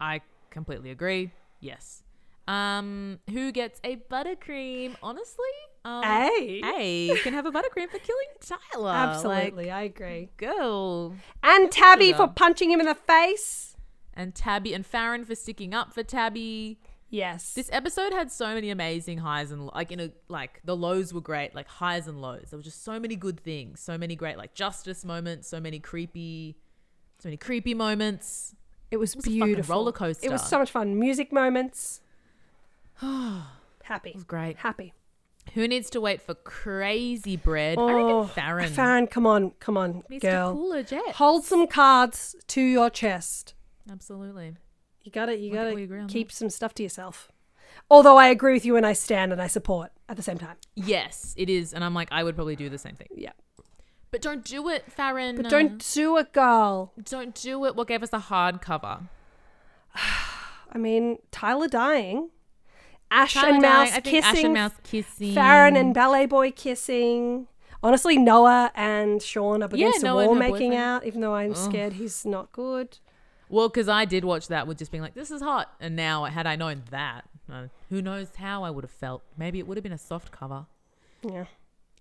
[SPEAKER 4] I completely agree. Yes. Um, who gets a buttercream? Honestly, um,
[SPEAKER 1] Hey.
[SPEAKER 4] hey, can have a buttercream for killing Tyler.
[SPEAKER 1] Absolutely, I agree.
[SPEAKER 4] Like, go.
[SPEAKER 1] And Tabby for
[SPEAKER 4] them.
[SPEAKER 1] punching him in the face.
[SPEAKER 4] And Tabby and Farron for sticking up for Tabby.
[SPEAKER 1] Yes.
[SPEAKER 4] This episode had so many amazing highs and like in a like the lows were great, like highs and lows. There were just so many good things, so many great like justice moments, so many creepy, so many creepy moments.
[SPEAKER 1] It was,
[SPEAKER 4] was a fucking
[SPEAKER 1] beautiful.
[SPEAKER 4] roller coaster.
[SPEAKER 1] It was so much fun. Music moments. Happy.
[SPEAKER 4] great.
[SPEAKER 1] Happy.
[SPEAKER 4] Who needs to wait for crazy bread? I
[SPEAKER 1] Oh,
[SPEAKER 4] reckon Farron.
[SPEAKER 1] Farron, come on, come on,
[SPEAKER 4] Mr.
[SPEAKER 1] girl.
[SPEAKER 4] Cooler Jet.
[SPEAKER 1] Hold some cards to your chest.
[SPEAKER 4] Absolutely.
[SPEAKER 1] You gotta, you
[SPEAKER 4] I think
[SPEAKER 1] gotta
[SPEAKER 4] we agree on
[SPEAKER 1] keep some stuff to yourself. Although I agree with you and I stand and I support at the same time.
[SPEAKER 4] Yes, it is. And I'm like, I would probably do the same thing.
[SPEAKER 1] Yeah.
[SPEAKER 4] But don't do it, Farron.
[SPEAKER 1] But don't do it, girl.
[SPEAKER 4] Don't do it. What gave us the hardcover?
[SPEAKER 1] I mean, Tyler dying, Ash
[SPEAKER 4] Tyler
[SPEAKER 1] and
[SPEAKER 4] Dye,
[SPEAKER 1] Mouse
[SPEAKER 4] I think
[SPEAKER 1] kissing,
[SPEAKER 4] Ash and Mouse kissing.
[SPEAKER 1] Farron and Ballet Boy kissing. Honestly, Noah and Sean up
[SPEAKER 4] Yeah,
[SPEAKER 1] against
[SPEAKER 4] Noah
[SPEAKER 1] a
[SPEAKER 4] and
[SPEAKER 1] wall
[SPEAKER 4] her
[SPEAKER 1] making
[SPEAKER 4] boyfriend.
[SPEAKER 1] out, even though I'm scared he's not good.
[SPEAKER 4] Well, because I did watch that with just being like, this is hot. And now, had I known that, uh, who knows how I would have felt. Maybe it would have been a soft cover.
[SPEAKER 1] Yeah.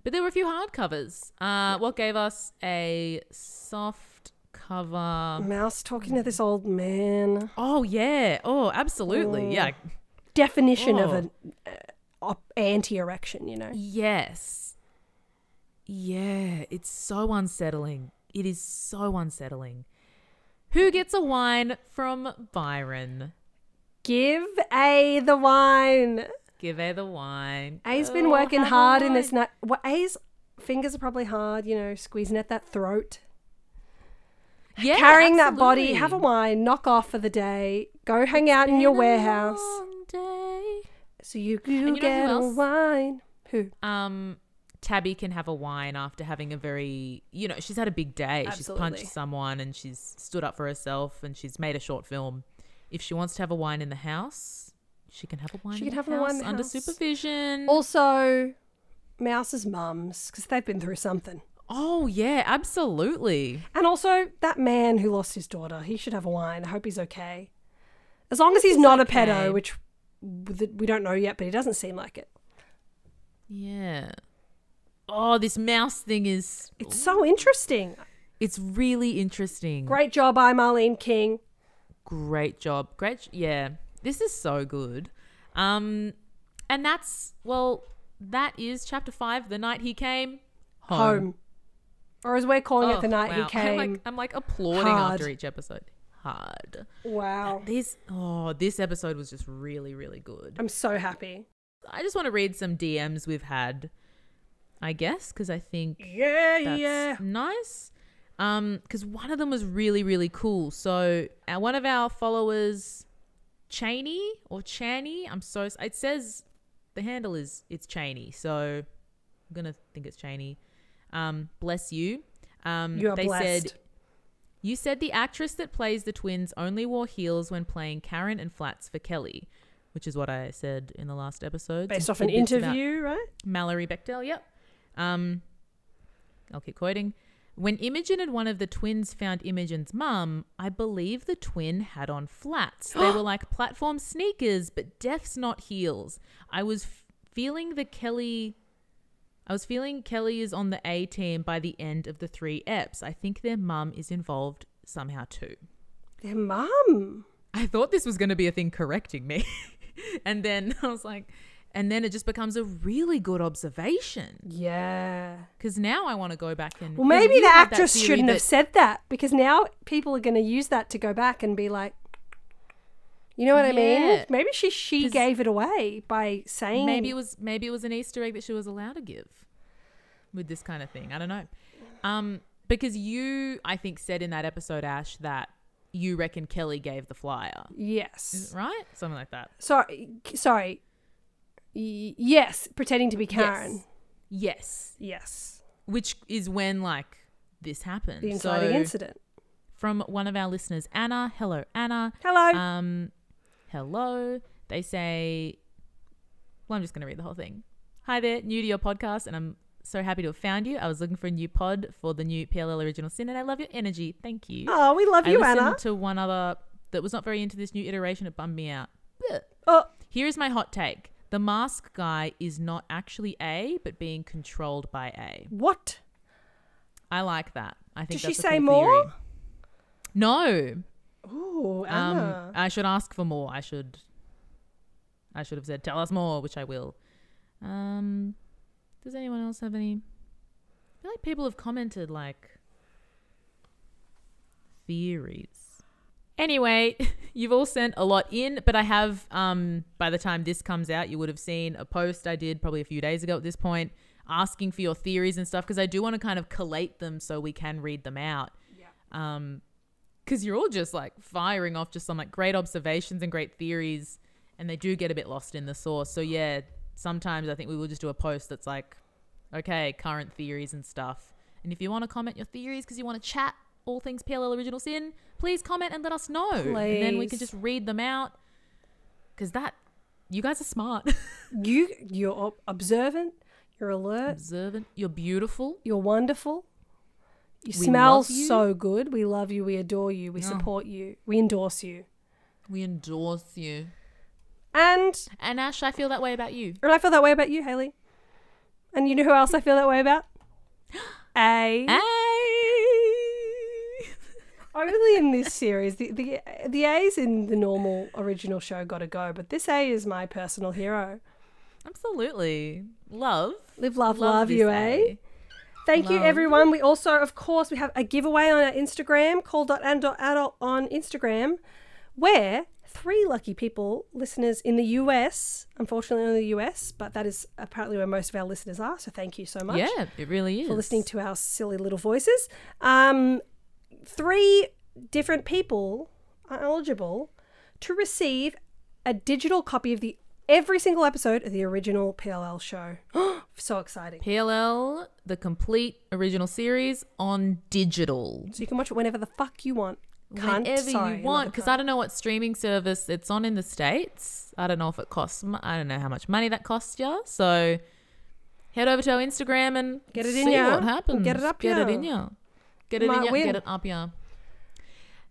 [SPEAKER 4] But there were a few hard covers. Uh, what gave us a soft cover?
[SPEAKER 1] Mouse talking to this old man.
[SPEAKER 4] Oh, yeah. Oh, absolutely. Yeah.
[SPEAKER 1] Definition of
[SPEAKER 4] Oh.
[SPEAKER 1] an uh, op- anti-erection, you know.
[SPEAKER 4] Yes. Yeah. It's so unsettling. It is so unsettling. Who gets a wine from Byron?
[SPEAKER 1] Give A the wine.
[SPEAKER 4] Give her the wine. Oh,
[SPEAKER 1] A's been working hard in this night. Well, A's fingers are probably hard, you know, squeezing at that throat.
[SPEAKER 4] Yeah,
[SPEAKER 1] Carrying that body,
[SPEAKER 4] absolutely.
[SPEAKER 1] have a wine, knock off for the day, go hang out in your
[SPEAKER 4] Been a
[SPEAKER 1] warehouse.
[SPEAKER 4] long day.
[SPEAKER 1] So you,
[SPEAKER 4] know
[SPEAKER 1] you
[SPEAKER 4] who
[SPEAKER 1] get a
[SPEAKER 4] else?
[SPEAKER 1] wine. Who?
[SPEAKER 4] Um, Tabby can have a wine after having a very, you know, she's had a big day. She's
[SPEAKER 1] Absolutely.
[SPEAKER 4] punched someone and she's stood up for herself and she's made a short film. If she wants to have a wine in the house, she can have a wine.
[SPEAKER 1] She
[SPEAKER 4] in
[SPEAKER 1] can
[SPEAKER 4] the
[SPEAKER 1] have a wine in
[SPEAKER 4] house
[SPEAKER 1] the
[SPEAKER 4] under
[SPEAKER 1] house.
[SPEAKER 4] supervision.
[SPEAKER 1] Also, Mouse's mums, because they've been through something.
[SPEAKER 4] Oh yeah, absolutely.
[SPEAKER 1] And also, that man who lost his daughter, he should have a wine. I hope he's okay. As long as he's not a
[SPEAKER 4] okay.
[SPEAKER 1] pedo, which w- we don't know yet, but he doesn't seem like it.
[SPEAKER 4] Yeah. Oh, this mouse thing is
[SPEAKER 1] It's so interesting.
[SPEAKER 4] it's really interesting.
[SPEAKER 1] Great job, I, Marlene King.
[SPEAKER 4] Great job. Great j- yeah. This is so good. Um and that's well, that is chapter five, the night he came
[SPEAKER 1] Home. Or as we're calling it, the
[SPEAKER 4] Oh,
[SPEAKER 1] night
[SPEAKER 4] wow.
[SPEAKER 1] he came.
[SPEAKER 4] I'm like, I'm like applauding
[SPEAKER 1] Hard.
[SPEAKER 4] after each episode. Hard.
[SPEAKER 1] wow.
[SPEAKER 4] This oh, this episode was just really, really good.
[SPEAKER 1] I'm so happy.
[SPEAKER 4] I just want to read some DMs we've had, I guess, because I think
[SPEAKER 1] Yeah,
[SPEAKER 4] that's
[SPEAKER 1] yeah.
[SPEAKER 4] nice. Um, because one of them was really, really cool. So uh, one of our followers, Cheney or Chaney, I'm so s- it says the handle is it's Cheney, so I'm gonna think it's Cheney. Um, bless you. Um,
[SPEAKER 1] You are
[SPEAKER 4] they
[SPEAKER 1] blessed.
[SPEAKER 4] said you said the actress that plays the twins only wore heels when playing Karen and flats for Kelly, which is what I said in the last episode.
[SPEAKER 1] Based
[SPEAKER 4] Some
[SPEAKER 1] off an
[SPEAKER 4] tidbits about-
[SPEAKER 1] interview, right?
[SPEAKER 4] Mallory Bechtel, yep. Um, I'll keep quoting. When Imogen and one of the twins found Imogen's mum, I believe the twin had on flats. They were like platform sneakers, but deaf's not heels. I was f- feeling the Kelly. I was feeling Kelly is on the A team by the end of the three eps. I think their mum is involved somehow too.
[SPEAKER 1] Their mum.
[SPEAKER 4] I thought this was going to be a thing correcting me. and then I was like, and then it just becomes a really good observation.
[SPEAKER 1] Yeah.
[SPEAKER 4] Because now I want to go back and.
[SPEAKER 1] Well,
[SPEAKER 4] 'cause
[SPEAKER 1] maybe
[SPEAKER 4] you
[SPEAKER 1] the
[SPEAKER 4] had that
[SPEAKER 1] actress
[SPEAKER 4] theory
[SPEAKER 1] shouldn't
[SPEAKER 4] that-
[SPEAKER 1] have said that because now people are going to use that to go back and be like, you know what I mean?
[SPEAKER 4] Yeah.
[SPEAKER 1] Maybe she she
[SPEAKER 4] 'Cause-
[SPEAKER 1] gave it away by saying
[SPEAKER 4] Maybe it was maybe it was an Easter egg that she was allowed to give with this kind of thing. I don't know. Um, because you, I think, said in that episode, Ash, that you reckon Kelly gave the flyer,
[SPEAKER 1] yes.
[SPEAKER 4] right? Something like that.
[SPEAKER 1] Sorry, sorry. Y- yes, pretending to be Karen.
[SPEAKER 4] Yes. yes.
[SPEAKER 1] Yes,
[SPEAKER 4] Which is when like this happened.
[SPEAKER 1] the inciting
[SPEAKER 4] So,
[SPEAKER 1] incident.
[SPEAKER 4] from one of our listeners, Anna. Hello, Anna.
[SPEAKER 1] Hello.
[SPEAKER 4] Um, hello. They say, well, I'm just going to read the whole thing. Hi there, new to your podcast, and I'm so happy to have found you. I was looking for a new pod for the new PLL Original Sin, and I love your energy. Thank you.
[SPEAKER 1] oh, we love
[SPEAKER 4] I
[SPEAKER 1] you,
[SPEAKER 4] listened
[SPEAKER 1] Anna.
[SPEAKER 4] to one other that was not very into this new iteration. It bummed me out. Blech.
[SPEAKER 1] Oh,
[SPEAKER 4] Here is my hot take. The mask guy is not actually A, but being controlled by A.
[SPEAKER 1] what?
[SPEAKER 4] I like that. I think
[SPEAKER 1] Does she
[SPEAKER 4] that's a
[SPEAKER 1] say
[SPEAKER 4] cool
[SPEAKER 1] more?
[SPEAKER 4] theory. No,
[SPEAKER 1] Ooh, Anna.
[SPEAKER 4] Um, I should ask for more. I should. I should have said, "Tell us more," which I will. Um, does anyone else have any? I feel like people have commented like theories. Anyway, you've all sent a lot in, but I have, um, by the time this comes out, you would have seen a post I did probably a few days ago at this point asking for your theories and stuff because I do want to kind of collate them so we can read them out. Yeah. Um, because you're all just like firing off just some like great observations and great theories, and they do get a bit lost in the source. So, yeah, sometimes I think we will just do a post that's like, okay, current theories and stuff. And if you want to comment your theories because you want to chat all things PLL Original Sin, please comment and let us know. And then we
[SPEAKER 1] Please.
[SPEAKER 4] can just read them out because that, you guys are smart,
[SPEAKER 1] You you're ob- observant, you're alert,
[SPEAKER 4] observant, you're beautiful.
[SPEAKER 1] you're wonderful. You
[SPEAKER 4] We
[SPEAKER 1] smell
[SPEAKER 4] love you. Oh.
[SPEAKER 1] so good. We love you, we adore you, we support you, we endorse you.
[SPEAKER 4] We endorse you.
[SPEAKER 1] And
[SPEAKER 4] And Ash, I feel that way about you.
[SPEAKER 1] and I feel that way about you, Haley. And you know who else I feel that way about? A
[SPEAKER 4] Hey!
[SPEAKER 1] only in this series. The, the the A's in the normal original show got to go, but this A is my personal hero.
[SPEAKER 4] Absolutely. Love.
[SPEAKER 1] Live, love, love, you, eh?
[SPEAKER 4] this
[SPEAKER 1] A. Thank you,
[SPEAKER 4] Love.
[SPEAKER 1] everyone. We also, of course, we have a giveaway on our Instagram, call.and.adult on Instagram, where three lucky people, listeners in the US, unfortunately only the US, but that is apparently where most of our listeners are. So thank you so much
[SPEAKER 4] Yeah, it really is.
[SPEAKER 1] for listening to our silly little voices. Um, three different people are eligible to receive a digital copy of the every single episode of the original PLL show. so exciting.
[SPEAKER 4] PLL, the complete original series on digital.
[SPEAKER 1] So you can watch it whenever the fuck you want. Cunt.
[SPEAKER 4] Whenever
[SPEAKER 1] Sorry,
[SPEAKER 4] you want,
[SPEAKER 1] another
[SPEAKER 4] because
[SPEAKER 1] cunt.
[SPEAKER 4] I don't know what streaming service it's on in the States. I don't know if it costs, mu- I don't know how much money that costs you. So head over to our Instagram and
[SPEAKER 1] Get it in
[SPEAKER 4] see
[SPEAKER 1] ya,
[SPEAKER 4] what
[SPEAKER 1] and
[SPEAKER 4] happens.
[SPEAKER 1] get it up
[SPEAKER 4] Get it
[SPEAKER 1] ya.
[SPEAKER 4] in ya. Get it in
[SPEAKER 1] Might
[SPEAKER 4] ya.
[SPEAKER 1] win.
[SPEAKER 4] Get it up ya.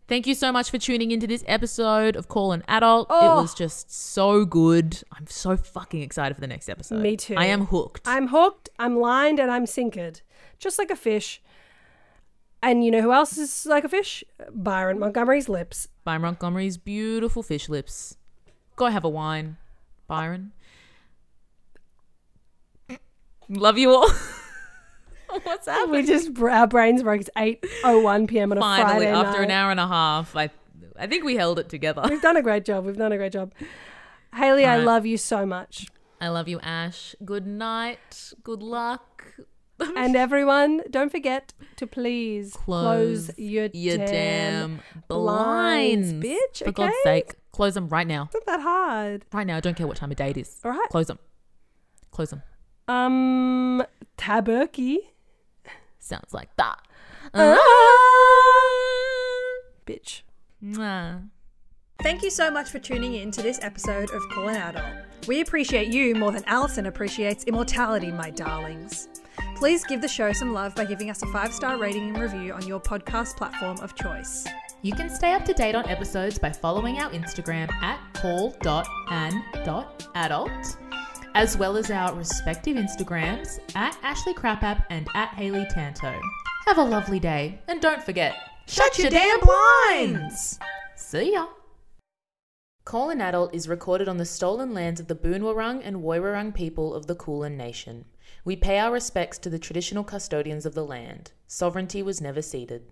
[SPEAKER 4] Thank you so much for tuning into this episode of Call an Adult.
[SPEAKER 1] Oh.
[SPEAKER 4] It was just so good. I'm so fucking excited for the next episode.
[SPEAKER 1] Me too.
[SPEAKER 4] I am hooked.
[SPEAKER 1] I'm hooked, I'm lined, and I'm sinkered, just like a fish. And you know who else is like a fish? Byron Montgomery's lips.
[SPEAKER 4] Byron Montgomery's beautiful fish lips. Go have a wine, Byron. Love you all. What's happening?
[SPEAKER 1] We just our brains broke. It's eight oh one p.m. on a
[SPEAKER 4] Finally,
[SPEAKER 1] Friday
[SPEAKER 4] after
[SPEAKER 1] night.
[SPEAKER 4] an hour and a half, I I think we held it together.
[SPEAKER 1] We've done a great job. We've done a great job. Haley, I
[SPEAKER 4] Alright.
[SPEAKER 1] love you so much.
[SPEAKER 4] I love you, Ash. Good night. Good luck.
[SPEAKER 1] And everyone, don't forget to please close,
[SPEAKER 4] Close
[SPEAKER 1] your,
[SPEAKER 4] Your
[SPEAKER 1] damn.
[SPEAKER 4] damn blinds,
[SPEAKER 1] blinds, bitch,
[SPEAKER 4] For God's
[SPEAKER 1] okay?
[SPEAKER 4] sake, close them right now.
[SPEAKER 1] It's not that hard.
[SPEAKER 4] Right now. I don't care what time of day it is.
[SPEAKER 1] All right.
[SPEAKER 4] Close them. Close them.
[SPEAKER 1] Um, Taberky.
[SPEAKER 4] Sounds like that.
[SPEAKER 2] Uh,
[SPEAKER 1] Bitch.
[SPEAKER 4] Mwah.
[SPEAKER 3] Thank you so much for tuning in to this episode of Call an Adult. We appreciate you more than Alison appreciates immortality, my darlings. Please give the show some love by giving us a five star rating and review on your podcast platform of choice.
[SPEAKER 2] You can stay up to date on episodes by following our Instagram at call.an.adult, as well as our respective Instagrams at Ashley Crapapp and at Haley Tanto. Have a lovely day, and don't forget, shut your damn blinds! See ya! Call an Adult is recorded on the stolen lands of the Boonwurrung and Woiwurrung people of the Kulin Nation. We pay our respects to the traditional custodians of the land. Sovereignty was never ceded.